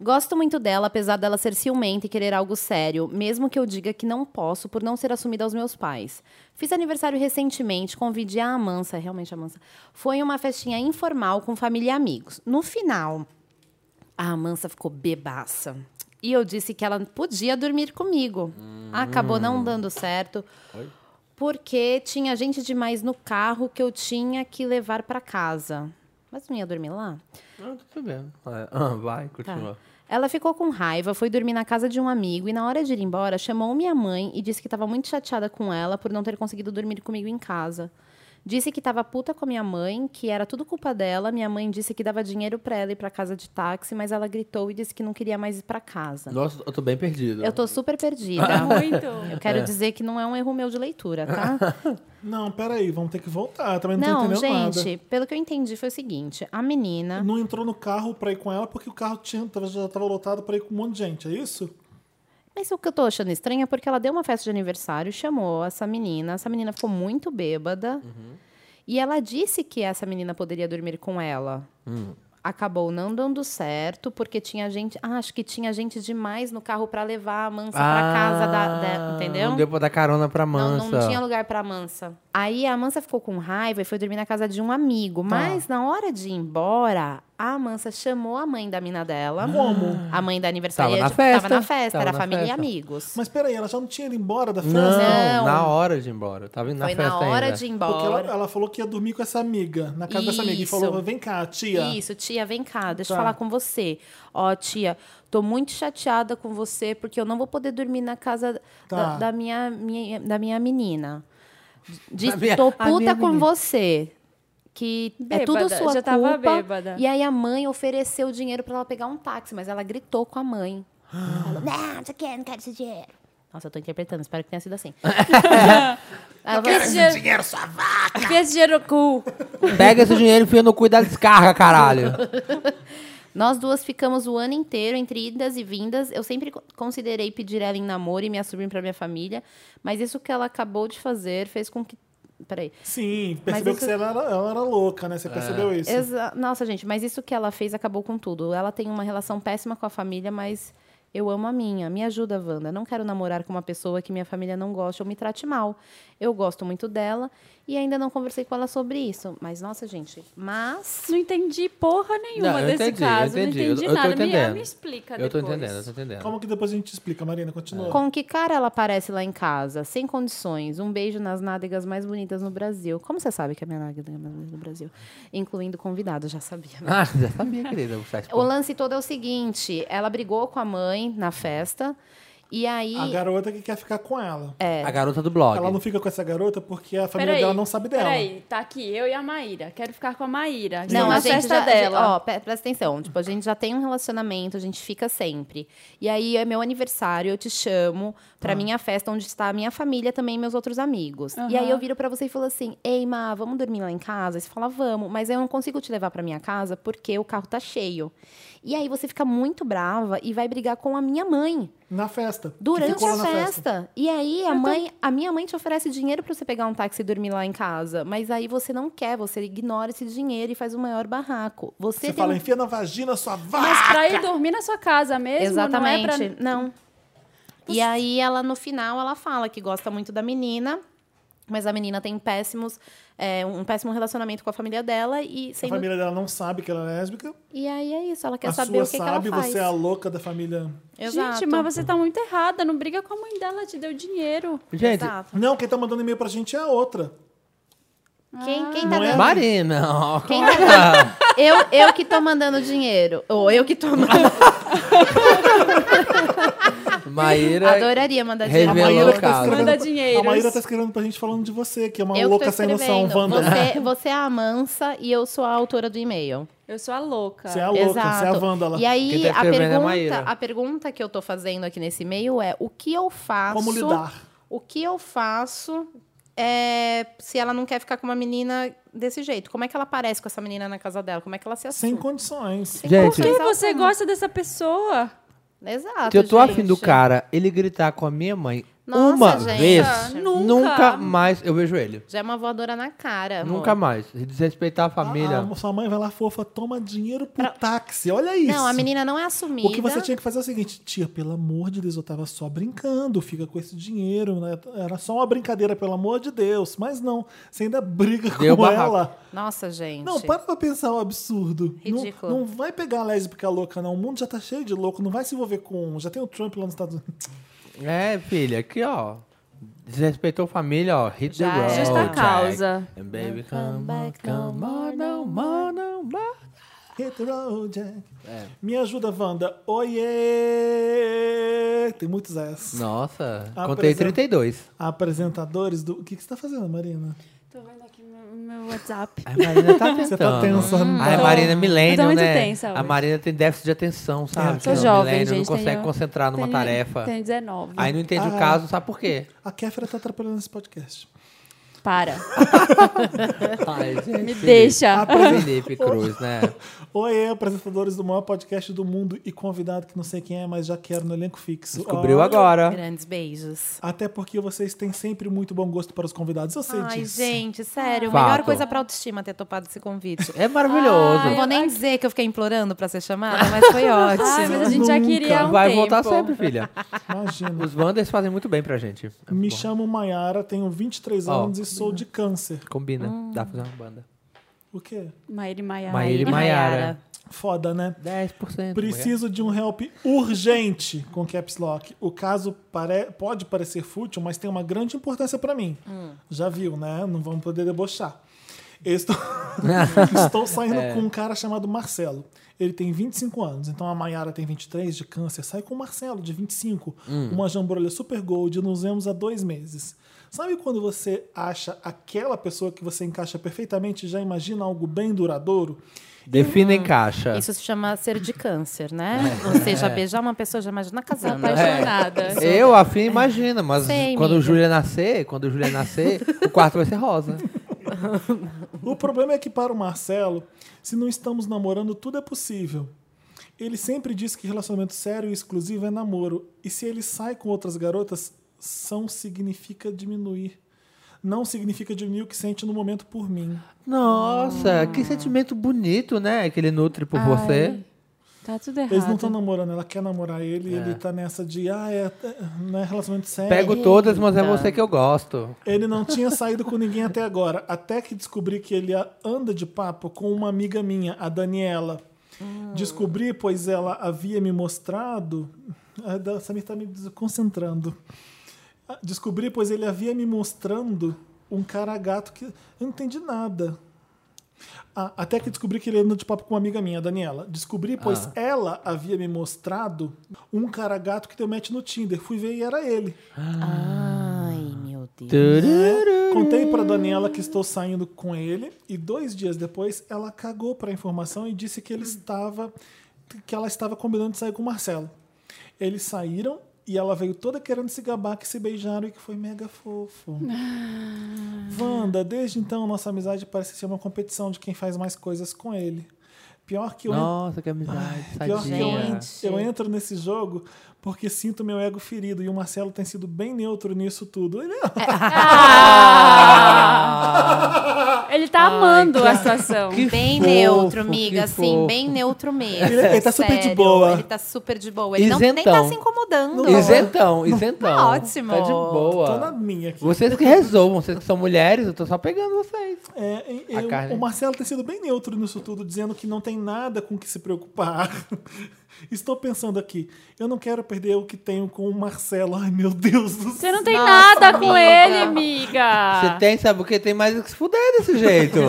S3: Gosto muito dela, apesar dela ser ciumenta e querer algo sério, mesmo que eu diga que não posso por não ser assumida aos meus pais. Fiz aniversário recentemente, convidei a Amansa, realmente a Amansa. Foi uma festinha informal com família e amigos. No final, a Amansa ficou bebaça. E eu disse que ela podia dormir comigo. Acabou não dando certo. Porque tinha gente demais no carro que eu tinha que levar para casa. Mas não ia dormir lá?
S2: Não, tudo bem. É, ah, vai,
S3: Tá.
S2: continua.
S3: Ela ficou com raiva, foi dormir na casa de um amigo e, na hora de ir embora, chamou minha mãe e disse que estava muito chateada com ela por não ter conseguido dormir comigo em casa. Disse que estava puta com a minha mãe, que era tudo culpa dela. Minha mãe disse que dava dinheiro para ela ir para casa de táxi, mas ela gritou e disse que não queria mais ir para casa.
S2: Nossa, eu tô bem perdido.
S3: tá. Eu tô super perdida.
S4: Muito.
S3: Eu quero dizer que não é um erro meu de leitura, tá?
S1: Não, peraí, vamos ter que voltar. Também não, tô
S3: Não,
S1: entendendo
S3: gente, né?
S1: nada.
S3: pelo que eu entendi foi o seguinte: a menina.
S1: Não entrou no carro pra ir com ela porque o carro tinha, tava- já tava lotado pra ir com um monte de gente, é isso?
S3: Mas o que eu tô achando estranho é porque ela deu uma festa de aniversário, chamou essa menina, essa menina ficou muito bêbada. E ela disse que essa menina poderia dormir com ela. Acabou não dando certo, porque tinha gente. Ah, acho que tinha gente demais no carro pra levar a mansa pra casa da.
S1: Ah,
S3: da- entendeu?
S2: Ah, Não deu pra dar carona pra
S3: Não,
S2: mansa.
S3: não tinha lugar pra Mansa. Aí a Mansa ficou com raiva e foi dormir na casa de um
S2: Tá.
S3: amigo. Mas na hora de ir embora, a Mansa chamou a mãe da mina dela. Como? A mãe da aniversariante.
S2: Tava na festa.
S3: Tava na festa,
S2: Tava
S3: era
S2: na
S3: família
S2: festa.
S3: e amigos.
S1: Mas peraí, ela já não tinha ido embora da festa?
S2: Não,
S3: Não.
S2: na hora de ir embora. Eu tava indo na
S3: foi
S2: festa
S3: na hora
S2: ainda.
S3: de ir
S1: Porque ela,
S3: embora.
S1: ela falou que ia dormir com essa amiga, na casa dessa amiga. E
S3: Isso.
S1: falou, vem cá, tia.
S3: Isso, tia, vem cá,
S1: Tá.
S3: deixa eu falar com você. Ó, tia, tô muito chateada com você porque eu não vou poder dormir na casa
S1: Tá.
S3: da, da minha, minha- da minha menina. Diz-
S2: Da minha-
S3: tô
S2: a minha
S3: puta com
S2: menina.
S3: você. Que é
S4: Bêbada,
S3: tudo sua culpa.
S4: já tava bêbada.
S3: E aí a mãe ofereceu dinheiro pra ela pegar um táxi, mas ela gritou com a mãe. Ela, não, não sei o quê, não quero esse dinheiro. Nossa, eu tô interpretando, espero que tenha sido assim. Ela falou,
S4: Esse dinheiro, dinheiro, sua vaca! Fez dinheiro no cu.
S2: Pega esse dinheiro e enfia no cu e dá descarga, caralho.
S3: Nós duas ficamos o ano inteiro entre idas e vindas. Eu sempre co- considerei pedir ela em namoro e me assumir para minha família, mas isso que ela acabou de fazer fez com que Peraí.
S1: Sim, percebeu
S3: Mas
S1: que
S3: isso-
S1: ela era, ela era louca, né? Você percebeu isso?
S3: Exa- Nossa, gente, mas isso que ela fez acabou com tudo. Ela tem uma relação péssima com a família, mas eu amo a minha. Me ajuda, Wanda. Não quero namorar com uma pessoa que minha família não gosta ou me trate mal. Eu gosto muito dela e ainda não conversei com ela sobre isso. Mas, nossa, gente, mas.
S4: Não entendi porra nenhuma
S2: Não, eu
S4: desse
S2: entendi,
S4: caso.
S2: eu entendi.
S4: Não entendi
S2: Eu- eu tô
S4: nada. Me-
S2: entendendo.
S4: Me, explica
S2: Eu tô
S4: depois.
S2: entendendo, eu tô entendendo.
S1: Como que depois a gente explica, Marina? Continua.
S3: Com que cara ela aparece lá em casa? Sem condições. Um beijo nas nádegas mais bonitas no Brasil. Como você sabe que é a minha nádega é mais bonita do Brasil? Incluindo convidado, já sabia. né?
S2: Ah, já sabia, querida. Você
S3: O lance todo é o seguinte: ela brigou com a mãe na festa. E É. aí.
S1: A garota que quer ficar com ela.
S2: A garota do blog.
S1: Ela não fica com essa garota porque a família
S4: Peraí,
S1: dela não sabe dela.
S4: Peraí, tá aqui eu e a Maíra. Quero ficar com a Maíra.
S3: Não,
S4: na
S3: a gente
S4: festa é
S3: já,
S4: dela.
S3: Ó, pre- presta atenção. Tipo, a gente já tem um relacionamento, a gente fica sempre. E aí é meu aniversário, eu te chamo pra minha festa, onde está a minha família também, meus outros amigos. E aí eu viro pra você e falo assim: Ei, Ma, vamos dormir lá em casa? Aí você fala, vamos, mas eu não consigo te levar pra minha casa porque o carro tá cheio. E aí você fica muito brava e vai brigar com a minha mãe.
S1: Na festa. Então Que
S3: Durante
S1: ficou
S3: a
S1: lá na
S3: festa. E aí a mãe, a minha mãe te oferece dinheiro pra você pegar um táxi e dormir lá em casa, mas aí você não quer, você ignora esse dinheiro e faz o maior barraco. Você,
S1: Você
S3: tem
S1: fala,
S3: um... tá
S1: enfia na vagina sua vaca.
S4: Mas pra ir dormir na sua casa mesmo,
S3: exatamente,
S4: não é pra...
S3: não. E aí ela no final ela fala que gosta muito da menina, mas a menina tem péssimos é, um péssimo relacionamento com a família dela e
S1: A
S3: sendo...
S1: família dela não sabe que ela é lésbica.
S3: e aí é isso, ela quer
S1: a sua
S3: saber o que,
S1: sabe,
S3: que ela faz.
S1: você é a louca da família.
S3: Exato.
S4: Gente, mas você tá muito errada. Não briga com a mãe dela, te deu dinheiro.
S2: Gente,
S3: Exato.
S1: Não, quem tá mandando e-mail pra gente é a outra.
S3: Quem, quem tá
S1: Não é-
S3: dando
S2: Marina. ó,
S3: Quem
S2: como-
S3: tá dando- eu, eu que tô mandando dinheiro. Ou eu que tô mandando.
S2: Maíra.
S3: Adoraria mandar dinheiro.
S1: A
S2: Revelou
S1: Maíra que
S2: o caso.
S1: tá escrevendo.
S4: Manda dinheiros.
S1: A Maíra tá escrevendo pra gente falando de você, que é uma
S3: Eu que tô
S1: louca sem noção,
S3: escrevendo.
S1: Wanda.
S3: Você, você é a mansa e eu sou a autora do e-mail.
S4: Eu sou a louca.
S1: Você é a louca,
S3: Exato.
S1: você é a vândala.
S3: E
S2: Quem
S3: aí,
S2: tá
S3: a
S2: escrevendo é a
S3: pergunta,
S2: Maíra.
S3: a pergunta que eu tô fazendo aqui nesse e-mail é: o que eu faço?
S1: Como lidar?
S3: O que eu faço é, se ela não quer ficar com uma menina desse jeito? Como é que ela aparece com essa menina na casa dela? Como é que ela se
S1: Sem
S3: assume?
S1: condições.
S2: Gente,
S4: Por que
S3: Exatamente.
S4: você gosta dessa pessoa?
S3: Exato.
S2: se eu tô
S3: gente.
S2: afim do cara, ele gritar com a minha mãe
S3: Nossa,
S2: uma
S3: gente.
S2: vez.
S3: Ah,
S4: Nunca. Nunca.
S2: Nunca mais eu vejo ele.
S3: Já é uma voadora na cara. amor.
S2: Nunca mais. Desrespeitar a família.
S1: Ah, sua mãe vai lá fofa, toma dinheiro pro táxi. Olha isso.
S3: Não, a menina não é assumida.
S1: O que você tinha que fazer é o seguinte, tia, pelo amor de Deus, eu tava só brincando, fica com esse dinheiro, né? Era só uma brincadeira, pelo amor de Deus. Mas não, você ainda briga
S2: Deu
S1: com
S2: barraco.
S1: ela.
S3: Nossa, gente.
S1: Não, para pra pensar o absurdo. Não-
S3: Ridículo.
S1: Não, vai pegar a lésbica louca, não. O mundo já tá cheio de louco, não vai se envolver com. um. Já tem o Trump lá nos Estados Unidos.
S2: É, filha, aqui, ó. Desrespeitou a família, ó. Hit the
S3: Já
S2: road.
S3: é.
S4: Justa
S2: Jack.
S4: causa.
S2: And baby, come, back, come on, no more, no more.
S1: Hit the road, Jack.
S3: É.
S1: Me ajuda, Wanda. Oiê! Tem muitos S.
S2: Nossa,
S1: Ah,
S2: contei
S1: por exemplo.
S2: 32.
S1: Apresentadores do. O que, que você tá fazendo, Marina?
S4: Tô vendo aqui meu, meu WhatsApp.
S2: A Marina tá tentando.
S1: Você tá tensa,
S3: Hum.
S1: não
S2: Ai,
S1: tá?
S2: Marina é milênio,
S4: Eu tô muito
S2: né?
S4: tensa hoje.
S2: A Marina tem déficit de atenção, sabe?
S4: Sou
S2: Que não,
S4: jovem,
S2: milênio,
S4: gente,
S2: Não consegue
S4: tenho-
S2: concentrar numa
S4: Tenho-
S2: tarefa.
S4: Tenho 19.
S2: Aí não entende
S1: Ah.
S2: o caso, sabe por quê?
S1: A Kéfera tá atrapalhando esse podcast.
S4: Para.
S2: Ai, gente,
S4: Me
S2: Felipe.
S4: deixa.
S2: Felipe Cruz, né?
S1: Oiê, apresentadores do maior podcast do mundo e convidado que não sei quem é, mas já quero no elenco fixo.
S2: Descobriu
S1: Olha,
S2: agora.
S3: Grandes beijos.
S1: Até porque vocês têm sempre muito bom gosto para os convidados. Eu sei
S3: Ai,
S1: disso.
S3: gente, sério.
S2: Fato.
S3: Melhor coisa pra autoestima ter topado esse convite.
S2: É maravilhoso.
S3: Não vou nem dizer que eu fiquei implorando pra ser chamada, mas foi ótimo.
S4: Ai, mas a gente já
S1: Nunca.
S4: queria há um
S2: Vai
S4: tempo.
S2: voltar sempre, filha.
S1: Imagina.
S2: Os Wanders fazem muito bem pra gente. É
S1: Me
S2: bom.
S1: chamo Maiara, tenho 23
S2: Ó.
S1: anos e sou de câncer.
S2: Combina. Dá pra fazer uma banda.
S1: O quê?
S4: Maíra e Maiara.
S2: Maíra e Maiara.
S1: Foda, né?
S2: 10%.
S1: Preciso de um help urgente com Caps Lock. O caso pare- pode parecer fútil, mas tem uma grande importância pra mim. Já viu, né? Não vamos poder debochar. Eu Estou, estou saindo com um cara chamado Marcelo. Ele tem 25 anos, então a Mayara tem 23 de câncer. Sai com o Marcelo, de 25. Uma jambrolha super gold. Nos vemos há dois meses. Sabe quando você acha aquela pessoa que você encaixa perfeitamente e já imagina algo bem duradouro?
S2: Defina em caixa.
S3: Isso se chama ser de câncer, né?
S2: É.
S3: Você já beijar uma pessoa, já imagina casando.
S4: Apaixonada.
S2: Eu, a Fia, imagina, mas
S3: Sei,
S2: quando o
S3: amiga.
S2: Júlia nascer, quando o Júlia nascer, o quarto vai ser rosa.
S1: O problema é que para o Marcelo, se não estamos namorando, tudo é possível. Ele sempre diz que relacionamento sério e exclusivo é namoro. E se ele sai com outras garotas, são significa diminuir. Não significa diminuir o que sente no momento por mim.
S2: Nossa, que sentimento bonito, né? Que ele nutre por você.
S4: Tá tudo errado.
S1: Eles não estão namorando, ela quer namorar ele e ele tá nessa de, ah, é, é, não é relacionamento sério.
S2: Pego todas, mas é você que eu gosto.
S1: Ele não tinha saído com ninguém até agora, até que descobri que ele a- anda de papo com uma amiga minha, a Daniela. Descobri, pois ela havia me mostrado. A da- Samir tá me desconcentrando. Ah, Descobri, pois ele havia me mostrando um cara gato que. Eu não entendi nada. Ah, até que descobri que ele anda de papo com uma amiga minha, a Daniela. Descobri, pois ela havia me mostrado um cara gato que deu match no Tinder. Fui ver e era ele.
S3: Ai, meu Deus.
S1: Né?
S2: Tururu.
S1: Contei pra Daniela que estou saindo com ele e dois dias depois ela cagou pra informação e disse que ele estava que ela estava combinando de sair com o Marcelo. Eles saíram e ela veio toda querendo se gabar que se beijaram e que foi mega fofo. Wanda, desde então nossa amizade parece ser uma competição de quem faz mais coisas com ele. Pior que eu
S2: Nossa, que amizade.
S1: Pior que eu,
S2: sadia.
S1: en- eu entro nesse jogo porque sinto meu ego ferido e o Marcelo tem sido bem neutro nisso tudo. Ele é,
S2: Ah!
S3: Ah!
S4: Ele tá amando a situação.
S3: Bem
S2: fofo,
S3: neutro,
S2: que
S3: amiga,
S2: fofo.
S3: assim, bem neutro mesmo.
S1: Ele- ele tá super de
S3: sério.
S1: boa.
S3: Ele tá super de boa. Ele não, nem
S2: Isentão.
S3: tá se incomodando.
S2: Isentão, isentão.
S3: Tá ótimo.
S2: Tá de
S1: Tô na
S2: boa.
S1: minha aqui.
S2: Vocês que resolvam, vocês que são mulheres, eu tô só pegando vocês.
S1: É, e- e
S2: A
S1: o-
S2: carne.
S1: o Marcelo tem sido bem neutro nisso tudo, dizendo que não tem nada com que se preocupar. Estou pensando aqui, eu não quero perder o que tenho com o Marcelo. Ai, meu Deus do
S4: Você
S1: céu.
S4: não tem nada com ele,
S3: Ah.
S4: amiga.
S2: Você tem, sabe o que? Tem mais que se fuder desse jeito.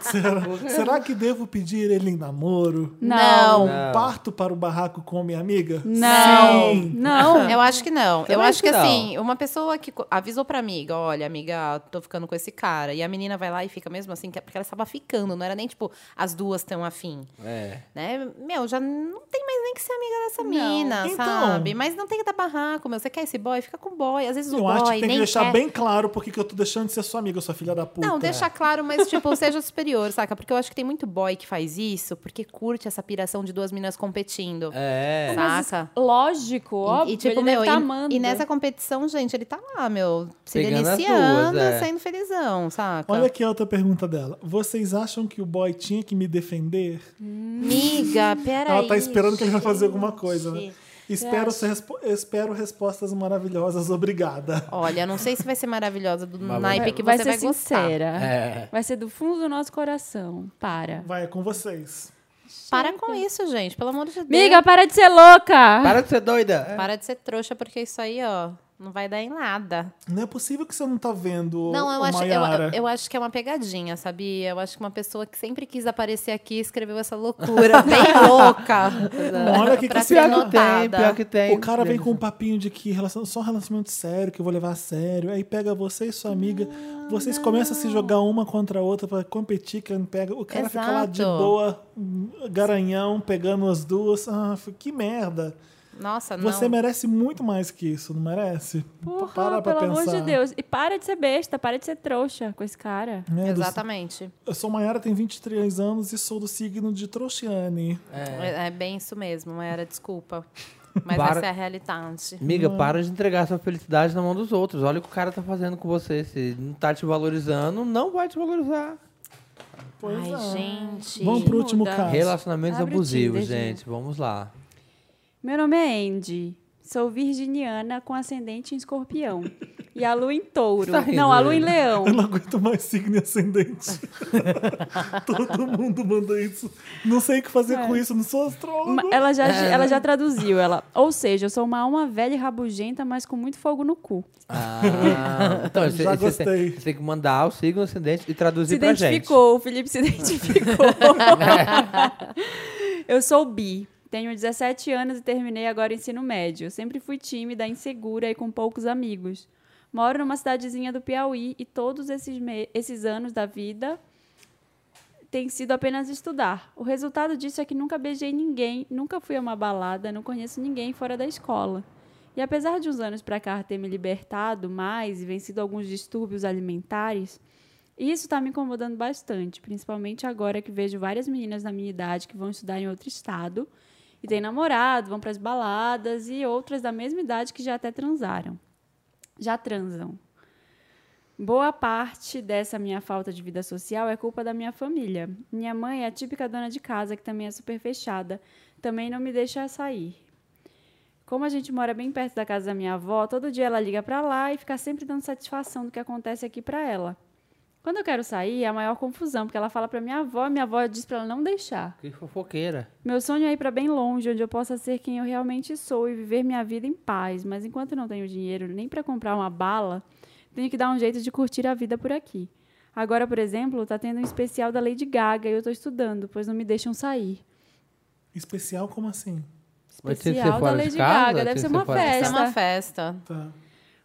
S1: Será, será que devo pedir ele em namoro?
S4: Não.
S1: Um parto para o barraco com minha amiga?
S4: Não.
S1: Sim.
S4: Não.
S3: Eu acho que não.
S1: é
S2: Também
S3: eu acho que
S2: acho que não.
S3: assim, uma pessoa que co- avisou pra amiga, olha, amiga, tô ficando com esse cara. E a menina vai lá e fica mesmo assim, que é porque ela estava ficando. Não era nem tipo, as duas tão afim.
S2: É.
S3: Né? Meu, já não tem mas nem que ser amiga dessa mina,
S1: Então.
S3: sabe? Mas não tem que dar barraco, meu. Você quer esse boy? Fica com o boy. Às vezes o
S1: Eu
S3: boy
S1: acho que tem
S3: nem
S1: que deixar
S3: quer.
S1: bem claro porque que eu tô deixando de ser sua amiga, sua filha da puta.
S3: Não, deixa claro, mas, tipo, seja superior, saca? Porque eu acho que tem muito boy que faz isso porque curte essa piração de duas minas competindo.
S2: É.
S3: Saca?
S4: Lógico,
S3: E-
S4: óbvio.
S3: e, tipo,
S4: ele
S3: meu,
S4: deve tá
S3: e-
S4: amando.
S3: e, nessa competição, gente, ele tá lá, meu, se
S2: Pegando as
S3: deliciando,
S2: duas, é.
S3: sendo felizão, saca?
S1: Olha aqui a outra pergunta dela. Vocês acham que o boy tinha que me defender?
S3: Miga, peraí.
S1: Ela tá esperando que ele vai fazer alguma coisa, né?
S3: gente.
S1: Espero, ser respo- espero respostas maravilhosas, obrigada.
S3: Olha, não sei se vai ser maravilhosa do
S2: Mas
S3: naipe que
S4: vai
S3: você
S4: ser
S3: vai gostar.
S4: sincera.
S2: É.
S3: Ah.
S4: Vai ser do fundo do nosso coração. Para.
S1: Vai, é com vocês.
S3: Para com isso, gente, pelo amor de Deus.
S4: Miga, para de ser louca!
S2: Para de ser doida.
S3: Para de ser trouxa, porque isso aí, ó, não vai dar em nada.
S1: Não é possível que você não tá vendo
S3: Não, eu
S1: o
S3: acho, eu,
S1: Maiara.
S3: eu- eu acho que é uma pegadinha, sabia? Eu acho que uma pessoa que sempre quis aparecer aqui escreveu essa loucura bem louca.
S1: Olha que que
S3: pra
S1: é.
S3: ser
S1: pior que
S3: anotada.
S2: tem.
S1: O cara vem com um papinho de que relacion- só um relacionamento sério, que eu vou levar a sério. Aí pega você e sua amiga, vocês começam a se jogar uma contra a outra pra competir, quem pega. O cara fica lá de
S3: Exato.
S1: boa, hum, garanhão, pegando as duas. Ah, f- que merda.
S3: Nossa, não.
S1: Você merece muito mais que isso, não merece?
S4: Porra,
S1: Para pra
S4: pelo
S1: pensar.
S4: amor de Deus. E para de ser besta, para de ser trouxa com esse cara.
S1: Né, do-
S3: Exatamente.
S1: Eu sou Maiara, tenho 23 anos e sou do signo de Trouxiane.
S3: É. é bem isso mesmo, Mayara, desculpa. Mas
S2: Para-
S3: essa é a realidade.
S2: Amiga,
S1: Hum.
S2: para de entregar sua felicidade na mão dos outros. Olha o que o cara tá fazendo com você. Se não tá te valorizando, não vai te valorizar.
S1: Pois
S3: Ai,
S1: é.
S3: gente.
S1: Vamos pro último
S4: muda.
S1: caso.
S2: Relacionamentos
S4: Abre o
S2: abusivos,
S4: Tinder,
S2: gente. Vamos lá.
S4: Meu nome é Andy. Sou virginiana com ascendente em escorpião. E a lua em touro.
S2: Você tá rindo,
S4: não, a lua em
S2: né?
S4: leão.
S1: Eu não aguento mais signo e ascendente. Todo mundo manda isso. Não sei o que fazer com isso, não sou
S4: É. Ma-
S1: astrólogo.
S4: Ela já, ela já traduziu ela. Ou seja, eu sou uma alma velha e rabugenta, mas com muito fogo no cu.
S2: Ah, então, você,
S1: Já
S2: você tem-
S1: gostei.
S2: você tem que mandar o signo ascendente e traduzir
S4: se
S2: pra gente.
S4: identificou, o Felipe se identificou. eu sou bi, tenho 17 anos e terminei agora o ensino médio. Sempre fui tímida, insegura e com poucos amigos. Moro numa cidadezinha do Piauí e todos esses, me- esses anos da vida tem sido apenas estudar. O resultado disso é que nunca beijei ninguém, nunca fui a uma balada, não conheço ninguém fora da escola. E apesar de uns anos pra cá ter me libertado mais e vencido alguns distúrbios alimentares, isso tá me incomodando bastante, principalmente agora que vejo várias meninas da minha idade que vão estudar em outro estado e têm namorado, vão pras baladas e outras da mesma idade que já até transaram. Já transam. Boa parte dessa minha falta de vida social é culpa da minha família. Minha mãe é a típica dona de casa que também é super fechada, também não me deixa sair. Como a gente mora bem perto da casa da minha avó, todo dia ela liga pra lá e fica sempre dando satisfação do que acontece aqui pra ela. Quando eu quero sair, é a maior confusão, porque ela fala pra minha avó, minha avó diz pra ela não deixar.
S2: Que fofoqueira.
S4: Meu sonho é ir para bem longe, onde eu possa ser quem eu realmente sou e viver minha vida em paz, mas enquanto não tenho dinheiro nem para comprar uma bala, tenho que dar um jeito de curtir a vida por aqui. Agora, por exemplo, tá tendo um especial da Lady Gaga e eu tô estudando, pois não me deixam sair.
S1: Especial como assim?
S2: Mas tinha que ser
S4: Especial da
S2: fora de
S4: Lady
S2: casa?
S4: Gaga,
S2: Tinha
S4: deve
S2: que
S4: ser
S2: ser
S4: uma
S2: fora de
S4: festa.
S3: Isso é uma festa.
S1: Tá.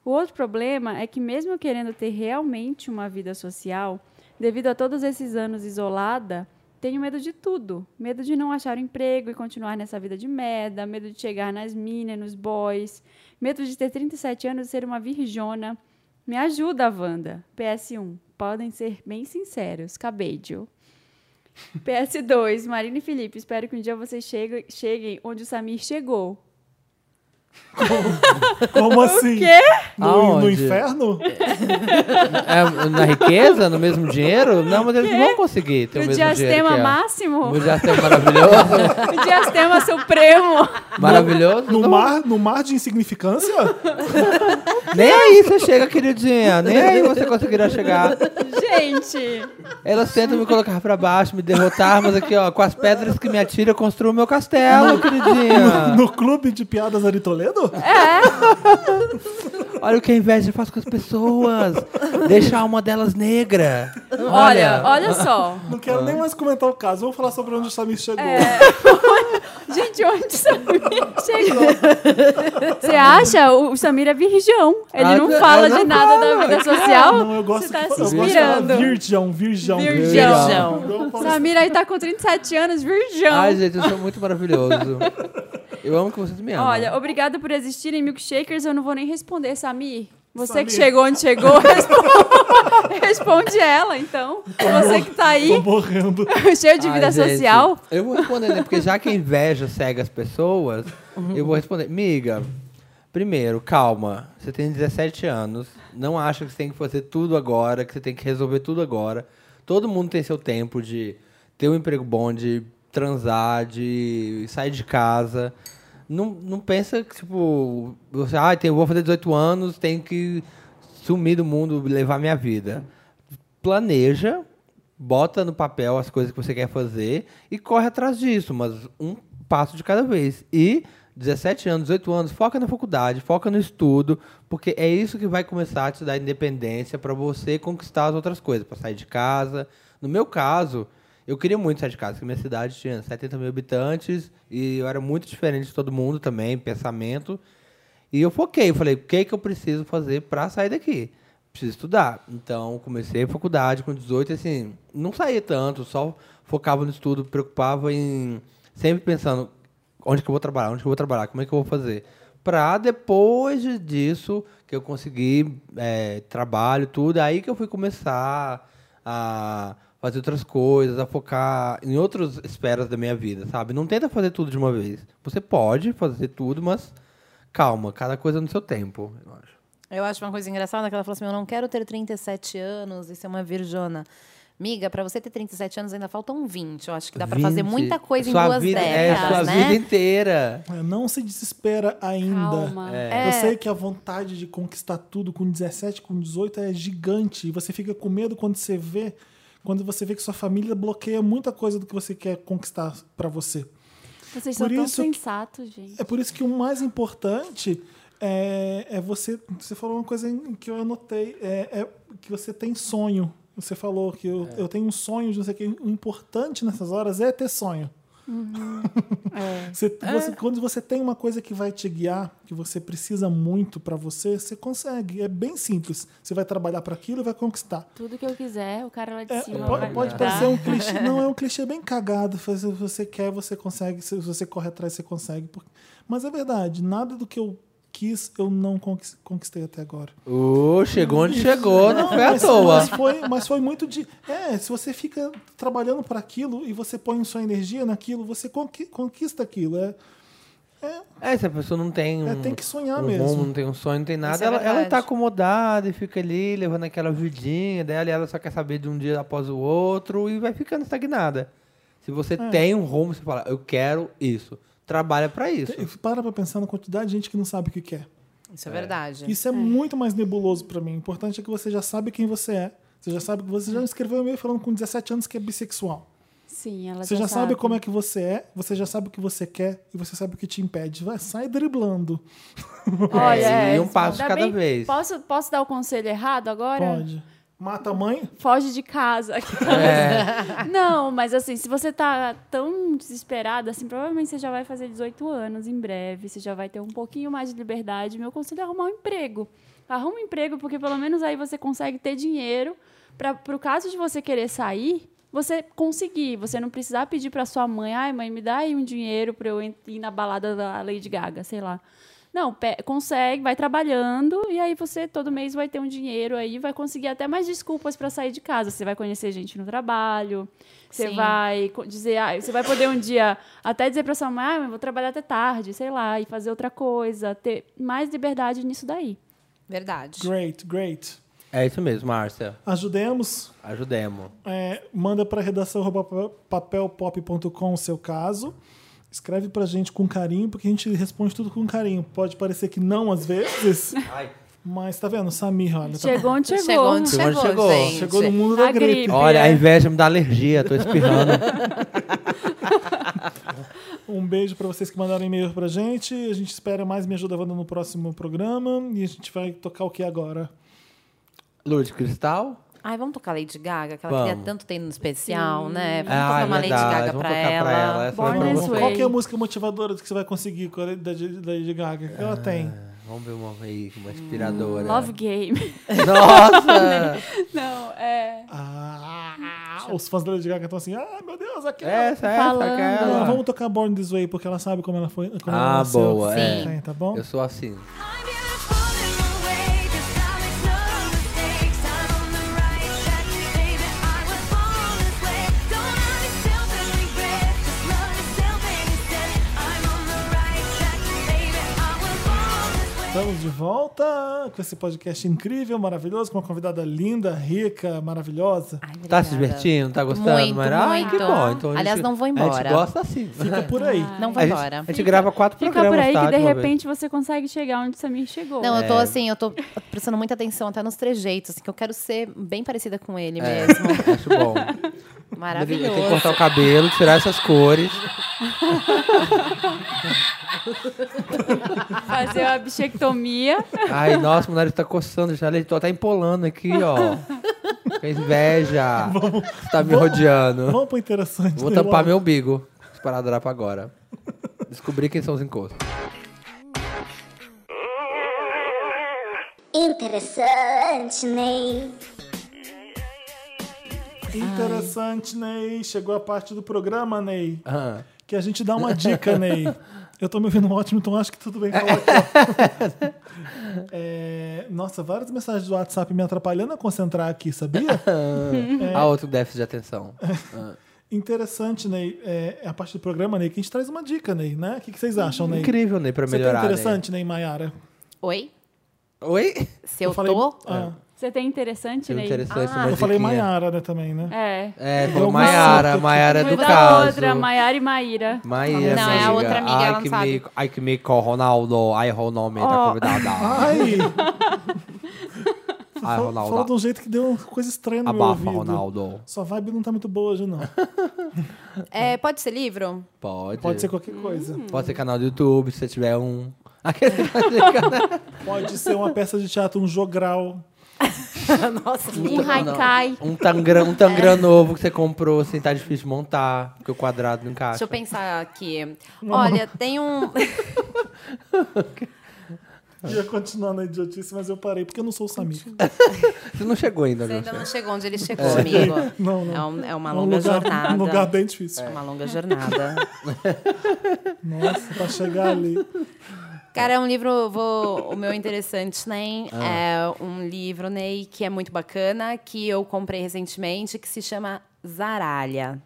S4: O outro problema é que, mesmo eu querendo ter realmente uma vida social, devido a todos esses anos isolada, tenho medo de tudo. Medo de não achar um emprego e continuar nessa vida de merda, medo de chegar nas minas, nos boys, medo de ter 37 anos e ser uma virjona. Me ajuda, Wanda. PS1. Podem ser bem sinceros. Cabeidio. PS2. Marina e Felipe, espero que um dia vocês cheguem, cheguem onde o Samir chegou.
S1: Como assim?
S4: quê?
S1: No, no
S2: Aonde?
S1: inferno?
S2: É, na riqueza? No mesmo dinheiro? Não, mas eles não vão conseguir ter o
S4: No
S2: mesmo dinheiro.
S4: diastema
S2: que ela.
S4: máximo?
S2: No diastema maravilhoso.
S4: O diastema supremo.
S2: maravilhoso.
S1: No
S2: Não,
S1: mar, no mar de insignificância?
S2: Nem aí você chega, queridinha. Nem aí você conseguirá chegar.
S4: Gente,
S2: Elas tentam me colocar pra baixo, me derrotar, mas aqui, ó, com as pedras que me atira, eu construo meu castelo, queridinha.
S1: No clube de piadas ali Toledo?
S4: É.
S2: Olha o que a inveja faz com as pessoas. Deixar uma delas negra.
S4: olha, olha só.
S2: Ah.
S4: É.
S1: Não quero nem mais comentar o caso. Vamos falar sobre onde o Samir chegou.
S4: Gente, onde o Samir chegou? Você acha? O o Samir é virgão. Ele
S2: Ah,
S4: não
S2: eu
S4: fala
S2: não
S4: de nada da vida social.
S1: Não, eu gosto
S4: Você tá
S1: que
S4: se
S1: eu gosto de falar
S4: inspirando.
S1: virgão, virgão.
S4: Virgão.
S3: Virgão.
S1: Igual o Paulo
S4: Samir aí tá com 37 anos, virgão.
S2: Ai, gente, eu sou muito maravilhoso. Eu amo que vocês me amam.
S4: Olha, obrigada por existirem, milkshakers. Eu não vou nem responder, Samir. Você que
S1: Samir.
S4: chegou onde chegou, responde, responde ela, então. Você que tá aí,
S1: Tô morrendo.
S4: cheio de vida
S2: Ai, gente,
S4: social.
S2: Eu vou responder, né? Porque já que a inveja cega as pessoas, eu vou responder. Miga, primeiro, calma. Você tem 17 anos. Não acha que você tem que fazer tudo agora, que você tem que resolver tudo agora. Todo mundo tem seu tempo de ter um emprego bom, de transar, de sair de casa. Não, não pensa que, tipo, você, ah, tem, vou fazer 18 anos, tenho que sumir do mundo, levar minha vida planeja, bota no papel as coisas que você quer fazer e corre atrás disso, mas um passo de cada vez. E 17 anos, 18 anos, foca na faculdade, foca no estudo, porque é isso que vai começar a te dar independência para você conquistar as outras coisas, para sair de casa. No meu caso, eu queria muito sair de casa, porque minha cidade tinha 70 mil habitantes e eu era muito diferente de todo mundo também, pensamento. E eu foquei, eu falei, o que, que eu preciso fazer para sair daqui? Preciso estudar. Então, comecei a faculdade com 18, assim, não saía tanto, só focava no estudo, preocupava em... Sempre pensando, onde que eu vou trabalhar, onde que eu vou trabalhar, como é que eu vou fazer? Para depois de- disso, que eu consegui é, trabalho, tudo, aí que eu fui começar a fazer outras coisas, a focar em outras esferas da minha vida, sabe? Não tenta fazer tudo de uma vez. Você pode fazer tudo, mas calma, cada coisa no seu tempo, eu acho.
S3: Eu acho uma coisa engraçada que ela falou assim: eu não quero ter 37 anos e ser uma virgona. Miga, pra você ter 37 anos ainda faltam 20. Eu acho que dá pra fazer
S2: 20.
S3: muita coisa
S2: Sua
S3: em duas
S2: vida,
S3: décadas,
S2: É, sua
S3: né?
S2: vida inteira.
S1: É, Não se desespera ainda.
S4: Calma.
S3: É.
S1: Eu sei que a vontade de conquistar tudo com 17, com 18 é gigante. E você fica com medo quando você vê, quando você vê que sua família bloqueia muita coisa do que você quer conquistar pra você.
S4: Vocês
S1: Por
S4: são tão
S1: isso que-
S4: sensatos, gente.
S1: É por isso que o mais importante é, é você. Você falou uma coisa em- que eu anotei: é, é que você tem sonho. Você falou que eu, eu tenho um sonho de não sei o que. O importante nessas horas é ter sonho. Você- você- quando você tem uma coisa que vai te guiar, que você precisa muito pra você, você consegue. É bem simples. Você vai trabalhar pra aquilo e vai conquistar.
S4: Tudo que eu quiser, o cara lá de
S1: É,
S4: cima.
S1: pode
S4: vai
S1: pode
S4: me
S1: parecer
S4: dar.
S1: um clichê. Não, é um clichê bem cagado. Faz- Se você quer, você consegue. Se você corre atrás, você consegue. Por- Mas é verdade. Nada do que eu quis, eu não conquis- conquistei até agora.
S2: Ô, chegou onde chegou,
S1: né?
S2: não, foi à
S1: mas,
S2: toa.
S1: Mas foi, mas foi muito de. É, se você fica trabalhando pra aquilo e você põe sua energia naquilo, você conqui- conquista aquilo. É,
S2: É, se a pessoa não tem um,
S1: É, tem que sonhar
S2: um
S1: mesmo.
S2: rumo, não tem um sonho, não tem nada,
S3: Isso é
S2: ela, ela tá
S3: verdade.
S2: acomodada e fica ali levando aquela vidinha dela e ela só quer saber de um dia após o outro e vai ficando estagnada. Se você
S1: É.
S2: tem um rumo, você fala, eu quero isso. Trabalha pra isso.
S1: Tem- Para pra pensar na quantidade de gente que não sabe o que quer.
S3: Isso é verdade.
S1: Isso é, muito mais nebuloso pra mim. O importante é que você já sabe quem você é. Você já sabe que você já escreveu um e-mail falando com 17 anos que é bissexual.
S4: Sim, ela
S1: Você já sabe como é que você é, você já sabe o que você quer e você sabe o que te impede. Vai, sai driblando.
S4: Olha,
S2: É, e
S1: né?
S4: é,
S2: um passo de
S4: ainda
S2: cada
S4: bem-
S2: vez.
S4: Posso, posso dar o conselho errado agora?
S1: Pode. Mata a mãe?
S4: Foge de casa.
S2: É,
S4: Não, mas assim, se você tá tão desesperada, assim, provavelmente você já vai fazer 18 anos em breve, você já vai ter um pouquinho mais de liberdade. Meu conselho é arrumar um emprego. Arruma um emprego, porque pelo menos aí você consegue ter dinheiro para pro caso de você querer sair, você conseguir. Você não precisar pedir pra sua mãe, ai, mãe, me dá aí um dinheiro pra eu en- ir na balada da Lady Gaga, sei lá. Não, pe- consegue, vai trabalhando e aí você todo mês vai ter um dinheiro aí, vai conseguir até mais desculpas para sair de casa. Você vai conhecer gente no trabalho, você
S3: Sim.
S4: vai co- dizer, ah, você vai poder um dia até dizer para sua mãe, ah, eu vou trabalhar até tarde, sei lá, e fazer outra coisa, ter mais liberdade nisso daí.
S3: Verdade.
S1: Great, great.
S2: é isso mesmo, Márcia.
S1: Ajudemos.
S2: Ajudemos.
S1: É, manda para redação arroba papelpop.com o seu caso. Escreve pra gente com carinho, porque a gente responde tudo com carinho. Pode parecer que não às vezes,
S2: Ai,
S1: mas tá vendo? Samir, olha, tá
S4: Chegou onde chegou.
S3: Chegou onde
S2: Chegou onde
S3: chegou,
S2: chegou.
S3: gente.
S1: Chegou no mundo da
S4: A
S1: gripe.
S4: gripe.
S2: Olha, a inveja me dá alergia, tô espirrando.
S1: Um beijo pra vocês que mandaram e-mail pra gente. A gente espera mais Me Ajuda Wanda no próximo programa. E a gente vai tocar o que agora?
S2: Luz de cristal?
S3: Ai, vamos tocar Lady Gaga, que ela
S2: Vamos.
S3: queria tanto ter no especial, né? Vamos
S2: Ah,
S3: tocar
S2: é
S3: uma Lady
S2: verdade,
S3: Gaga
S2: vamos
S3: pra
S2: tocar pra
S3: ela.
S2: ela, essa
S4: Born
S2: foi
S4: This
S2: pra
S4: Way.
S1: Qual que é a música motivadora que você vai conseguir com a Lady- da da Lady Gaga? Que ela tem.
S2: Vamos ver uma aí, uma inspiradora.
S4: Love Game.
S2: Nossa!
S4: Não, é.
S1: Ah, os fãs da Lady Gaga estão assim, ah, meu Deus, aquela.
S2: essa, essa,
S4: Falando.
S1: Ela,
S2: aquela.
S1: vamos tocar Born This Way, porque ela sabe como ela foi. Como
S2: Ah,
S1: ela nasceu.
S2: boa, Sim. é.
S1: Tem, tá bom?
S2: Eu sou assim.
S8: I'm beautiful in my way, 'cause I make no mistakes. I'm on the right track, baby. I was born this way. Don't have yourself in regret, just love yourself instead. I'm on the right track, baby. I was born this way.
S1: Estamos de volta com esse podcast incrível, maravilhoso, com uma convidada linda, rica, maravilhosa.
S3: Ai,
S2: Tá se
S3: obrigada.
S2: divertindo? Tá gostando?
S3: Muito,
S2: Mas, ah, que
S3: muito.
S2: bom. Então a
S3: Aliás,
S2: gente-
S3: não vou
S2: A gente
S3: embora.
S2: gosta assim.
S1: Fica por aí.
S3: Não
S2: A
S3: vai
S2: gente,
S3: embora.
S2: a gente grava quatro
S4: Fica por
S2: programas,
S4: aí
S2: tá?
S4: que de
S2: uma vez.
S4: repente você consegue chegar onde Samir chegou.
S3: Não, eu tô assim, eu tô prestando muita atenção até nos trejeitos, assim, que eu quero ser bem parecida com ele mesmo.
S2: É, acho bom. Tem que
S3: Maravilhoso.
S2: cortar o cabelo, tirar essas cores.
S4: Fazer a bichectomia.
S2: Ai, nossa, meu nariz tá coçando já. Tô até empolando aqui, ó. Que inveja. Você tá me rodeando.
S1: Vamos pro interessante.
S2: Vou
S1: dele
S2: tampar
S1: logo.
S2: meu umbigo. Esparadrapa agora. Descobri quem são os encostos.
S8: Interessante, Ney.
S1: Interessante, Ney. Chegou a parte do programa, Ney.
S2: Ah,
S1: Que a gente dá uma dica, Ney. Eu tô me ouvindo ótimo, então acho que tudo bem falar aqui. ó. É, nossa, várias mensagens do WhatsApp me atrapalhando a concentrar aqui, sabia?
S2: ah, outro déficit de atenção.
S1: Interessante, Ney. É, é a parte do programa, Ney, que a gente traz uma dica, Ney, né? O que, que vocês acham, Ney?
S2: Hum, Incrível, né? Pra
S1: Você
S2: melhorar.
S1: tem interessante, Ney, Maiara?
S3: Oi?
S2: Né? Oi?
S3: Se eu,
S1: falei,
S3: tô.
S1: Ah,
S2: É.
S4: Você tem interessante,
S2: Tem
S4: né?
S3: Ah,
S2: interessante uma
S1: eu falei
S2: diquinha.
S1: Maiara, né, também, né?
S4: É.
S2: É, falou
S1: Eu-
S2: Maiara.
S1: Nossa,
S2: Maiara é do
S4: Cuida
S2: caso.
S4: da outra, Maiara e Maíra.
S2: Maíra,
S3: Não, é a
S2: amiga.
S3: outra amiga,
S2: Ai,
S3: ela não
S2: que
S3: sabe. Oh.
S2: mico. Ai, que mico, Ronaldo. Ai, Ronaldo, tá
S4: Ó.
S2: convidada.
S1: Ai!
S2: Ai,
S1: Falou de
S2: Ronaldo.
S1: um jeito que deu uma coisa estranha no
S2: Abafa,
S1: meu ouvido.
S2: Ronaldo.
S1: Sua vibe não tá muito boa hoje, não.
S3: É, pode ser livro?
S2: Pode.
S1: Pode ser qualquer coisa.
S3: Hum.
S2: Pode ser canal do YouTube, se você tiver um. Aquele canal-
S1: Pode ser uma peça de teatro, um jogral.
S3: Nossa,
S4: Um haikai.
S2: um tangram, um tangram
S3: É.
S2: novo que você comprou, assim, tá difícil de montar, porque o quadrado não
S3: Deixa
S2: encaixa.
S3: eu pensar aqui. Olha, tem um.
S1: Ia continuar na idiotice, mas eu parei, porque eu não sou o Samir.
S2: Você não chegou ainda,
S3: Você ainda
S2: Gostei.
S3: não chegou onde ele chegou, amigo.
S1: Não, não.
S3: É, um- é uma
S1: É
S3: longa
S1: lugar,
S3: jornada. É
S1: Um lugar bem difícil.
S3: Uma longa jornada.
S1: Nossa, pra chegar ali.
S3: Cara, é um livro, vou, o meu interessante, Ney, é um livro, Ney, que é muito bacana, que eu comprei recentemente, que se chama Zaralha.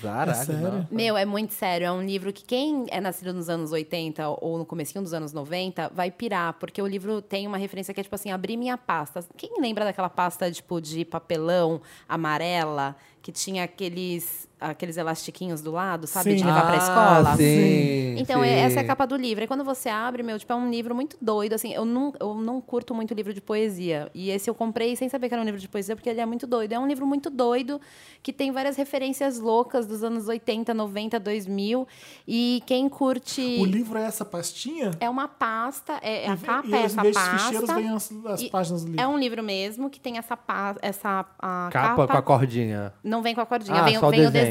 S2: Zaralho,
S1: É sério?
S2: não.
S3: Meu, é muito sério, é um livro que quem é nascido nos anos 80 ou no comecinho dos anos 90 vai pirar, porque o livro tem uma referência que é tipo assim, abrir minha pasta. Quem lembra daquela pasta tipo de papelão amarela que tinha aqueles aqueles elastiquinhos do lado, sabe, de
S1: Sim.
S3: levar pra
S2: Ah,
S3: escola?
S2: sim,
S3: Então,
S2: sim.
S3: é- essa é a capa do livro. E quando você abre, meu, tipo, é um livro muito doido. Assim, eu não, eu não curto muito livro de poesia. E esse eu comprei sem saber que era um livro de poesia, porque ele é muito doido. É um livro muito doido, que tem várias referências loucas dos anos 80, 90, 2000. E quem
S1: O
S3: curte.
S1: livro é essa pastinha?
S3: É uma pasta, é, é a
S1: E-
S3: capa
S1: e
S3: é
S1: eles
S3: essa
S1: deixam os ficheiros,
S3: pasta.
S1: vem as, as
S3: E
S1: páginas do livro.
S3: É um livro mesmo que tem essa pa- essa a
S2: Capa com a cordinha.
S3: Não vem com a cordinha,
S2: Ah,
S3: vem,
S2: só o
S3: vem o
S2: desenho.
S3: desenho.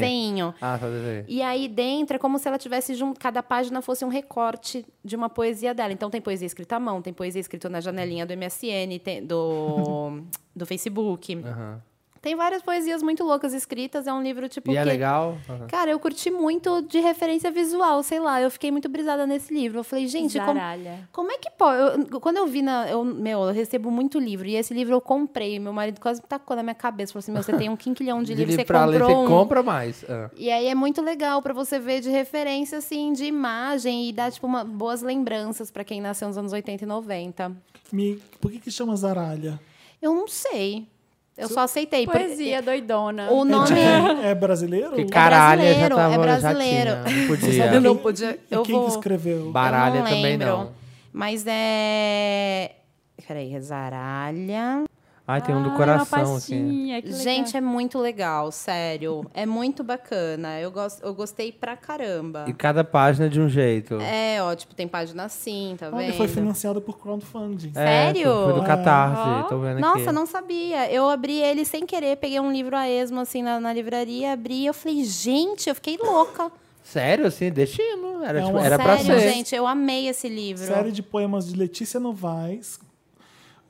S2: Ah, só desenho.
S3: E aí dentro é como se ela tivesse jun... cada página fosse um recorte de uma poesia dela. Então tem poesia escrita à mão, tem poesia escrita na janelinha do MSN, tem- do do Facebook.
S2: Aham.
S3: Tem várias poesias muito loucas escritas, é um livro tipo
S2: E é
S3: que-
S2: legal? Aham.
S3: Cara, eu curti muito de referência visual, sei lá, eu fiquei muito brisada nesse livro. Eu falei, gente, como
S4: Zaralha.
S3: como é que pode? Eu- quando eu vi na. Eu, meu, eu recebo muito livro. E esse livro eu comprei. Meu marido quase tacou na minha cabeça. Falou assim: Meu, você tem um quinquilhão de livros,
S2: livro
S3: você
S2: pra ler,
S3: comprou.
S2: você
S3: um...
S2: compra mais. Ah.
S3: E aí é muito legal pra você ver de referência, assim, de imagem e dar, tipo, uma- boas lembranças pra quem nasceu nos anos 80 e 90.
S1: Me- Por que que chama Zaralha?
S3: Eu não sei. Eu só aceitei. porque-
S4: Poesia doidona.
S3: O
S1: É,
S3: nome
S1: de-
S3: é...
S1: é brasileiro?
S2: Que
S1: E
S2: caralho, eu já
S3: brasileiro, é
S2: tava,
S3: brasileiro.
S2: já tinha. Não
S1: sabe
S2: podia.
S3: não
S1: quem-
S3: podia-
S1: E
S3: eu
S1: quem
S3: vou-
S1: que escreveu?
S2: Baralha
S3: eu não
S2: também
S3: lembro.
S2: não.
S3: Mas é... Peraí, é Zaralha...
S2: Ai, tem um do
S4: Ah, é uma
S2: coração, assim.
S4: pastinha, que
S3: Gente,
S4: legal.
S3: é muito legal, sério. É muito bacana. Eu, gosto, eu gostei pra caramba.
S2: E cada página de um jeito.
S3: É, ó, tipo, tem página assim, tá
S1: Olha,
S3: vendo?
S1: foi financiado por crowdfunding.
S2: É,
S3: Sério?
S2: Foi do Catarse,
S4: Ó.
S2: tô vendo aqui.
S3: Nossa, não sabia. Eu abri ele sem querer, peguei um livro a esmo, assim, na, na livraria, abri e eu falei, gente, eu fiquei louca.
S2: Sério, assim, destino. Era,
S1: É
S2: tipo,
S1: uma-
S2: era pra
S3: Sério,
S2: ser.
S3: gente, eu amei esse livro.
S1: Série de poemas de Letícia Novaes.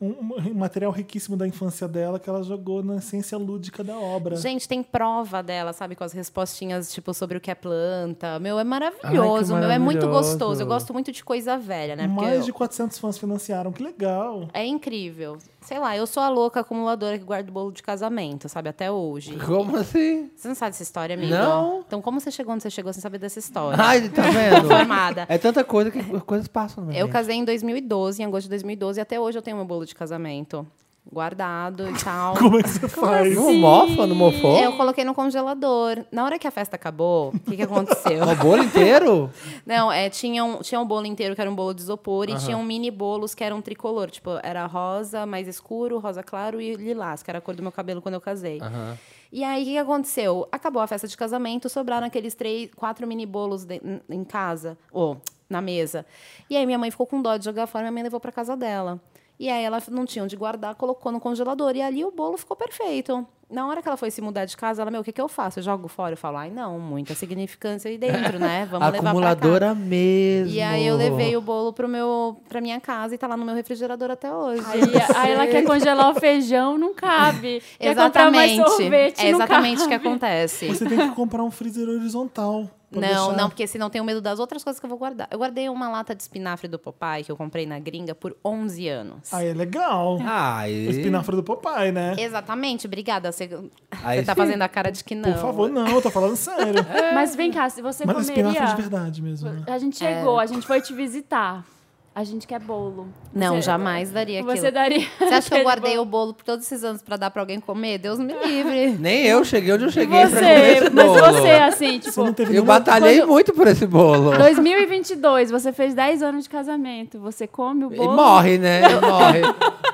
S1: Um um material riquíssimo da infância dela que ela jogou na essência lúdica da obra.
S3: Gente, tem prova dela, sabe? Com as respostinhas, tipo, sobre o que é planta. Meu, é maravilhoso. Meu, é muito
S2: maravilhoso.
S3: gostoso. Eu gosto muito de coisa velha, né? Porque
S1: Mais
S3: eu-
S1: de 400 fãs financiaram, que legal.
S3: É incrível. Sei lá, eu sou a louca acumuladora que guarda o bolo de casamento, sabe? Até hoje.
S2: Como assim?
S3: Você não sabe dessa história, amigo?
S2: Não.
S3: Então, como você chegou onde você chegou sem saber dessa história?
S2: Ai, tá vendo?
S3: Formada.
S2: É tanta coisa que coisas passam na minha
S3: Eu
S2: mente.
S3: casei em 2012, em agosto de 2012, e até hoje eu tenho meu bolo de casamento guardado e tal.
S1: Como é que você faz?
S3: assim?
S2: Não mofa, não mofou?
S3: Eu coloquei no congelador. Na hora que a festa acabou, o que, que aconteceu?
S2: É O bolo inteiro?
S3: Não, é, tinha, um, tinha um bolo inteiro que era um bolo de isopor e tinham mini bolos que eram tricolor. Tipo, era rosa mais escuro, rosa claro e lilás, que era a cor do meu cabelo quando eu casei.
S2: Aham.
S3: E aí, o que, que aconteceu? Acabou a festa de casamento, sobraram aqueles três, quatro mini bolos de- n- em casa, ou na mesa. E aí, minha mãe ficou com dó de jogar fora, minha mãe levou para casa dela. E aí, ela não tinha onde guardar, colocou no congelador. E ali, o bolo ficou perfeito. Na hora que ela foi se mudar de casa, ela, meu, o que, que eu faço? Eu jogo fora? Eu falo, ai, não, muita significância aí dentro, né? Vamos levar pra cá.
S2: Acumuladora mesmo.
S3: E aí eu levei o bolo pro meu, pra minha casa e tá lá no meu refrigerador até hoje.
S4: Aí, aí ela quer congelar o feijão, não cabe. Quer comprar mais sorvete,
S3: é exatamente
S4: não
S3: o que
S4: cabe.
S3: acontece.
S1: Você tem que comprar um freezer horizontal. pra
S3: Não,
S1: deixar.
S3: não, porque senão eu tenho medo das outras coisas que eu vou guardar. Eu guardei uma lata de espinafre do Popeye que eu comprei na gringa por 11 anos.
S1: Aí é legal.
S2: Ai.
S1: O espinafre do papai, né?
S3: Exatamente, obrigada. Você,
S2: Aí
S3: você tá
S2: sim.
S3: fazendo a cara de que não.
S1: Por favor, não, eu tô falando sério.
S4: Mas vem cá, se você
S1: Mas espinafre de
S4: comeria...
S1: verdade mesmo. Né?
S4: A gente chegou,
S3: É.
S4: a gente foi te visitar. A gente quer bolo.
S3: Não,
S4: Você-
S3: jamais daria aquilo.
S4: Você daria...
S3: Você acha que eu guardei o bolo por todos esses anos pra dar pra alguém comer? Deus me livre.
S2: Nem eu cheguei onde eu cheguei pra comer
S4: Você,
S2: esse
S4: mas
S2: bolo.
S4: você, assim,
S1: Você
S4: tipo...
S1: não teve
S2: Eu
S1: nenhuma-
S2: batalhei muito por esse bolo.
S4: 2022, você fez 10 anos de casamento. Você come o
S2: E
S4: bolo...
S2: morre, né? E morre.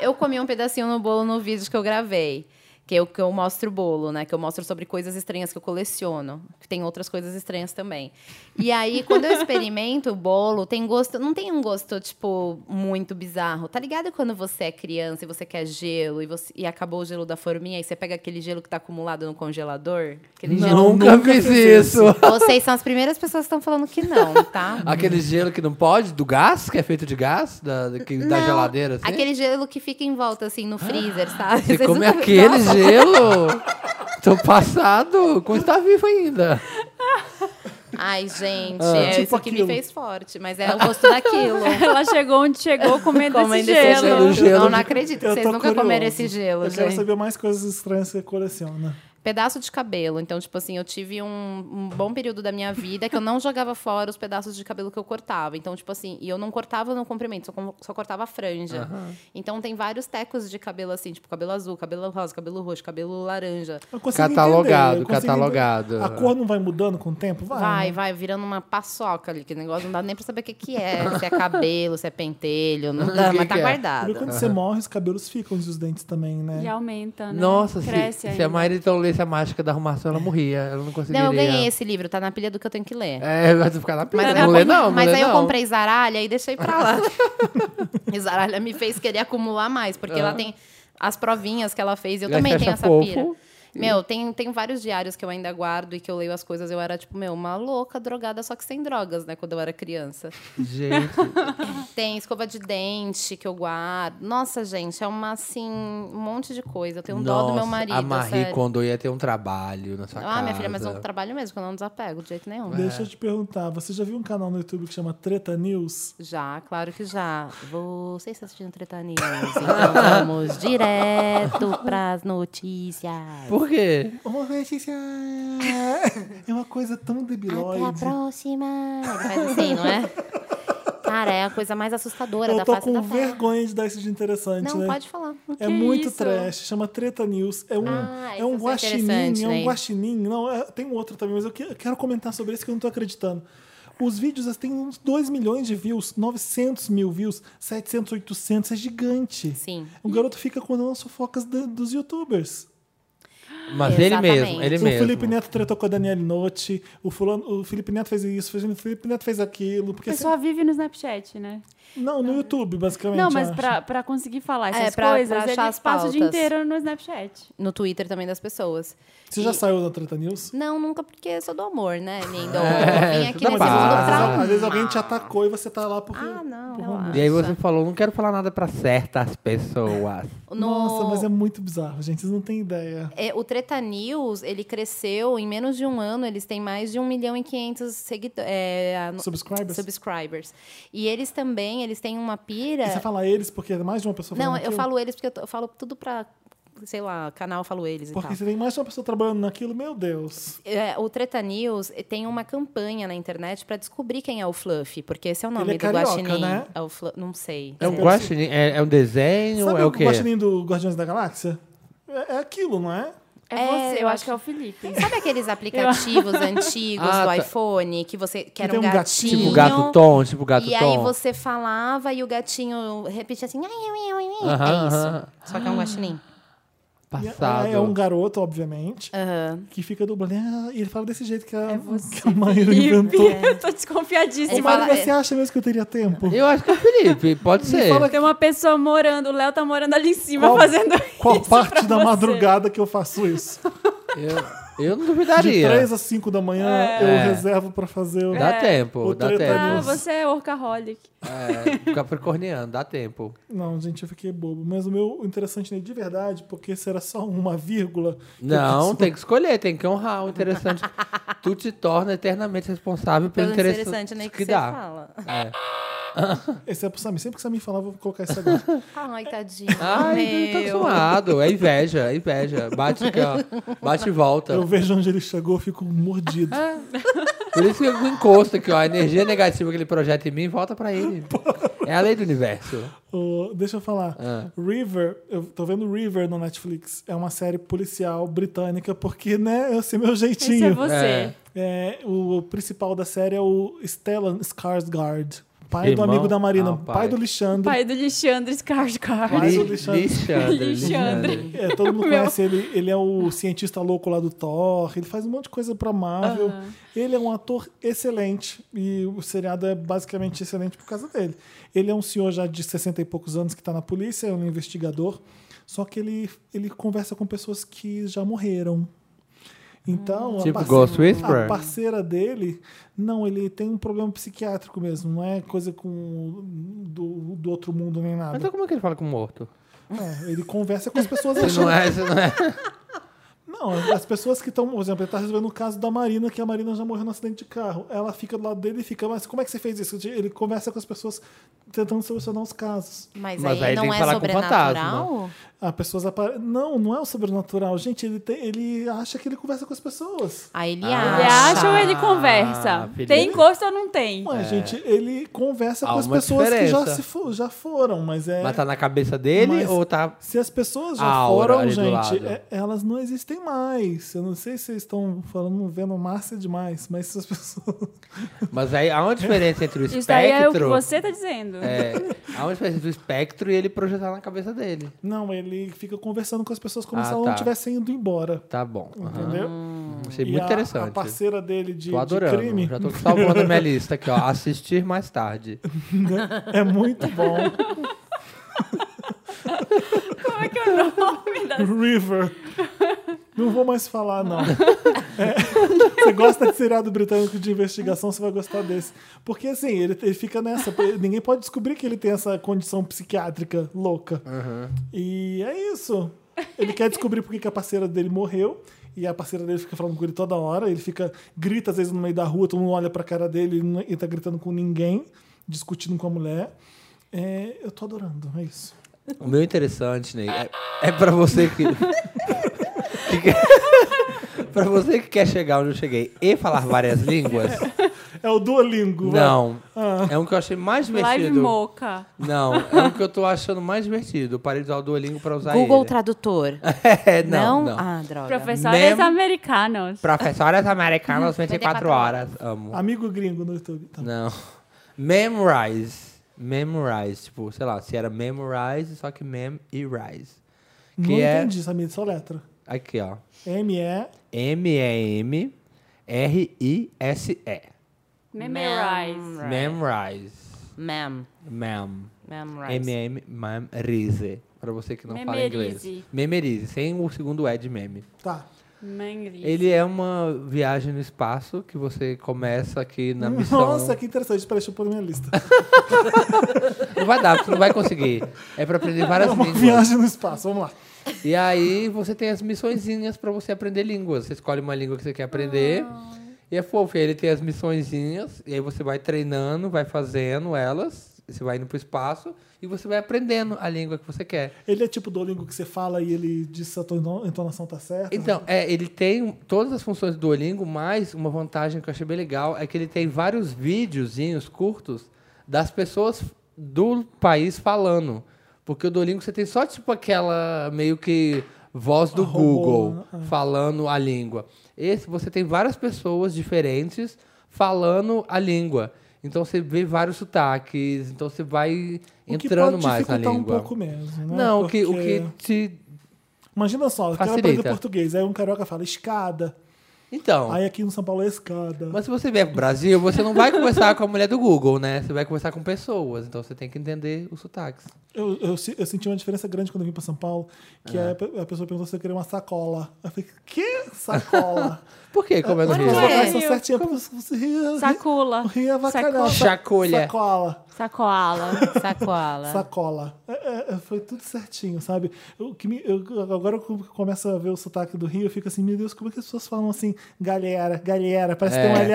S3: Eu comi um pedacinho no bolo no vídeo que eu gravei. Que eu, que eu mostro o bolo, né? Que eu mostro sobre coisas estranhas que eu coleciono. Que tem outras coisas estranhas também. E aí, quando eu experimento o bolo, tem gosto. Não tem um gosto, tipo, muito bizarro. Tá ligado quando você é criança e você quer gelo e, você, e acabou o gelo da forminha e você pega aquele gelo que tá acumulado no congelador? Aquele gelo.
S2: nunca, fiz isso.
S3: Vocês são as primeiras pessoas que estão falando que não, tá?
S2: Aquele gelo que não pode, do gás, que é feito de gás, da, da- que- da
S3: Não,
S2: geladeira, assim.
S3: Aquele gelo que fica em volta, assim, no freezer, sabe?
S2: Ah, Você
S3: Vocês
S2: come
S3: nunca-
S2: aquele
S3: Nossa,
S2: gelo? Tô passado, como está vivo ainda.
S3: Ai, gente,
S2: Ah.
S3: é
S1: Tipo
S3: isso que
S1: aquilo.
S3: me fez forte, mas é o gosto daquilo.
S4: Ela chegou onde chegou comendo,
S3: Comendo
S4: esse
S3: esse
S4: gelo.
S2: gelo. gelo.
S3: Não, não acredito que
S1: Eu
S3: vocês
S1: tô
S3: nunca
S1: curioso.
S3: comeram esse gelo,
S1: Eu quero
S3: gente.
S1: saber mais coisas estranhas que você coleciona.
S3: Pedaço de cabelo. Então, tipo assim, eu tive um, um bom período da minha vida que eu não jogava fora os pedaços de cabelo que eu cortava. Então, tipo assim, e eu não cortava no comprimento, só, com- só cortava a franja. Então, tem vários tecos de cabelo assim, tipo cabelo azul, cabelo rosa, cabelo roxo, cabelo laranja.
S1: Eu consigo
S2: Catalogado,
S1: Tá entender, eu consigo
S2: catalogado.
S1: entender. A cor não vai mudando com o tempo? Vai.
S3: Vai,
S1: né?
S3: vai, virando uma paçoca ali, que negócio não dá nem pra saber o que, que é. Se é cabelo, se é pentelho, não dá,
S2: Que que
S3: mas tá
S2: é?
S1: Porque
S3: guardado.
S1: quando você morre, os cabelos ficam e os dentes também, né?
S4: E aumenta, né?
S2: Nossa, se,
S4: Cresce
S2: se a
S4: ainda.
S2: Maíra então lesse a mágica da arrumação, ela morria. Ela não conseguiria.
S3: Não, eu ganhei esse livro, tá na pilha do que eu tenho que ler.
S2: É, vai ficar na
S3: Mas,
S2: pilha.
S3: aí eu
S2: Não lê,
S3: com-
S2: não. não
S3: mas
S2: lê,
S3: aí eu
S2: não.
S3: comprei Zaralha e deixei pra lá. e Zaralha me fez querer acumular mais, porque
S2: Ah.
S3: ela tem as provinhas que ela fez, eu
S2: E aí
S3: também
S2: você
S3: tenho
S2: acha
S3: essa
S2: fofo?
S3: pira. Meu, tem, tem vários diários que eu ainda guardo e que eu leio as coisas. Eu era, tipo, meu, uma louca drogada, só que sem drogas, né? Quando eu era criança.
S2: Gente,
S3: Tem escova de dente que eu guardo. Nossa, gente, é uma, assim, um monte de coisa. Eu tenho um dó do meu
S2: nossa,
S3: marido,
S2: A Marie
S3: sério.
S2: quando ia ter um trabalho na sua casa. É.
S3: Ah, minha filha, mas é um trabalho mesmo, que eu não desapego de jeito nenhum.
S1: Deixa eu te perguntar, você já viu um canal no YouTube que chama Treta News?
S3: Já, claro que já. Você está assistindo Treta News, então vamos direto pras notícias.
S2: Por quê?
S1: Uma notícia é uma coisa tão
S3: Até a
S1: debilóide.
S3: próxima. Ele faz assim, não é? Cara, é a coisa mais assustadora
S1: Eu
S3: da
S1: tô
S3: face
S1: com
S3: da terra.
S1: vergonha de dar isso de interessante,
S3: Não,
S1: né?
S3: pode falar.
S1: É
S4: Que
S1: muito
S4: isso?
S1: trash, chama Treta News. É um,
S3: Ah,
S1: é um
S3: isso eu achei
S1: guaxinim,
S3: interessante,
S1: é um
S3: né?
S1: guaxinim. Não, é- tem um outro também, mas eu, que- eu quero comentar sobre esse que eu não tô acreditando. Os vídeos assim, têm uns 2 milhões de views, 900 mil views, 700, 800, é gigante.
S7: Sim.
S1: O garoto fica com as fofocas do- dos youtubers.
S2: Mas ele
S7: Exatamente.
S2: mesmo, ele
S1: o
S2: mesmo.
S1: Felipe Neto tretou com a Daniele Notti, o, fulano, o Felipe Neto fez isso, o Felipe Neto fez aquilo.
S4: O
S1: Porque
S4: pessoal vive no Snapchat, né?
S1: assim- não, no YouTube, basicamente.
S4: Não, mas
S1: eu
S4: pra,
S1: acho.
S4: pra conseguir falar
S3: É,
S4: essas
S3: pra- pra
S4: coisas,
S3: achar as
S4: ele passa o dia
S3: pautas.
S4: inteiro no Snapchat.
S3: No Twitter também das pessoas.
S1: Você já
S3: E-
S1: saiu da Treta News?
S3: Não, nunca, porque sou do amor, né, lindo?
S2: É,
S3: Eu Vim aqui
S2: tudo
S3: nesse mundo
S2: bem.
S1: Às vezes-
S3: pra...
S1: Às vezes alguém te atacou e você tá lá porque.
S3: Ah, não,
S1: né?
S2: E aí você
S3: relaxa.
S2: falou, não quero falar nada pra certas pessoas.
S3: No-
S1: Nossa, mas é muito bizarro, gente. Vocês não têm ideia.
S3: É, o Treta News, ele cresceu em menos de um ano, eles têm mais de 1 milhão e 500 seguidores.
S1: Subscribers?
S3: subscribers. E eles também, eles têm uma pira.
S1: E você fala eles porque é mais de uma pessoa
S3: Não,
S1: fazendo
S3: eu
S1: aquilo?
S3: falo eles porque eu, tô- eu falo tudo pra, sei lá, canal, eu falo eles então. e
S1: Porque
S3: tal.
S1: você tem mais de uma pessoa trabalhando naquilo, meu Deus.
S3: É, o Treta News eh, tem uma campanha na internet pra descobrir quem é o Fluffy, porque esse é o nome
S1: é
S3: do
S1: carioca,
S3: Guaxinim.
S1: né?
S3: É o Flu- Não sei.
S2: É um guaxinim, é, é um desenho,
S1: Sabe
S2: é
S1: o
S2: o quê?
S1: guaxinim do Guardiões da Galáxia? É, é aquilo, não é?
S4: É,
S3: É,
S4: você, eu,
S3: eu
S4: acho que é o Felipe.
S3: Sabe aqueles aplicativos antigos
S2: Ah,
S3: do
S2: tá.
S3: iPhone que você que era
S1: tem
S3: um
S1: um gatinho.
S2: Tipo
S3: gatinho?
S2: gato tom, tipo gato tom.
S3: e aí você falava e o gatinho repetia assim, ai, ai, ai, ai.
S2: Aham,
S3: é isso.
S2: aham.
S3: Só que é um guaxinim.
S1: E é-
S2: Passado.
S1: É um garoto, obviamente,
S3: Aham.
S1: que fica dublando. Ah, E ele fala desse jeito que a,
S4: É você,
S1: que a Maíra
S4: Felipe,
S1: inventou.
S4: eu tô desconfiadíssima.
S3: Ele
S1: Ele
S3: fala-
S1: você acha mesmo que eu teria tempo?
S2: Eu acho que é o Felipe, pode ser.
S4: Tem uma pessoa morando, o Léo tá morando ali em cima
S1: Qual-
S4: fazendo
S1: Qual
S4: isso pra
S1: parte da
S4: você.
S1: madrugada que eu faço isso?
S2: Eu, eu não
S1: De
S2: duvidaria.
S1: 3 às 5 da manhã
S2: É.
S1: eu reservo pra fazer o.
S2: Dá
S4: É.
S2: tempo,
S1: O
S2: dá
S1: treta
S2: tempo.
S4: Ah,
S1: Deus.
S4: você é workaholic.
S2: É, capricorniano, dá tempo.
S1: Não, gente, eu fiquei bobo. Mas o meu interessante nele de verdade, porque será só uma vírgula. que eu
S2: Não,
S1: faço-
S2: tem que escolher, tem que honrar o interessante. tu te torna eternamente responsável pelo,
S3: Pelo interessante, né?
S2: que,
S3: Que, você
S2: dá.
S3: fala.
S2: É.
S1: Esse é pro Samir. Sempre que o Samir falar, eu vou colocar isso agora.
S3: Ai, tadinho.
S2: Ai, tô
S3: meu.
S2: acostumado. É inveja, é inveja. Bate aqui, ó. Bate e volta.
S1: Eu vejo onde ele chegou, eu fico mordido.
S2: Por isso que eu encosto aqui, ó. A energia negativa que ele projeta em mim volta pra ele. É a lei do universo. Ah.
S1: Ô, deixa eu falar. River, eu tô vendo River no Netflix. É uma série policial britânica, porque, né, eu sei meu
S4: Esse é
S1: jeitinho.
S4: você.
S2: É.
S1: É, o principal da série é o Stellan Skarsgård, pai
S2: Irmão?
S1: do amigo da Marina,
S2: Ah, pai.
S1: pai. do Alexandre.
S4: Pai do Alexandre Skarsgård.
S1: Mas
S2: Li-
S1: o Alexandre-
S2: Lixandre.
S4: Lixandre.
S2: Lixandre.
S1: É, todo mundo
S4: Meu.
S1: conhece ele. Ele é o cientista louco lá do Thor. Ele faz um monte de coisa pra Marvel. Ele é um ator excelente. E o seriado é basicamente excelente por causa dele. Ele é um senhor já de 60 e poucos anos que tá na polícia, é um investigador. Só que ele, ele conversa com pessoas que já morreram. Então,
S2: Tipo
S1: a,
S2: Ghost
S1: parceira,
S2: Whisperer?
S1: a parceira dele, não, ele tem um problema psiquiátrico mesmo, não é coisa com do, do outro mundo nem nada.
S2: Então como é que ele fala com o morto?
S1: É, ele conversa com as pessoas
S2: Se não é, se não é.
S1: Não, as pessoas que estão, por exemplo, ele tá resolvendo o caso da Marina, que a Marina já morreu num acidente de carro. Ela fica do lado dele e fica, mas como é que você fez isso? Ele conversa com as pessoas tentando solucionar os casos.
S3: Mas,
S2: Mas
S3: aí,
S2: aí tem
S3: não
S2: que
S3: é
S2: falar com
S3: sobrenatural?
S1: As pessoas aparecem. Não, não é o sobrenatural. Gente, ele, tem, ele acha que ele conversa com as pessoas.
S3: Aí ele
S2: Ah.
S4: Ele
S3: acha.
S4: acha ou ele conversa?
S2: Felipe.
S4: Tem encosto ou não tem?
S1: Ué, é, gente, ele conversa
S2: É. Há
S1: com as
S2: uma
S1: pessoas que já,
S2: diferença.
S1: se fo- já foram, mas é.
S2: Mas tá na cabeça dele
S1: Mas-
S2: ou tá.
S1: Se as pessoas já
S2: A aura
S1: foram,
S2: ali do
S1: gente,
S2: lado.
S1: é- elas não existem mais. Eu não sei se vocês estão falando, vendo massa demais, mas se as pessoas.
S2: Mas aí há uma diferença entre o espectro.
S4: Isso aí é o que você tá dizendo.
S2: É, há uma diferença entre o espectro e ele projetar na cabeça dele.
S1: Não, ele fica conversando com as pessoas como
S2: Ah,
S1: se elas
S2: tá.
S1: não estivessem indo embora.
S2: Tá bom. Aham.
S1: Entendeu?
S4: Uhum.
S2: Achei
S1: E
S2: muito
S1: a-
S2: interessante.
S1: A parceira dele de,
S2: Tô
S1: de
S2: adorando.
S1: crime
S2: Já tô salvando a minha lista aqui, ó. Assistir mais tarde.
S1: é muito bom.
S4: Como é que é o nome da
S1: River. Não vou mais falar, não. É, você gosta de seriado britânico de investigação, você vai gostar desse. Porque assim, ele, ele fica nessa. Ninguém pode descobrir que ele tem essa condição psiquiátrica louca. E é isso. Ele quer descobrir por que que a parceira dele morreu. E a parceira dele fica falando com ele toda hora. Ele fica, grita às vezes no meio da rua, todo mundo olha pra cara dele, ele não ele tá gritando com ninguém, discutindo com a mulher. É, eu tô adorando, é isso.
S2: O meu interessante, Ney, é, é pra você que. que quer- pra você que quer chegar onde eu cheguei e falar várias línguas,
S1: É o Duolingo. vai.
S2: Não.
S1: Ah.
S2: É um que eu achei mais
S4: Live
S2: divertido.
S4: Moca.
S2: Não, é um que eu tô achando mais divertido. Eu parei de usar o Duolingo pra usar
S3: Google
S2: ele.
S3: Tradutor.
S2: É,
S3: não?
S2: não, não.
S3: Ah, droga.
S4: Professores
S2: Mem-
S4: americanos.
S2: Professoras americanas 24
S3: 24
S2: horas. Amo.
S1: Amigo gringo no YouTube. Tá.
S2: Não. Memorize. Memorize. Tipo, sei lá, se era memorize, só que mem e rise.
S1: Não
S2: Que é-
S1: entendi, Samir, só letra.
S2: Aqui, ó.
S1: M-E.
S2: M-E-M-R-I-S-E.
S4: Memorize.
S2: Memorize.
S3: Ma'am.
S2: Mem.
S3: Ma'am, right.
S2: M-M, memorize. Pra você que não fala inglês.
S4: Memerize.
S2: Memorize. Sem o segundo E de meme.
S1: Tá.
S4: Mangri.
S2: Ele é uma viagem no espaço que você começa aqui na missão.
S1: Nossa, que interessante. Espera, deixa eu pôr na minha lista.
S2: Não vai dar, porque não vai conseguir. É pra aprender várias
S1: É uma
S2: línguas.
S1: viagem no espaço, vamos lá.
S2: E aí você tem as missõezinhas pra você aprender línguas. Você escolhe uma língua que você quer aprender.
S1: Ah.
S2: E é fofo. E aí ele tem as missõezinhas. E aí você vai treinando, vai fazendo elas. Você vai indo pro espaço. E você vai aprendendo a língua que você quer.
S1: Ele é tipo do Duolingo que você fala e ele diz se a tua ento- entonação tá certa.
S2: Então, é, ele tem todas as funções do Duolingo, mas uma vantagem que eu achei bem legal é que ele tem vários videozinhos curtos das pessoas do país falando. Porque o Duolingo você tem só tipo aquela meio que voz do
S1: Ah, robô,
S2: Google
S1: né? Ah.
S2: falando a língua. Esse você tem várias pessoas diferentes falando a língua. Então você vê vários sotaques, então você vai
S1: o que
S2: entrando
S1: pode
S2: mais na
S1: dificultar
S2: língua.
S1: um pouco mesmo, né?
S2: Não, o que, o
S1: Porque-
S2: que te.
S1: Imagina só, eu quero
S2: Facilita.
S1: aprender português. Aí um carioca fala escada.
S2: Então.
S1: Aí aqui no São Paulo é escada.
S2: Mas se você vier pro Brasil, você não vai conversar com a mulher do Google, né? Você vai conversar com pessoas, então você tem que entender os sotaques.
S1: Eu, eu, se- eu senti uma diferença grande quando eu vim pra São Paulo, que é, a pessoa perguntou se eu queria uma sacola. Eu falei, que sacola?
S2: Por quê? Como é no
S1: As
S2: Rio?
S1: pessoas
S3: Ué.
S1: conversam certinho, porque você ri-
S4: Sacula.
S1: ri avacalhada.
S4: Saco-
S2: Chacolha.
S1: Sacola.
S4: Sacoala.
S2: Tá.
S3: Sacoala.
S1: Sacola. É, é, é, foi tudo certinho, sabe? O que me- eu- agora eu começo a ver o sotaque do Rio, eu fico assim, meu Deus, como é que as pessoas falam assim? Galera, galera, parece que tem um
S2: É.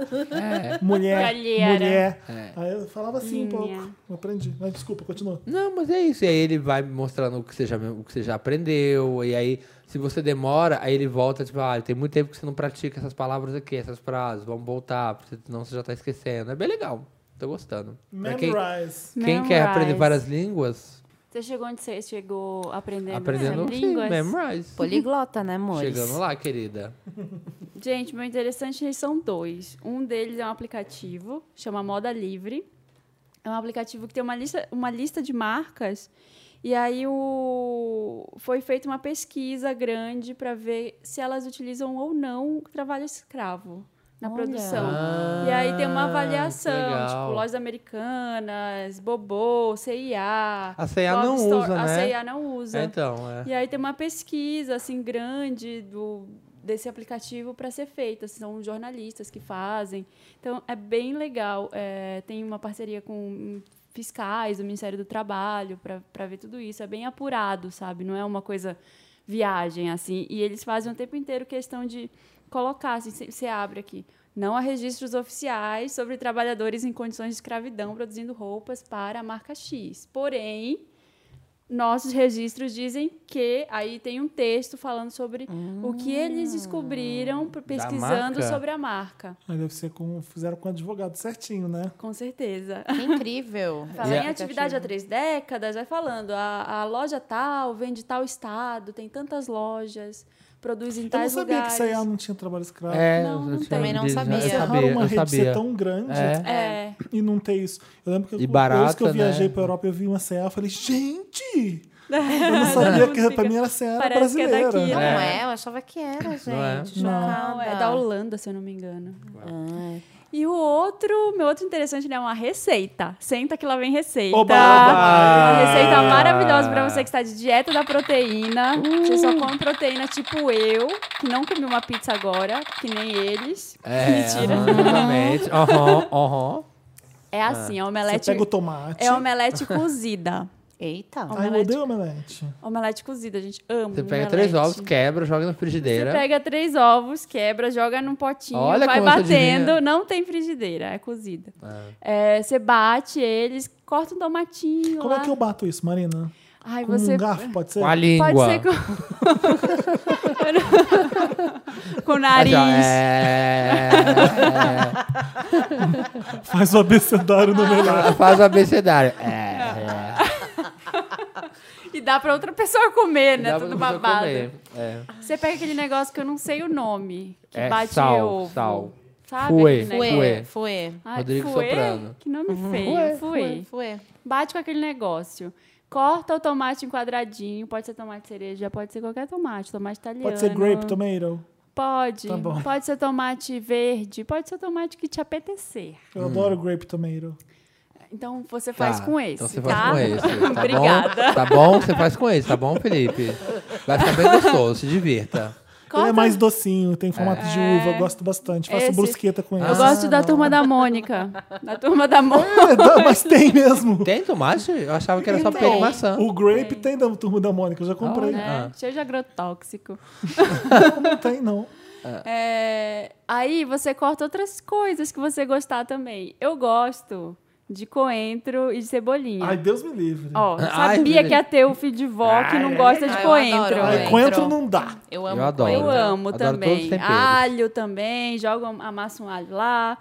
S1: LH. Mulher,
S4: Galera.
S1: mulher.
S2: É.
S1: Aí eu falava assim um pouco.
S4: Minha.
S1: Eu aprendi. Mas desculpa, continua.
S2: Não, mas é isso. E aí ele vai mostrando o que você já, o que você já aprendeu. E aí, se você demora, aí ele volta, tipo, ah, tem muito tempo que você não pratica essas palavras aqui, essas frases, vamos voltar, porque senão você já tá esquecendo. É bem legal. Tô gostando. Pra quem,
S1: Memorize.
S2: quem quer aprender
S4: Memorize.
S2: várias línguas,
S4: Você chegou onde você chegou aprendendo
S2: aprendendo
S4: essas
S2: sim,
S4: línguas?
S2: memorize.
S3: Poliglota, né, amores?
S2: Chegando lá, querida.
S4: Gente, meu interessante é são dois. Um deles é um aplicativo, chama Moda Livre. É um aplicativo que tem uma lista, uma lista de marcas. E aí o... foi feita uma pesquisa grande para ver se elas utilizam ou não o trabalho escravo na
S3: Olha.
S4: produção.
S2: Ah,
S4: e aí tem uma
S2: que
S4: avaliação,
S2: legal.
S4: tipo, lojas americanas, Bobô, CIA.
S2: A C&A
S4: Love
S2: não
S4: Store-
S2: usa,
S4: A
S2: né?
S4: CIA não usa.
S2: Então, é.
S4: E aí tem uma pesquisa assim grande do desse aplicativo para ser feita. Assim, São jornalistas que fazem. Então é bem legal. É, tem uma parceria com fiscais do Ministério do Trabalho para ver tudo isso. É bem apurado, sabe? Não é uma coisa viagem assim. E eles fazem o tempo inteiro questão de colocar, assim, você- você abre aqui. Não há registros oficiais sobre trabalhadores em condições de escravidão produzindo roupas para a marca X. Porém, nossos registros dizem que aí tem um texto falando sobre o que
S1: Ah.
S4: eles descobriram p- pesquisando
S2: marca?
S4: sobre a marca.
S1: Aí deve ser como fizeram com o advogado certinho, né?
S4: Com certeza.
S3: Que É incrível.
S4: Fala
S1: é
S4: em atividade há três décadas, vai falando. A, a loja tal vende tal estado, tem tantas lojas, produz em
S1: Eu não
S4: tais
S1: sabia
S4: lugares.
S1: que isso aí ah, não tinha trabalho escravo.
S2: É,
S4: Não,
S2: eu
S4: não
S2: tinha
S3: Também não
S2: ouvido,
S3: sabia.
S2: Eu
S1: É raro
S2: sabia,
S1: uma
S2: eu
S1: rede ser
S2: sabia.
S1: tão grande
S2: É.
S4: É.
S1: e não ter isso. Eu lembro que
S2: E
S1: eu, depois
S2: barata,
S1: que eu viajei
S2: né?
S1: pra Europa, eu vi uma CA, eu falei, gente! Eu não sabia que pra mim era CA era
S4: Parece que é
S1: brasileira.
S4: daqui,
S3: Não
S4: né?
S3: é. eu achava que era, gente.
S2: é?
S3: Chocada.
S4: Não, é da Holanda, se eu não me engano. E o outro, meu outro interessante, né? Uma receita. Senta que lá vem receita.
S1: Oba,
S4: Uma
S1: oba!
S4: receita maravilhosa pra você que está de dieta da proteína. Você só come proteína tipo eu, que não comi uma pizza agora, que nem eles.
S2: É,
S4: Mentira.
S2: aham, exatamente. Aham, aham.
S4: É assim, é
S1: Você
S4: omelete.
S1: pega o tomate.
S4: É omelete cozida.
S3: Eita.
S1: Ai, eu
S4: omelete.
S1: odeio omelete.
S4: Omelete cozida, gente. Amo.
S2: Você pega
S4: omelete.
S2: três ovos, quebra, joga na frigideira.
S4: Você pega três ovos, quebra, joga num potinho,
S2: Olha
S4: vai
S2: como eu sou
S4: batendo.
S2: adivinha.
S4: Não tem frigideira, é cozida. É, você bate eles, corta um tomatinho.
S1: Como
S4: lá.
S1: é que eu bato isso, Marina?
S4: Ai,
S1: Com
S2: um
S4: você
S1: um garfo, pode ser?
S2: Com a língua.
S4: pode ser com. com o nariz.
S2: Ah, É...
S1: Faz o abecedário no melhor.
S2: Faz o abecedário. É.
S4: E dá pra outra pessoa comer, né?
S2: Dá pra
S4: Tudo
S2: pessoa
S4: babado.
S2: comer. É.
S4: Você pega aquele negócio que eu não sei o nome, que
S2: É,
S4: bate
S2: sal,
S4: ovo.
S2: sal.
S4: Sabe?
S2: Fuê,
S4: aquele
S2: fuê.
S4: negócio?
S3: Fue, fue,
S4: Ai,
S2: Rodrigo
S4: fuê?
S2: Soprano. Uhum.
S4: Que nome feio. Fuê.
S3: fue.
S4: Bate com aquele negócio. Corta o tomate em quadradinho. Pode ser tomate cereja, pode ser qualquer tomate. Tomate italiano.
S1: Pode ser grape, tomato.
S4: Pode.
S1: Tá bom.
S4: Pode ser tomate verde. Pode ser tomate que te apetecer.
S1: Eu adoro grape, tomato.
S4: Então você faz
S2: Tá,
S4: com esse,
S2: Então você
S4: tá?
S2: faz com esse. Tá bom?
S4: Obrigada.
S2: Tá bom? Você faz com esse, tá bom, Felipe? Vai ficar bem gostoso, se divirta.
S1: Ele
S4: Corta- É.
S1: é mais docinho, tem formato de uva, eu gosto bastante. Faço
S4: Esse-
S1: brusqueta com ele.
S4: Eu gosto da turma da Mônica. Da turma da Mônica.
S1: É, dá- mas tem mesmo.
S2: Tem tomate? Eu achava que era só
S3: Tem.
S2: pera e maçã.
S1: O grape tem da turma da Mônica, eu já comprei.
S2: Ah,
S4: né? Cheio de agrotóxico.
S1: Não tem, não.
S2: Ah.
S4: É, aí você corta outras coisas que você gostar também. Eu gosto de coentro e de cebolinha.
S1: Ai, Deus me livre.
S4: Ó,
S2: Ai,
S4: sabia
S2: meu
S4: que ia ter o filho de vó que não gosta de
S3: ai, eu
S4: coentro.
S3: adoro
S1: Ai,
S3: coentro.
S1: coentro não dá.
S3: Eu amo
S2: Eu adoro.
S3: coentro.
S4: Eu amo
S2: Adoro todos os
S4: também.
S2: temperos.
S4: Alho também, joga, um- amassa um alho lá.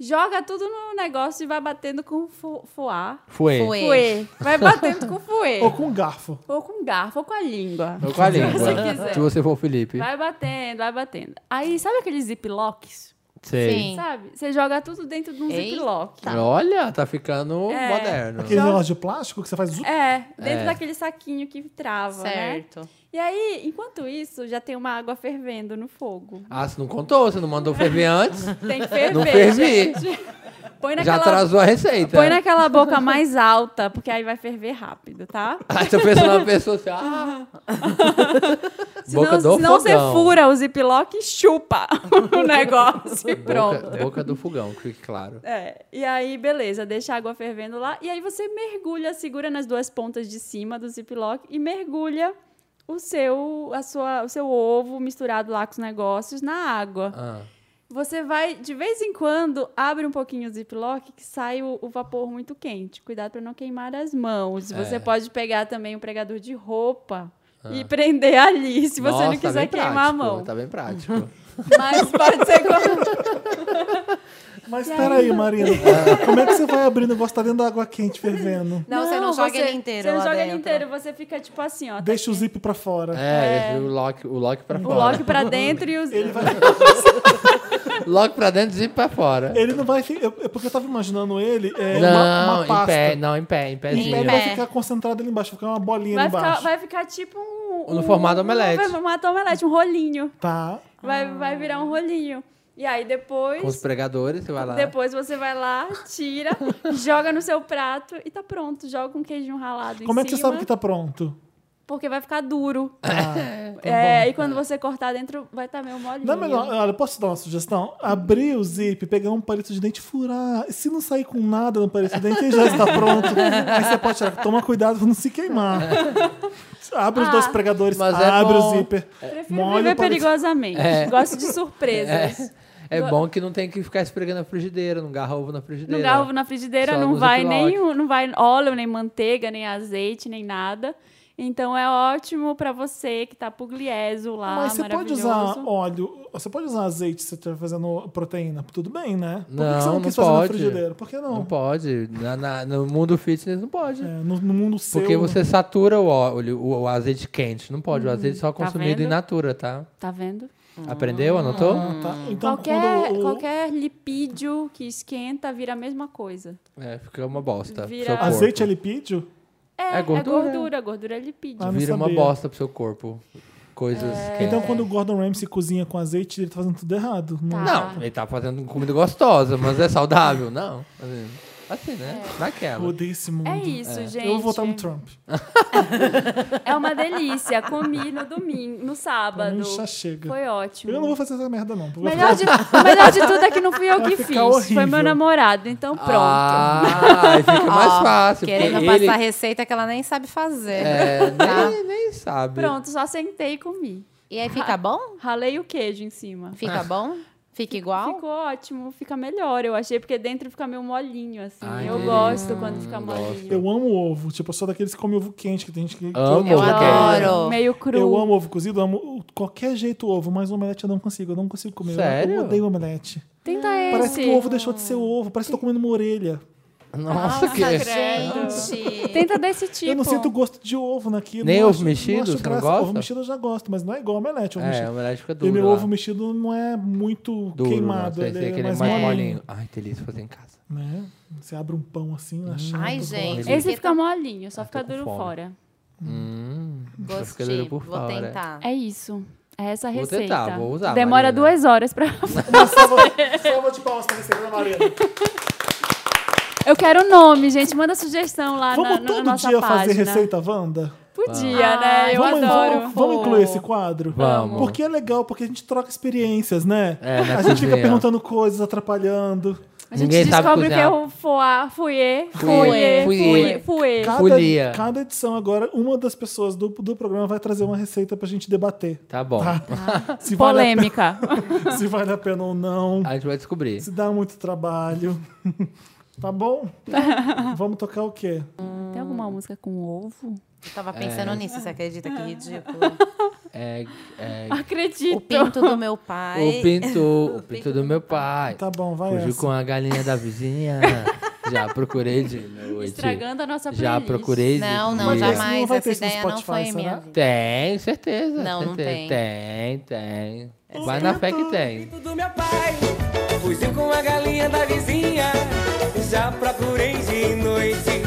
S4: Joga tudo no negócio e vai batendo com fu fuá.
S2: Foi.
S3: Fuê.
S4: Fuê. Vai batendo com fuê.
S1: Ou com garfo.
S4: Ou com garfo, ou com a língua.
S2: Tô com a
S4: Se
S2: língua.
S4: É você quiser.
S2: Se você for o Felipe.
S4: Vai batendo, vai batendo. Aí, sabe aqueles ziplocs?
S2: Sei.
S3: Sim.
S4: Sabe? Você joga tudo dentro de um
S3: Eita.
S4: ziploc.
S2: Olha, tá ficando
S4: É.
S2: moderno.
S1: Aquele negócio de plástico que você faz. zup.
S4: É, dentro
S2: É.
S4: daquele saquinho que trava, né?
S3: Certo.
S4: E aí, enquanto isso, já tem uma água fervendo no fogo.
S2: Ah, você não contou, você não mandou ferver antes.
S4: Tem que ferver,
S2: Não fervi.
S4: gente. Põe
S2: Já
S4: naquela,
S2: atrasou né? a receita.
S4: põe naquela boca mais alta, porque aí vai ferver rápido, tá?
S2: Aí você pensa na pessoa assim, ah. boca
S4: senão,
S2: do
S4: senão você
S2: fogão.
S4: fura o ziploc e chupa o negócio e pronto.
S2: Boca, boca do fogão, que fique claro.
S4: É, e aí, beleza, deixa a água fervendo lá. E aí você mergulha, segura nas duas pontas de cima do ziploc e mergulha o seu, a sua, o seu ovo misturado lá com os negócios na água.
S2: Ah,
S4: Você vai, de vez em quando, abre um pouquinho o ziploc que sai o, o vapor muito quente. Cuidado para não queimar as mãos. Você
S2: É. Ah.
S4: pode pegar também um pregador de roupa e prender ali, se você
S2: Nossa,
S4: não
S2: tá
S4: quiser
S2: bem
S4: queimar a
S2: prático,
S4: mão.
S2: Tá bem prático.
S4: Mas pode ser quando...
S1: Mas peraí, Marina. Como é que você vai abrir o negócio? Tá dentro da água quente fervendo.
S3: Não, você não joga
S4: você-
S3: ele inteiro.
S4: Você não
S3: lá
S4: joga ele
S3: dentro.
S4: inteiro, você fica tipo assim, ó. tá
S1: Deixa o zip pra fora.
S2: É, deixa o lock, o lock pra
S4: O
S2: fora.
S4: Loki pra dentro e os.
S1: Ele, vai,
S2: Lock pra dentro, zip pra fora.
S1: ele não vai. fi- eu- É porque eu tava imaginando ele é,
S2: não,
S1: uma, uma
S2: em
S1: pasta.
S2: pé, não, em pé, em
S1: E
S2: pezinho.
S1: ele
S3: Em
S1: vai
S3: pé.
S1: ficar concentrado ali embaixo, vai ficar uma bolinha ali
S4: É. Vai
S1: embaixo.
S4: ficar, vai ficar tipo um.
S2: No formato omelete.
S4: Um formato omelete, um rolinho.
S1: Tá.
S4: Vai,
S3: Ah.
S4: vai virar um rolinho. E aí
S2: Com os
S4: depois.
S2: pregadores, você vai
S1: Tá.
S2: lá.
S4: Depois você vai lá, tira, joga no seu prato e tá pronto. Joga um queijinho ralado
S1: Como
S4: em
S1: é que você
S4: cima,
S1: sabe que tá pronto?
S4: Porque vai ficar duro.
S1: Ah, tá
S4: é,
S1: bom.
S4: e quando você cortar dentro, vai estar tá meio molinho.
S1: Não é melhor, olha, posso dar uma sugestão? Abrir o zip, pegar um palito de dente, furar. Se não sair com nada no palito de dente, ele já está pronto. Aí você pode tirar. Toma cuidado pra não se queimar. Abre os dois
S4: Ah.
S1: pregadores,
S2: Mas é
S1: abre
S2: bom.
S1: o zíper.
S4: Prefiro
S1: molha
S4: viver
S1: o palito.
S4: perigosamente.
S1: É.
S4: Gosto de surpresas.
S2: É bom que não tem que ficar esfregando a frigideira, não garra ovo na frigideira.
S4: Não garfo na frigideira,
S2: Só
S4: não
S2: usa
S4: vai,
S2: Ziploc.
S4: nem, o- não vai óleo, nem manteiga, nem azeite, nem nada. Então é ótimo pra você que tá puglieso lá,
S1: Ah, Mas você pode
S4: Ah, maravilhoso.
S1: usar óleo, você pode usar azeite se você estiver fazendo proteína. Tudo bem, né? Por que
S2: Não,
S1: você não
S2: não
S1: quis fazer na
S2: pode.
S1: frigideira? Por que não?
S2: Não pode. Na- na- no mundo fitness não pode.
S1: É, no, no mundo seu. Hum.
S2: Porque você satura o óleo, o, o azeite quente. Não pode. O azeite é
S3: Tá
S2: só consumido
S4: vendo?
S2: in natura, tá?
S4: Tá vendo?
S3: Hum.
S2: Aprendeu? Anotou?
S1: Tá, Então,
S4: Hum. qualquer,
S1: quando o-
S4: qualquer lipídio que esquenta vira a mesma coisa.
S2: É, fica uma bosta. pro
S4: Vira-
S2: seu corpo.
S1: azeite é lipídio,
S4: É,
S2: É
S4: é gordura,
S2: gordura.
S4: é gordura, é lipídio.
S1: Ah, não
S2: Vira uma
S1: sabia.
S2: bosta pro seu corpo. Coisas que.
S1: Então,
S2: é-
S1: quando o Gordon Ramsay cozinha com azeite, ele tá fazendo tudo errado. Não.
S3: Ah.
S2: Não, ele tá fazendo comida gostosa, mas é saudável? Não. Assim, assim, né?
S3: É.
S2: Naquela.
S1: Odeio esse mundo.
S4: É isso, gente.
S1: Eu vou votar no Trump.
S4: É uma delícia. Comi no domingo, no
S1: Pra mim
S4: sábado.
S1: já chega.
S4: Foi ótimo.
S1: Eu não vou fazer essa merda, não. Porque
S4: Melhor de, o melhor de tudo é que não fui eu
S1: Vai
S4: que
S1: ficar
S4: fiz. Foi
S1: horrível.
S4: meu namorado, então pronto.
S2: Ah, aí fica mais
S3: Ó,
S2: fácil. porque
S3: Querendo
S2: ele,
S3: passar receita que ela nem sabe fazer.
S2: é,
S3: Tá.
S2: nem, nem sabe.
S4: Pronto, só sentei e comi.
S3: E aí fica bom?
S2: Ah.
S4: Ralei o queijo em cima.
S3: Fica bom? Fica igual?
S4: Ficou ótimo, fica melhor, eu achei, porque dentro fica meio molinho, assim.
S2: Ai,
S4: eu
S2: que
S4: gosto
S2: delícia.
S4: quando fica
S2: Hum,
S4: molinho.
S1: Eu amo ovo. Tipo, eu sou daqueles que come ovo quente, que tem gente que. que-
S2: Amo
S3: Eu
S2: ovo
S3: adoro.
S4: Meio cru.
S1: Eu amo ovo cozido, eu amo qualquer jeito ovo, mas omelete eu não consigo. Eu não consigo comer. Eu-
S2: Sério?
S1: Eu odeio omelete.
S4: Tenta
S1: Parece
S4: esse.
S1: que o ovo deixou de ser ovo, parece que eu tô comendo uma orelha.
S2: Nossa, que...
S3: gente.
S4: Tenta desse tipo.
S1: Eu não sinto gosto de ovo naquilo.
S2: Nem
S1: não
S2: ovo
S1: acho-
S2: mexido,
S1: acho
S2: você não
S1: graça.
S2: gosta?
S1: Ovo mexido eu já gosto, mas não é igual omelete. Ovo
S2: É,
S1: mexido.
S2: o omelete fica
S1: E
S2: duro.
S1: meu
S2: né?
S1: ovo mexido não é muito
S2: Duro, né?
S1: queimado.
S2: Sei,
S1: ele
S2: sei,
S1: é
S2: aquele
S1: mais,
S2: mais
S1: molinho.
S2: molinho. Ai, delícia fazer em casa.
S1: Né? Você abre um pão assim,
S4: Hum.
S1: na chapa.
S3: Ai,
S1: do
S3: gente.
S1: lado.
S4: Esse
S3: Porque
S4: fica
S3: tá-
S4: molinho, só fica
S2: tô com
S4: duro
S2: fome.
S4: fora.
S2: Hum, só fica
S3: Gostei,
S2: duro por
S3: vou
S2: fora.
S3: tentar.
S4: É isso. É essa
S2: Vou
S4: receita.
S2: tentar, vou usar,
S4: Demora
S2: Marina.
S4: duas horas pra.
S1: Salva, salva de palmas pra receber a Marina.
S4: Eu quero o nome, gente. Manda sugestão lá Tá na,
S1: Vamos
S4: na
S1: todo
S4: nossa
S1: dia fazer
S4: página.
S1: receita Wanda?
S4: Podia,
S3: Ai,
S4: né? Eu
S1: vamos,
S4: adoro.
S1: Vamos, vamos incluir esse quadro?
S2: Vamos.
S1: Porque é legal, porque a gente troca experiências, né?
S2: É, na
S1: a gente fica
S2: cozinha.
S1: perguntando coisas, atrapalhando.
S4: A gente
S2: Ninguém sabe
S4: descobre que é
S2: cozinhar.
S4: o foie, fouet,
S2: Fouet,
S4: fouet,
S2: fouet.
S4: fouet, fouet.
S1: Cada,
S2: Folia.
S1: cada edição agora, uma das pessoas do, do programa vai trazer uma receita pra gente debater.
S2: Tá bom.
S1: Se vale,
S4: Ah. Polêmica.
S1: a pena, se vale a pena ou não.
S2: A gente vai descobrir.
S1: Se dá muito trabalho. tá bom? Vamos tocar o quê?
S4: Tem alguma música com ovo?
S3: Eu tava pensando nisso, você acredita que ridículo?
S2: É, é,
S4: Acredito.
S3: O pinto do meu pai.
S2: o pinto, o pinto do meu pai.
S1: Tá bom, vai
S2: Fugiu
S1: essa.
S2: com a galinha da vizinha. Já procurei de noite.
S4: Estragando a nossa playlist.
S2: Já procurei de
S3: Não, não,
S2: dia.
S1: Mas
S3: jamais.
S1: não vai
S3: Essa
S1: ter isso no
S3: ideia não
S1: Spotify,
S3: foi
S1: será?
S3: minha. vida.
S2: Tem, certeza.
S3: Não, não
S2: certeza.
S3: tem.
S2: Tem, tem. Vai na fé que tem.
S8: do meu pai. Fugiu com a galinha da vizinha. Já procurei de noite,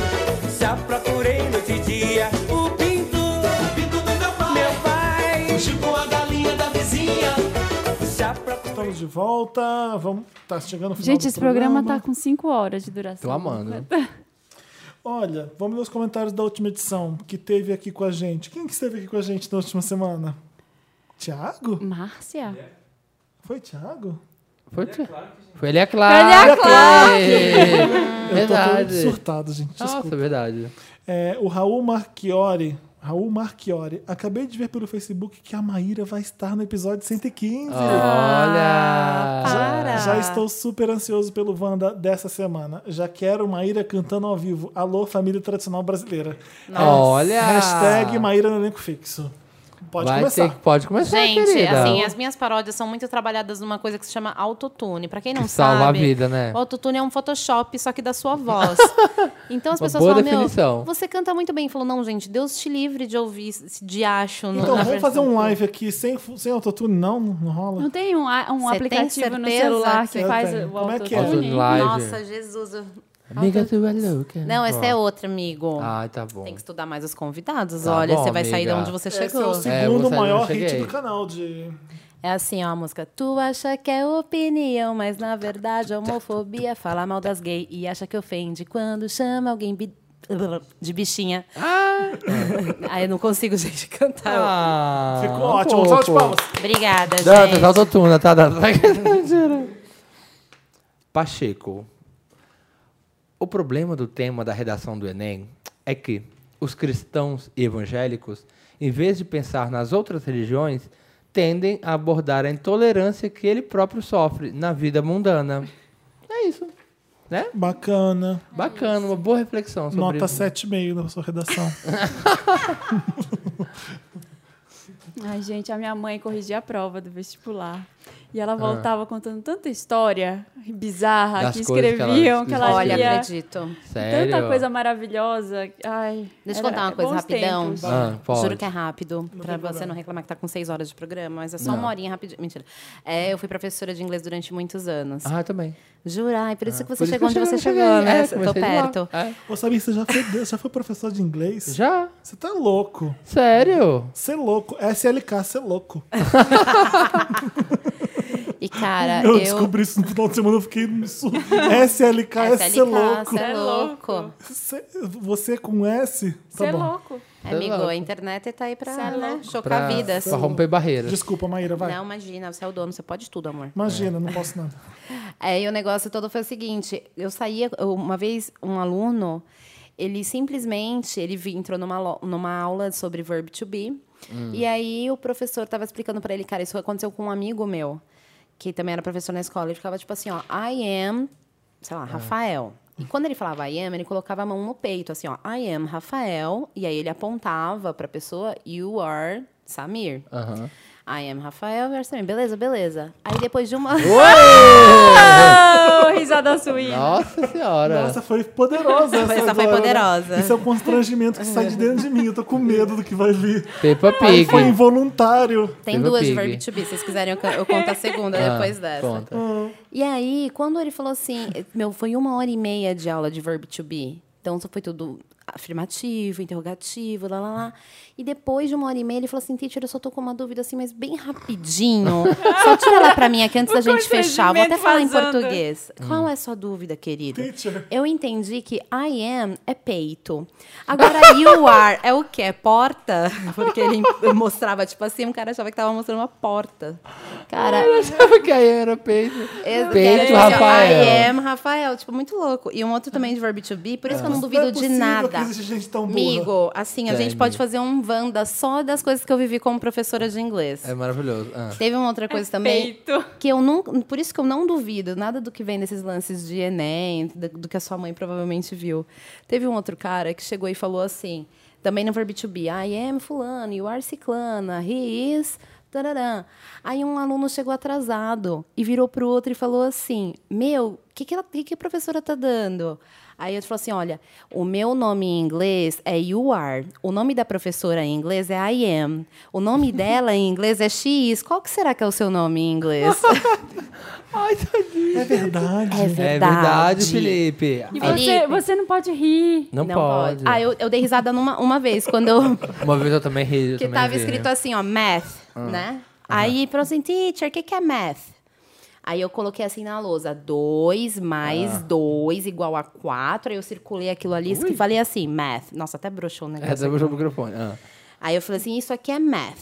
S8: já procurei noite e dia. O pinto, o pinto do meu pai. Meu pai. Fugiu com a galinha da vizinha. Já procurei.
S1: Estamos de volta. Vamos. Tá chegando o final
S4: Gente,
S1: do
S4: esse programa tá com 5 horas de duração.
S2: Tô amando.
S1: Olha, vamos ler os comentários da última edição que teve aqui com a gente. Quem que esteve aqui com a gente na última semana? Tiago?
S4: Márcia?
S1: Foi Tiago?
S2: Foi, foi ele é a Clark.
S4: Ele a
S1: Eu tô todo
S2: Verdade. Ah,
S1: surtado, gente. Desculpa.
S2: Nossa, verdade.
S1: É, o Raul Marchiori. Raul Marchiori. Acabei de ver pelo Facebook que a Maíra vai estar no episódio 115.
S2: Ah.
S3: Ah,
S2: Olha.
S3: Para.
S1: Já estou super ansioso pelo Wanda dessa semana. Já quero Maíra cantando ao vivo. Alô, família tradicional brasileira.
S2: Olha.
S1: Hashtag Maíra no elenco fixo. Pode
S2: Vai
S1: começar.
S2: ter- pode começar,
S3: Gente,
S2: Ah, querida.
S3: assim, as minhas paródias são muito trabalhadas numa coisa que se chama autotune. Pra quem não
S2: Que
S3: sabe,
S2: salva a vida, né?
S3: o autotune é um Photoshop, só que da sua voz. Então as
S2: Uma
S3: pessoas
S2: boa
S3: falam,
S2: definição.
S3: meu, você canta muito bem. Falou, não, gente, Deus te livre de ouvir esse diacho. no-
S1: Então,
S3: na
S1: vamos
S3: versão
S1: fazer um live aqui sem, sem autotune? Não, não rola.
S4: Não tem um, a- um
S3: Você tem
S4: aplicativo no
S3: certeza
S4: celular
S3: que
S4: que
S1: você
S4: faz
S1: tem?
S4: o
S1: Como é que é?
S2: Autotune
S4: autotune?
S2: live.
S3: Nossa, Jesus. eu-
S2: Amiga tua louca.
S3: Não, essa é outra, amigo.
S2: Ai, tá bom.
S3: Tem que estudar mais os convidados.
S2: Tá
S3: Olha,
S2: bom,
S3: você vai sair de
S2: amiga.
S3: onde você
S1: Esse é
S3: chegou.
S1: o
S2: É, eu vou
S1: segundo
S2: sair,
S1: maior
S2: eu cheguei.
S1: hit do canal de.
S3: É assim, ó, a música. Tu acha que é opinião, mas na verdade a homofobia é falar mal das gays e acha que ofende quando chama alguém bi- de bichinha. Aí eu não consigo, gente, cantar.
S2: Ah,
S1: Ficou
S2: um
S1: ótimo. Um
S2: pouco.
S1: salve de palmas.
S3: Obrigada,
S2: Dantas,
S3: gente.
S2: autotuna, tá? Dantas? Mentira. Pacheco. O problema do tema da redação do Enem é que os cristãos e evangélicos, em vez de pensar nas outras religiões, tendem a abordar a intolerância que ele próprio sofre na vida mundana. É isso. Né?
S1: Bacana.
S2: Bacana, uma boa reflexão sobre
S1: Nota
S2: isso.
S1: 7,5 na sua redação.
S4: Ai, gente, a minha mãe corrigia a prova do vestibular. E ela voltava contando tanta história bizarra
S2: Ah. Das
S4: que
S2: coisas que ela
S4: escreviam, que ela,
S2: escrevia.
S3: Olha,
S4: lia.
S3: acredito.
S2: Sério?
S4: Tanta coisa maravilhosa. Ai,
S3: Deixa eu
S4: era- é
S3: contar uma coisa
S4: bons
S3: rapidão.
S4: tempos.
S2: Ah, pode.
S3: Juro que é rápido, pra
S1: problema.
S3: você não reclamar que tá com seis horas de programa, mas é só
S2: Não.
S3: uma horinha rapidinho. Mentira. É, eu fui professora de inglês durante muitos anos.
S2: Ah, também.
S3: Jurar, é por isso que
S2: Por
S3: você
S2: isso
S3: chegou
S2: que
S3: onde
S2: eu
S3: você
S2: cheguei,
S3: chegou,
S2: é,
S3: né?
S2: comecei
S3: Tô
S2: de lá.
S3: perto.
S2: É.
S1: Ô, Samir, você já foi, você já foi professor de inglês?
S2: Já?
S1: Você tá louco.
S2: Sério?
S1: Você é louco. SLK, você é louco.
S3: E, cara,
S1: eu,
S3: eu.
S1: descobri isso no final de semana, eu fiquei no sul. SLK, é
S3: SLK,
S1: ser louco.
S3: cê é louco.
S1: Cê- Você com S? Tá
S4: Você é
S1: bom.
S4: louco.
S3: É,
S2: Cê é
S3: Amigo,
S2: louco.
S3: a internet tá aí pra
S4: Cê é
S3: né,
S4: louco.
S3: chocar vidas.
S2: Pra romper barreiras.
S1: Desculpa, Maíra, vai.
S3: Não, imagina, você é o dono, você pode tudo, amor.
S1: Imagina, não posso nada.
S3: É, e o negócio todo foi o seguinte, eu saía, eu- uma vez um aluno, ele simplesmente, ele vi- entrou numa, lo- numa aula sobre verb to be, e aí o professor estava explicando para ele, cara, isso aconteceu com um amigo meu, que também era professor na escola, ele ficava tipo assim, ó, I am, sei lá, Rafael. E quando ele falava I am, ele colocava a mão no peito, assim, ó, I am Rafael, e aí ele apontava pra pessoa, you are Samir.
S2: Aham.
S3: I am Rafael, you are Samir. Beleza, beleza. Aí depois de uma.
S4: Oh, risada suína.
S2: Nossa senhora.
S1: Essa foi poderosa. Essa,
S7: Essa foi
S1: agora, né?
S7: poderosa.
S1: Isso é um constrangimento que sai de dentro de mim. Eu tô com medo do que vai vir.
S2: Peppa Pig.
S1: Foi involuntário.
S3: Tem
S2: Teve o
S3: duas de
S2: Pig.
S3: verb to be, se vocês quiserem eu, can- eu conto a segunda
S2: Ah,
S3: depois dessa.
S2: conta.
S3: E aí, quando ele falou assim, meu, foi uma hora e meia de aula de verb to be. Então, só foi tudo afirmativo, interrogativo, lá, lá, lá. E depois de uma hora e meia, ele falou assim, teacher, eu só tô com uma dúvida assim, mas bem rapidinho. Só tira ela pra mim aqui antes
S4: O
S3: da gente fechar. Vou até
S4: constrangimento
S3: falar em
S4: vazando.
S3: português.
S2: Hum.
S3: Qual é a sua dúvida, querido?
S1: Teacher.
S3: Eu entendi que I am é peito. Agora, you are é o quê? É porta? Porque ele mostrava, tipo assim, um cara achava que tava mostrando uma porta. Cara,
S2: Achava que aí era peito.
S3: Esse-
S2: Peito,
S3: que era tipo assim, I
S2: Rafael.
S3: am Rafael. Tipo, muito louco. E um outro também de verb to be. Por isso que eu não
S1: Não
S3: duvido
S1: é
S3: de
S1: possível
S3: nada.
S1: Que existe gente tão burra.
S3: Amigo, assim, a
S2: Tem,
S3: gente
S2: amigo.
S3: pode fazer um Wanda só das coisas que eu vivi como professora de inglês.
S2: É maravilhoso. Ah.
S3: Teve uma outra coisa também
S4: Peito.
S3: que eu não, por isso que eu não duvido nada do que vem desses lances de Enem, do, do que a sua mãe provavelmente viu. Teve um outro cara que chegou e falou assim, também no verb to be, I am fulano, you are ciclana, he is... Tararã. Aí um aluno chegou atrasado e virou pro outro e falou assim, meu, o que, que, ela- que, que a professora tá dando? Aí eu falou assim, olha, o meu nome em inglês é you are, o nome da professora em inglês é I am, o nome dela em inglês é she is, qual que será que é o seu nome em inglês?
S2: Ai, tadinho.
S1: É verdade.
S3: É
S2: É
S3: verdade.
S2: verdade, Felipe.
S4: E
S2: Ah,
S4: você,
S3: Felipe.
S4: você não pode rir.
S2: Não, pode.
S3: Ah, eu, eu dei risada numa, uma vez, quando eu.
S2: Uma vez eu também ri. Eu
S3: que
S2: também Ah.
S3: tava
S2: ri. É,
S3: escrito assim, ó, math, né? Aí falou assim, teacher, o que, que é math? Aí eu coloquei assim na lousa, 2
S2: Ah.
S3: mais 2 igual a 4. Aí eu circulei aquilo ali e falei assim, math. Nossa, até broxou o negócio.
S2: É, devolveu o microfone. Ah.
S3: Aí eu falei assim, isso aqui é math,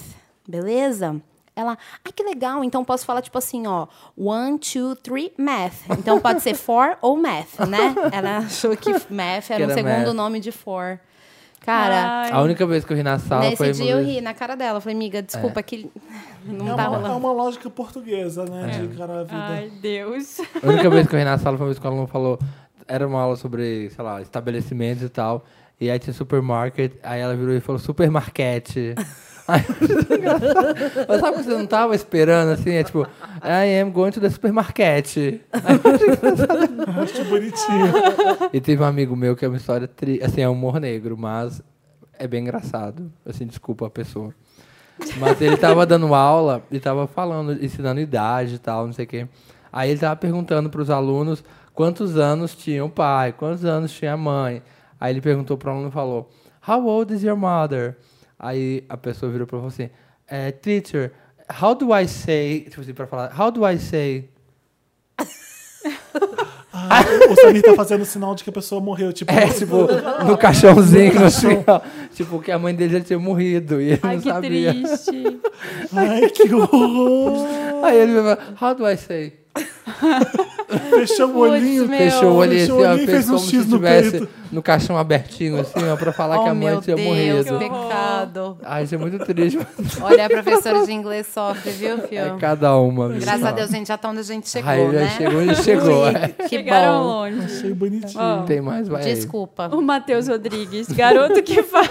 S3: beleza? Ela, ah, que legal, então posso falar tipo assim, ó, one, two, three, math. Então pode ser for ou math, né? Ela achou que math era
S2: Que
S3: o
S2: era
S3: segundo
S2: math.
S3: nome de for. Cara,
S4: Ai.
S2: A única vez que eu ri na sala
S3: É. nesse
S2: foi. É.
S3: dia eu ri na cara dela. Eu falei, amiga, desculpa, que não
S1: É
S3: tá
S1: uma, é
S3: rolando.
S1: uma lógica portuguesa, né? De encarar a vida.
S4: É. Ai, Deus.
S2: A única vez que eu ri na sala foi uma vez que o aluno falou. Era uma aula sobre, sei lá, estabelecimentos e tal. E aí tinha supermarket. Aí ela virou e falou supermarket. Aí, mas sabe que você não tava esperando assim? É tipo, I am going to the supermarket.
S1: Acho que tipo, bonitinho.
S2: E teve um amigo meu que é uma história tri... assim, é humor negro, mas é bem engraçado. Assim, desculpa a pessoa. Mas ele tava dando aula e tava falando, ensinando idade e tal, não sei o quê. Aí ele tava perguntando pros alunos quantos anos tinha o pai, quantos anos tinha a mãe. Aí ele perguntou pro aluno e falou: How old is your mother? Aí a pessoa virou pra ele e falou assim: "Eh, Teacher, how do I say. Tipo assim, pra falar, how do I say
S1: Ah, o Samir tá fazendo sinal de que a pessoa morreu. Tipo,
S2: É, tipo, no caixãozinho, que não tinha- tipo, que a mãe dele já tinha morrido e ele
S4: Ai,
S2: não
S4: que
S2: sabia.
S4: triste.
S1: ai, que horror.
S2: Aí ele falou, how do I say?
S1: Fechou o olhinho.
S2: Fechou o olho assim,
S1: fechou o
S2: ó,
S1: olhinho e fez
S2: fez
S1: um
S2: como
S1: X
S2: se
S1: no
S2: tivesse
S1: peito.
S2: no caixão abertinho, assim, ó, pra falar que
S3: oh,
S2: a mãe
S3: meu
S2: tinha
S3: Deus,
S2: morrido.
S3: pecado.
S2: Ai, isso é muito triste.
S3: Olha, a professora de inglês sofre, viu, filho?
S2: É cada uma, bicho.
S3: Graças a Deus, a gente já tá onde a gente chegou,
S2: Aí já
S3: né?
S2: chegou, ele chegou. é.
S3: Que
S4: Chegaram
S3: bom.
S4: longe.
S1: Achei bonitinho.
S4: Ó,
S2: Tem mais, vai. aí.
S3: Desculpa.
S4: o Matheus Rodrigues, garoto que faz.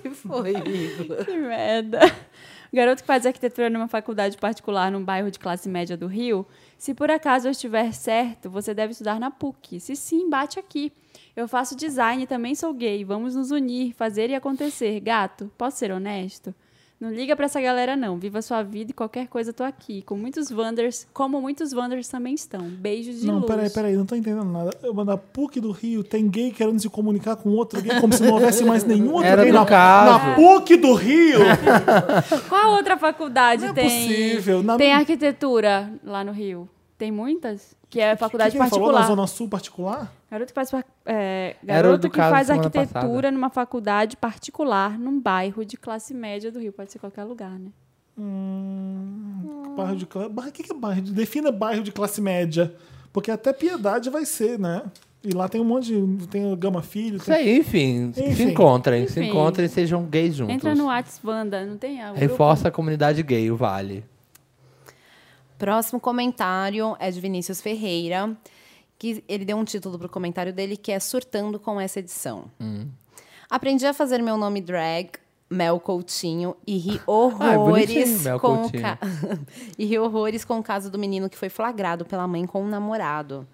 S3: que foi, Igor?
S4: Que merda. O garoto que faz arquitetura numa faculdade particular num bairro de classe média do Rio, se por acaso eu estiver certo, você deve estudar na PUC. Se sim, bate aqui. Eu faço design e também sou gay. Vamos nos unir, fazer e acontecer. Gato, posso ser honesto? Não liga pra essa galera, não. Viva sua vida e qualquer coisa tô aqui. Com muitos Wanders, como muitos Wanders também estão. Beijos de
S1: Não,
S4: luz.
S1: peraí, peraí, não tô entendendo nada. Eu mando a PUC do Rio, tem gay querendo se comunicar com outro gay, como se não houvesse mais nenhum outro
S2: Era
S1: gay
S2: do
S1: na,
S2: caso.
S1: na PUC do Rio.
S4: Qual outra faculdade
S1: Não é
S4: tem?
S1: possível. Na-
S4: Tem arquitetura lá no Rio. Tem muitas? Que é faculdade
S1: que que ele falou
S4: particular.
S1: na Zona Sul particular?
S4: Garoto que faz, par- é,
S2: Era o
S4: garoto
S2: do
S4: que
S2: caso
S4: faz
S2: semana
S4: arquitetura
S2: passada.
S4: numa faculdade particular, num bairro de classe média do Rio. Pode ser qualquer lugar, né?
S1: Hum, bairro de classe. O que, que é bairro? de- Defina bairro de classe média. Porque até Piedade vai ser, né? E lá tem um monte de. Tem o Gama Filho.
S2: Isso
S1: Tem...
S2: aí, enfim, se
S1: Enfim.
S2: encontrem, se
S4: Enfim.
S2: encontrem e sejam gays juntos.
S4: Entra no Whats Wanda, não tem algo.
S2: Reforça a comunidade gay, o Vale.
S3: Próximo comentário é de Vinícius Ferreira, que ele deu um título pro comentário dele que é Surtando com essa edição.
S2: Hum.
S3: Aprendi a fazer meu nome drag, Mel Coutinho, e ri
S2: Ah, é bonitinho,
S3: horrores
S2: Mel
S3: com o
S2: Coutinho.
S3: ca- e ri horrores com o caso do menino que foi flagrado pela mãe com um namorado.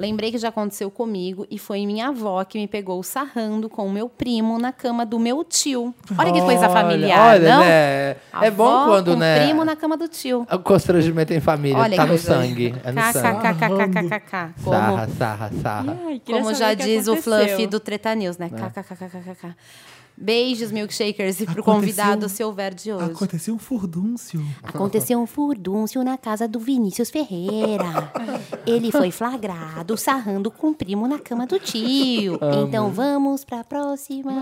S3: Lembrei que já aconteceu comigo e foi minha avó que me pegou sarrando com o meu primo na cama do meu tio. Olha que coisa familiar,
S2: olha,
S3: não?
S2: Né? É
S3: Avó
S2: bom quando,
S3: com
S2: né?
S3: primo na cama do tio.
S2: O constrangimento em família.
S3: Olha
S2: tá
S3: que
S2: no
S3: coisa.
S2: sangue. É no sangue.
S3: KKKKKKK.
S2: Sarra,
S3: Como,
S2: sarra, sarra.
S4: Ai, queria
S3: como
S4: saber
S3: já
S4: que
S3: diz o
S4: aconteceu.
S3: Fluffy do Treta News, né? KKKKKK. Beijos, milkshakers, e pro
S1: Aconteceu-
S3: convidado se houver de hoje.
S1: Aconteceu um furdúncio.
S3: Aconteceu um furdúncio na casa do Vinícius Ferreira. Ele foi flagrado sarrando com o primo na cama do tio. Então vamos pra próxima.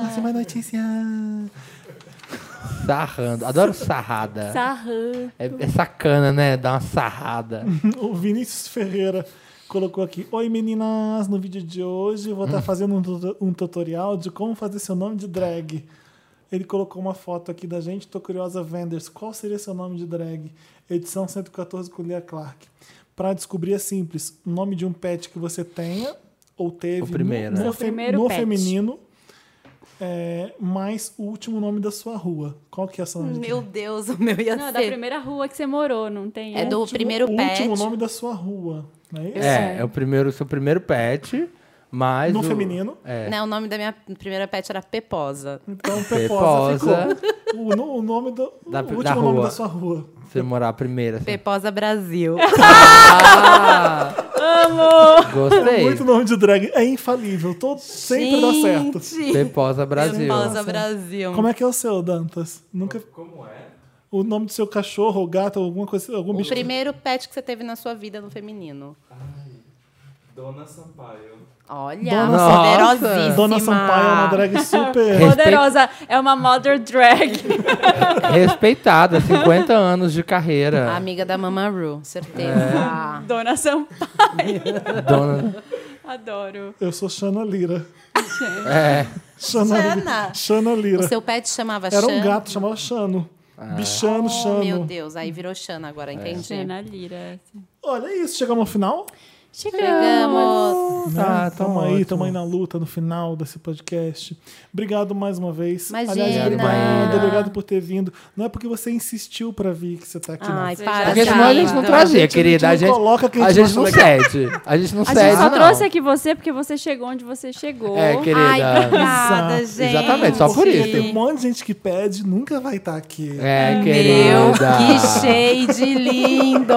S1: Próxima notícia.
S2: Sarrando. Adoro sarrada.
S4: Sarrando.
S2: É, é sacana, né? Dar uma sarrada.
S1: O Vinícius Ferreira colocou aqui: Oi meninas, no vídeo de hoje vou estar
S2: Hum.
S1: fazendo um, tuto- um tutorial de como fazer seu nome de drag. Ele colocou uma foto aqui da gente, tô curiosa, Vendors, qual seria seu nome de drag? Edição 114 com Lia Clark. Para descobrir é simples: o nome de um pet que você tenha ou teve
S2: O
S1: no,
S2: primeiro, né?
S1: no
S4: Seu
S1: fe-
S4: primeiro
S1: no
S4: pet.
S1: feminino, é, mais o último nome da sua rua. Qual que é seu nome? de
S3: Meu Deus, o meu ia
S4: Não, é da
S3: ser.
S4: primeira rua que você morou, não tem? né?
S3: É
S4: essa?
S3: do
S1: um último-
S3: primeiro
S1: o
S3: pet.
S1: último nome da sua rua. Não é isso?
S2: É, é o primeiro, seu primeiro pet, mas.
S1: No
S2: o-
S1: feminino.
S2: É.
S3: Não, o nome da minha primeira pet era Peposa.
S1: Então, Peposa,
S2: Peposa.
S1: ficou. O, no- o nome do, o
S2: Da-
S1: último
S2: da
S1: nome
S2: rua.
S1: da sua rua.
S2: Você morar a primeira. assim.
S3: Peposa Brasil.
S2: Ah! Amo! Gostei.
S1: Muito nome de drag. É infalível. Todo, sempre dá certo.
S2: Peposa Brasil.
S3: Peposa Brasil.
S1: Como é que é o seu, Dantas? Nunca.
S6: Como é?
S1: O nome do seu cachorro, ou gato, ou alguma coisa, algum
S3: O
S1: bicho.
S3: primeiro pet que você teve na sua vida no feminino.
S6: Dona Sampaio.
S3: Olha,
S1: Dona
S2: Nossa.
S3: poderosíssima.
S1: Dona Sampaio é uma drag super.
S2: Respeito-
S4: Poderosa. É uma mother drag.
S2: Respeitada, 50 anos de carreira.
S3: Amiga da Mama Ru, certeza.
S4: Dona Sampaio.
S2: Dona.
S4: Adoro.
S1: Eu sou Shana Lira.
S2: É.
S1: Shana,
S3: Shana.
S1: Lira. Shana
S3: O
S1: Lira.
S3: seu pet chamava
S1: É. Era um
S3: Xan?
S1: gato, chamava Chano.
S2: Ah.
S1: Bichano,
S3: Oh, meu
S1: Chano.
S3: Deus, aí virou Xana agora, entendi.
S4: Jana Lira. assim.
S1: Olha é isso, chegamos ao final.
S3: Chegamos.
S2: Tá,
S1: né?
S2: tá
S1: tamo aí,
S2: ótimo.
S1: tamo aí na luta no final desse podcast. Obrigado mais uma vez.
S3: Imagina.
S1: Aliás, obrigado,
S2: Imagina.
S1: obrigado por ter vindo. Não é porque você insistiu pra vir que você tá aqui.
S3: Ai,
S1: não.
S3: para,
S2: Porque senão a gente não
S3: Jana.
S1: tra- A
S2: trazia,
S1: gente- a
S2: querida. A
S1: gente
S2: gente,
S1: não coloca quem
S2: a
S1: a gente
S2: gente não
S1: acha
S2: cede. A gente não
S4: A
S2: cede,
S4: gente só
S2: não.
S4: trouxe aqui você porque você chegou onde você chegou.
S2: É, querida.
S3: Ai, obrigada,
S1: Exato.
S3: gente.
S2: Exatamente, é só por
S1: Porque
S2: isso.
S1: Tem um monte de gente que pede e nunca vai estar aqui.
S2: É, querida.
S3: Meu, que shade lindo!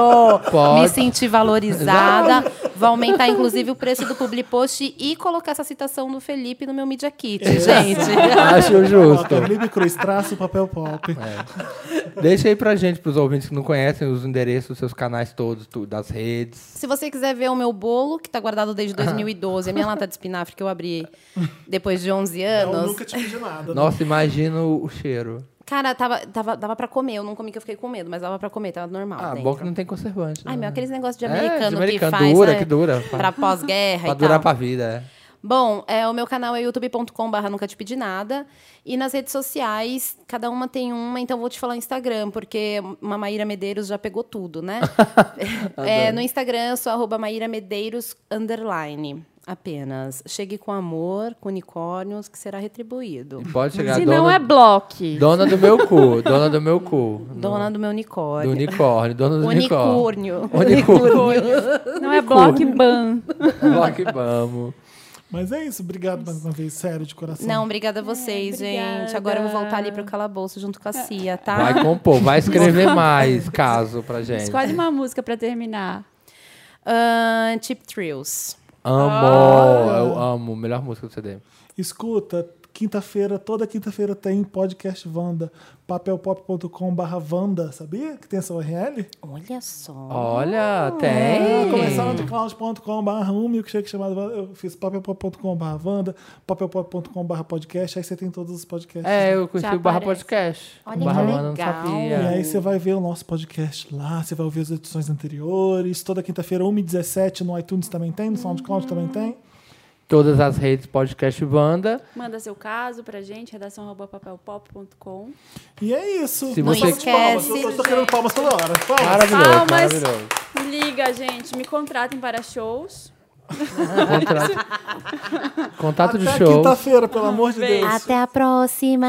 S2: Pode.
S3: Me senti valorizada. Vou aumentar, inclusive, o preço do Publipost e colocar essa citação do Felipe no meu Media Kit,
S2: É.
S3: gente.
S2: Acho justo. É.
S1: Coloca Felipe Cruz, traça o papel pop.
S2: Deixa aí pra gente, pros ouvintes que não conhecem, os endereços dos seus canais todos, tu- das redes.
S3: Se você quiser ver o meu bolo, que tá guardado desde
S2: Ah.
S3: 2012, a minha lata de espinafre que eu abri depois de 11
S1: Eu
S3: anos.
S1: nunca te pedi nada. né?
S2: Nossa, imagino o cheiro.
S3: Cara, tava, tava, dava pra comer. Eu não comi que eu fiquei com medo, mas dava pra comer, tava normal.
S2: Ah,
S3: dentro.
S2: bom que não tem conservante.
S3: Ai,
S2: né?
S3: meu, aqueles negócios de
S2: É,
S3: americano,
S2: de americano,
S3: que faz.
S2: dura,
S3: né,
S2: que dura.
S3: Pra pós-guerra
S2: Pra
S3: e
S2: durar
S3: tal.
S2: pra vida, é.
S3: Bom, é, o meu canal é youtube.com/barra nunca te pedi nada. E nas redes sociais, cada uma tem uma, então vou te falar o Instagram, porque uma Maíra Medeiros já pegou tudo, né? É, no Instagram eu sou arroba Maíra Medeiros underline. Apenas. Chegue com amor, com unicórnios, que será retribuído.
S2: Pode chegar
S4: Se
S2: dona,
S4: não é bloque.
S2: dona do meu cu, dona do meu cu.
S3: Dona do
S2: No-
S3: meu
S2: do
S3: unicórnio.
S2: unicórnio, dona do unicórnio.
S3: Unicórnio.
S2: Unicórnio.
S4: Não é bloque ban.
S2: Bloque vamos.
S1: Mas é isso, obrigado mais uma vez, sério, de coração.
S3: Não, obrigada a vocês, gente.
S4: obrigada.
S3: Agora eu vou voltar ali pro calabouço junto com a Cia, tá?
S2: Vai compor, vai escrever mais caso pra gente.
S4: Escolhe uma música pra terminar.
S3: Ahn, Tip Thrills.
S2: Amo, eu amo. Melhor música do CD.
S1: Escuta, quinta-feira, toda quinta-feira tem podcast Wanda. papelpop.com.br Wanda, sabia que tem essa URL?
S3: Olha só.
S2: Olha, tem.
S1: Começaram de cloud.com.br, um milkshake chamado. Eu fiz papelpop.com.br Wanda, papelpop.com.br podcast, aí você tem todos os podcasts.
S2: É, eu
S4: Já
S2: conheci o Barra
S4: aparece.
S2: Podcast.
S3: Olha
S2: o Barra
S3: que
S2: Mano não
S1: E
S3: legal.
S2: sabia.
S1: aí você vai ver o nosso podcast lá, você vai ouvir as edições anteriores. Toda quinta-feira, 1h17 no iTunes também tem, no SoundCloud também tem.
S2: Todas as redes podcast Wanda.
S4: Manda seu caso pra gente, redação@papelpop.com.
S1: E é isso.
S2: Se
S1: Uma
S2: você-
S1: salva de palmas.
S3: esquece.
S1: Eu tô- eu tô querendo palmas toda hora. Palmas.
S2: Maravilhoso,
S4: Palmas.
S2: maravilhoso.
S4: Liga, gente, me contratem para shows.
S2: Contrato, contato de
S1: Até
S2: show.
S1: quinta-feira, pelo amor de
S4: Beijo.
S1: Deus.
S3: Até a próxima!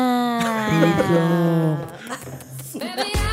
S8: Baby, I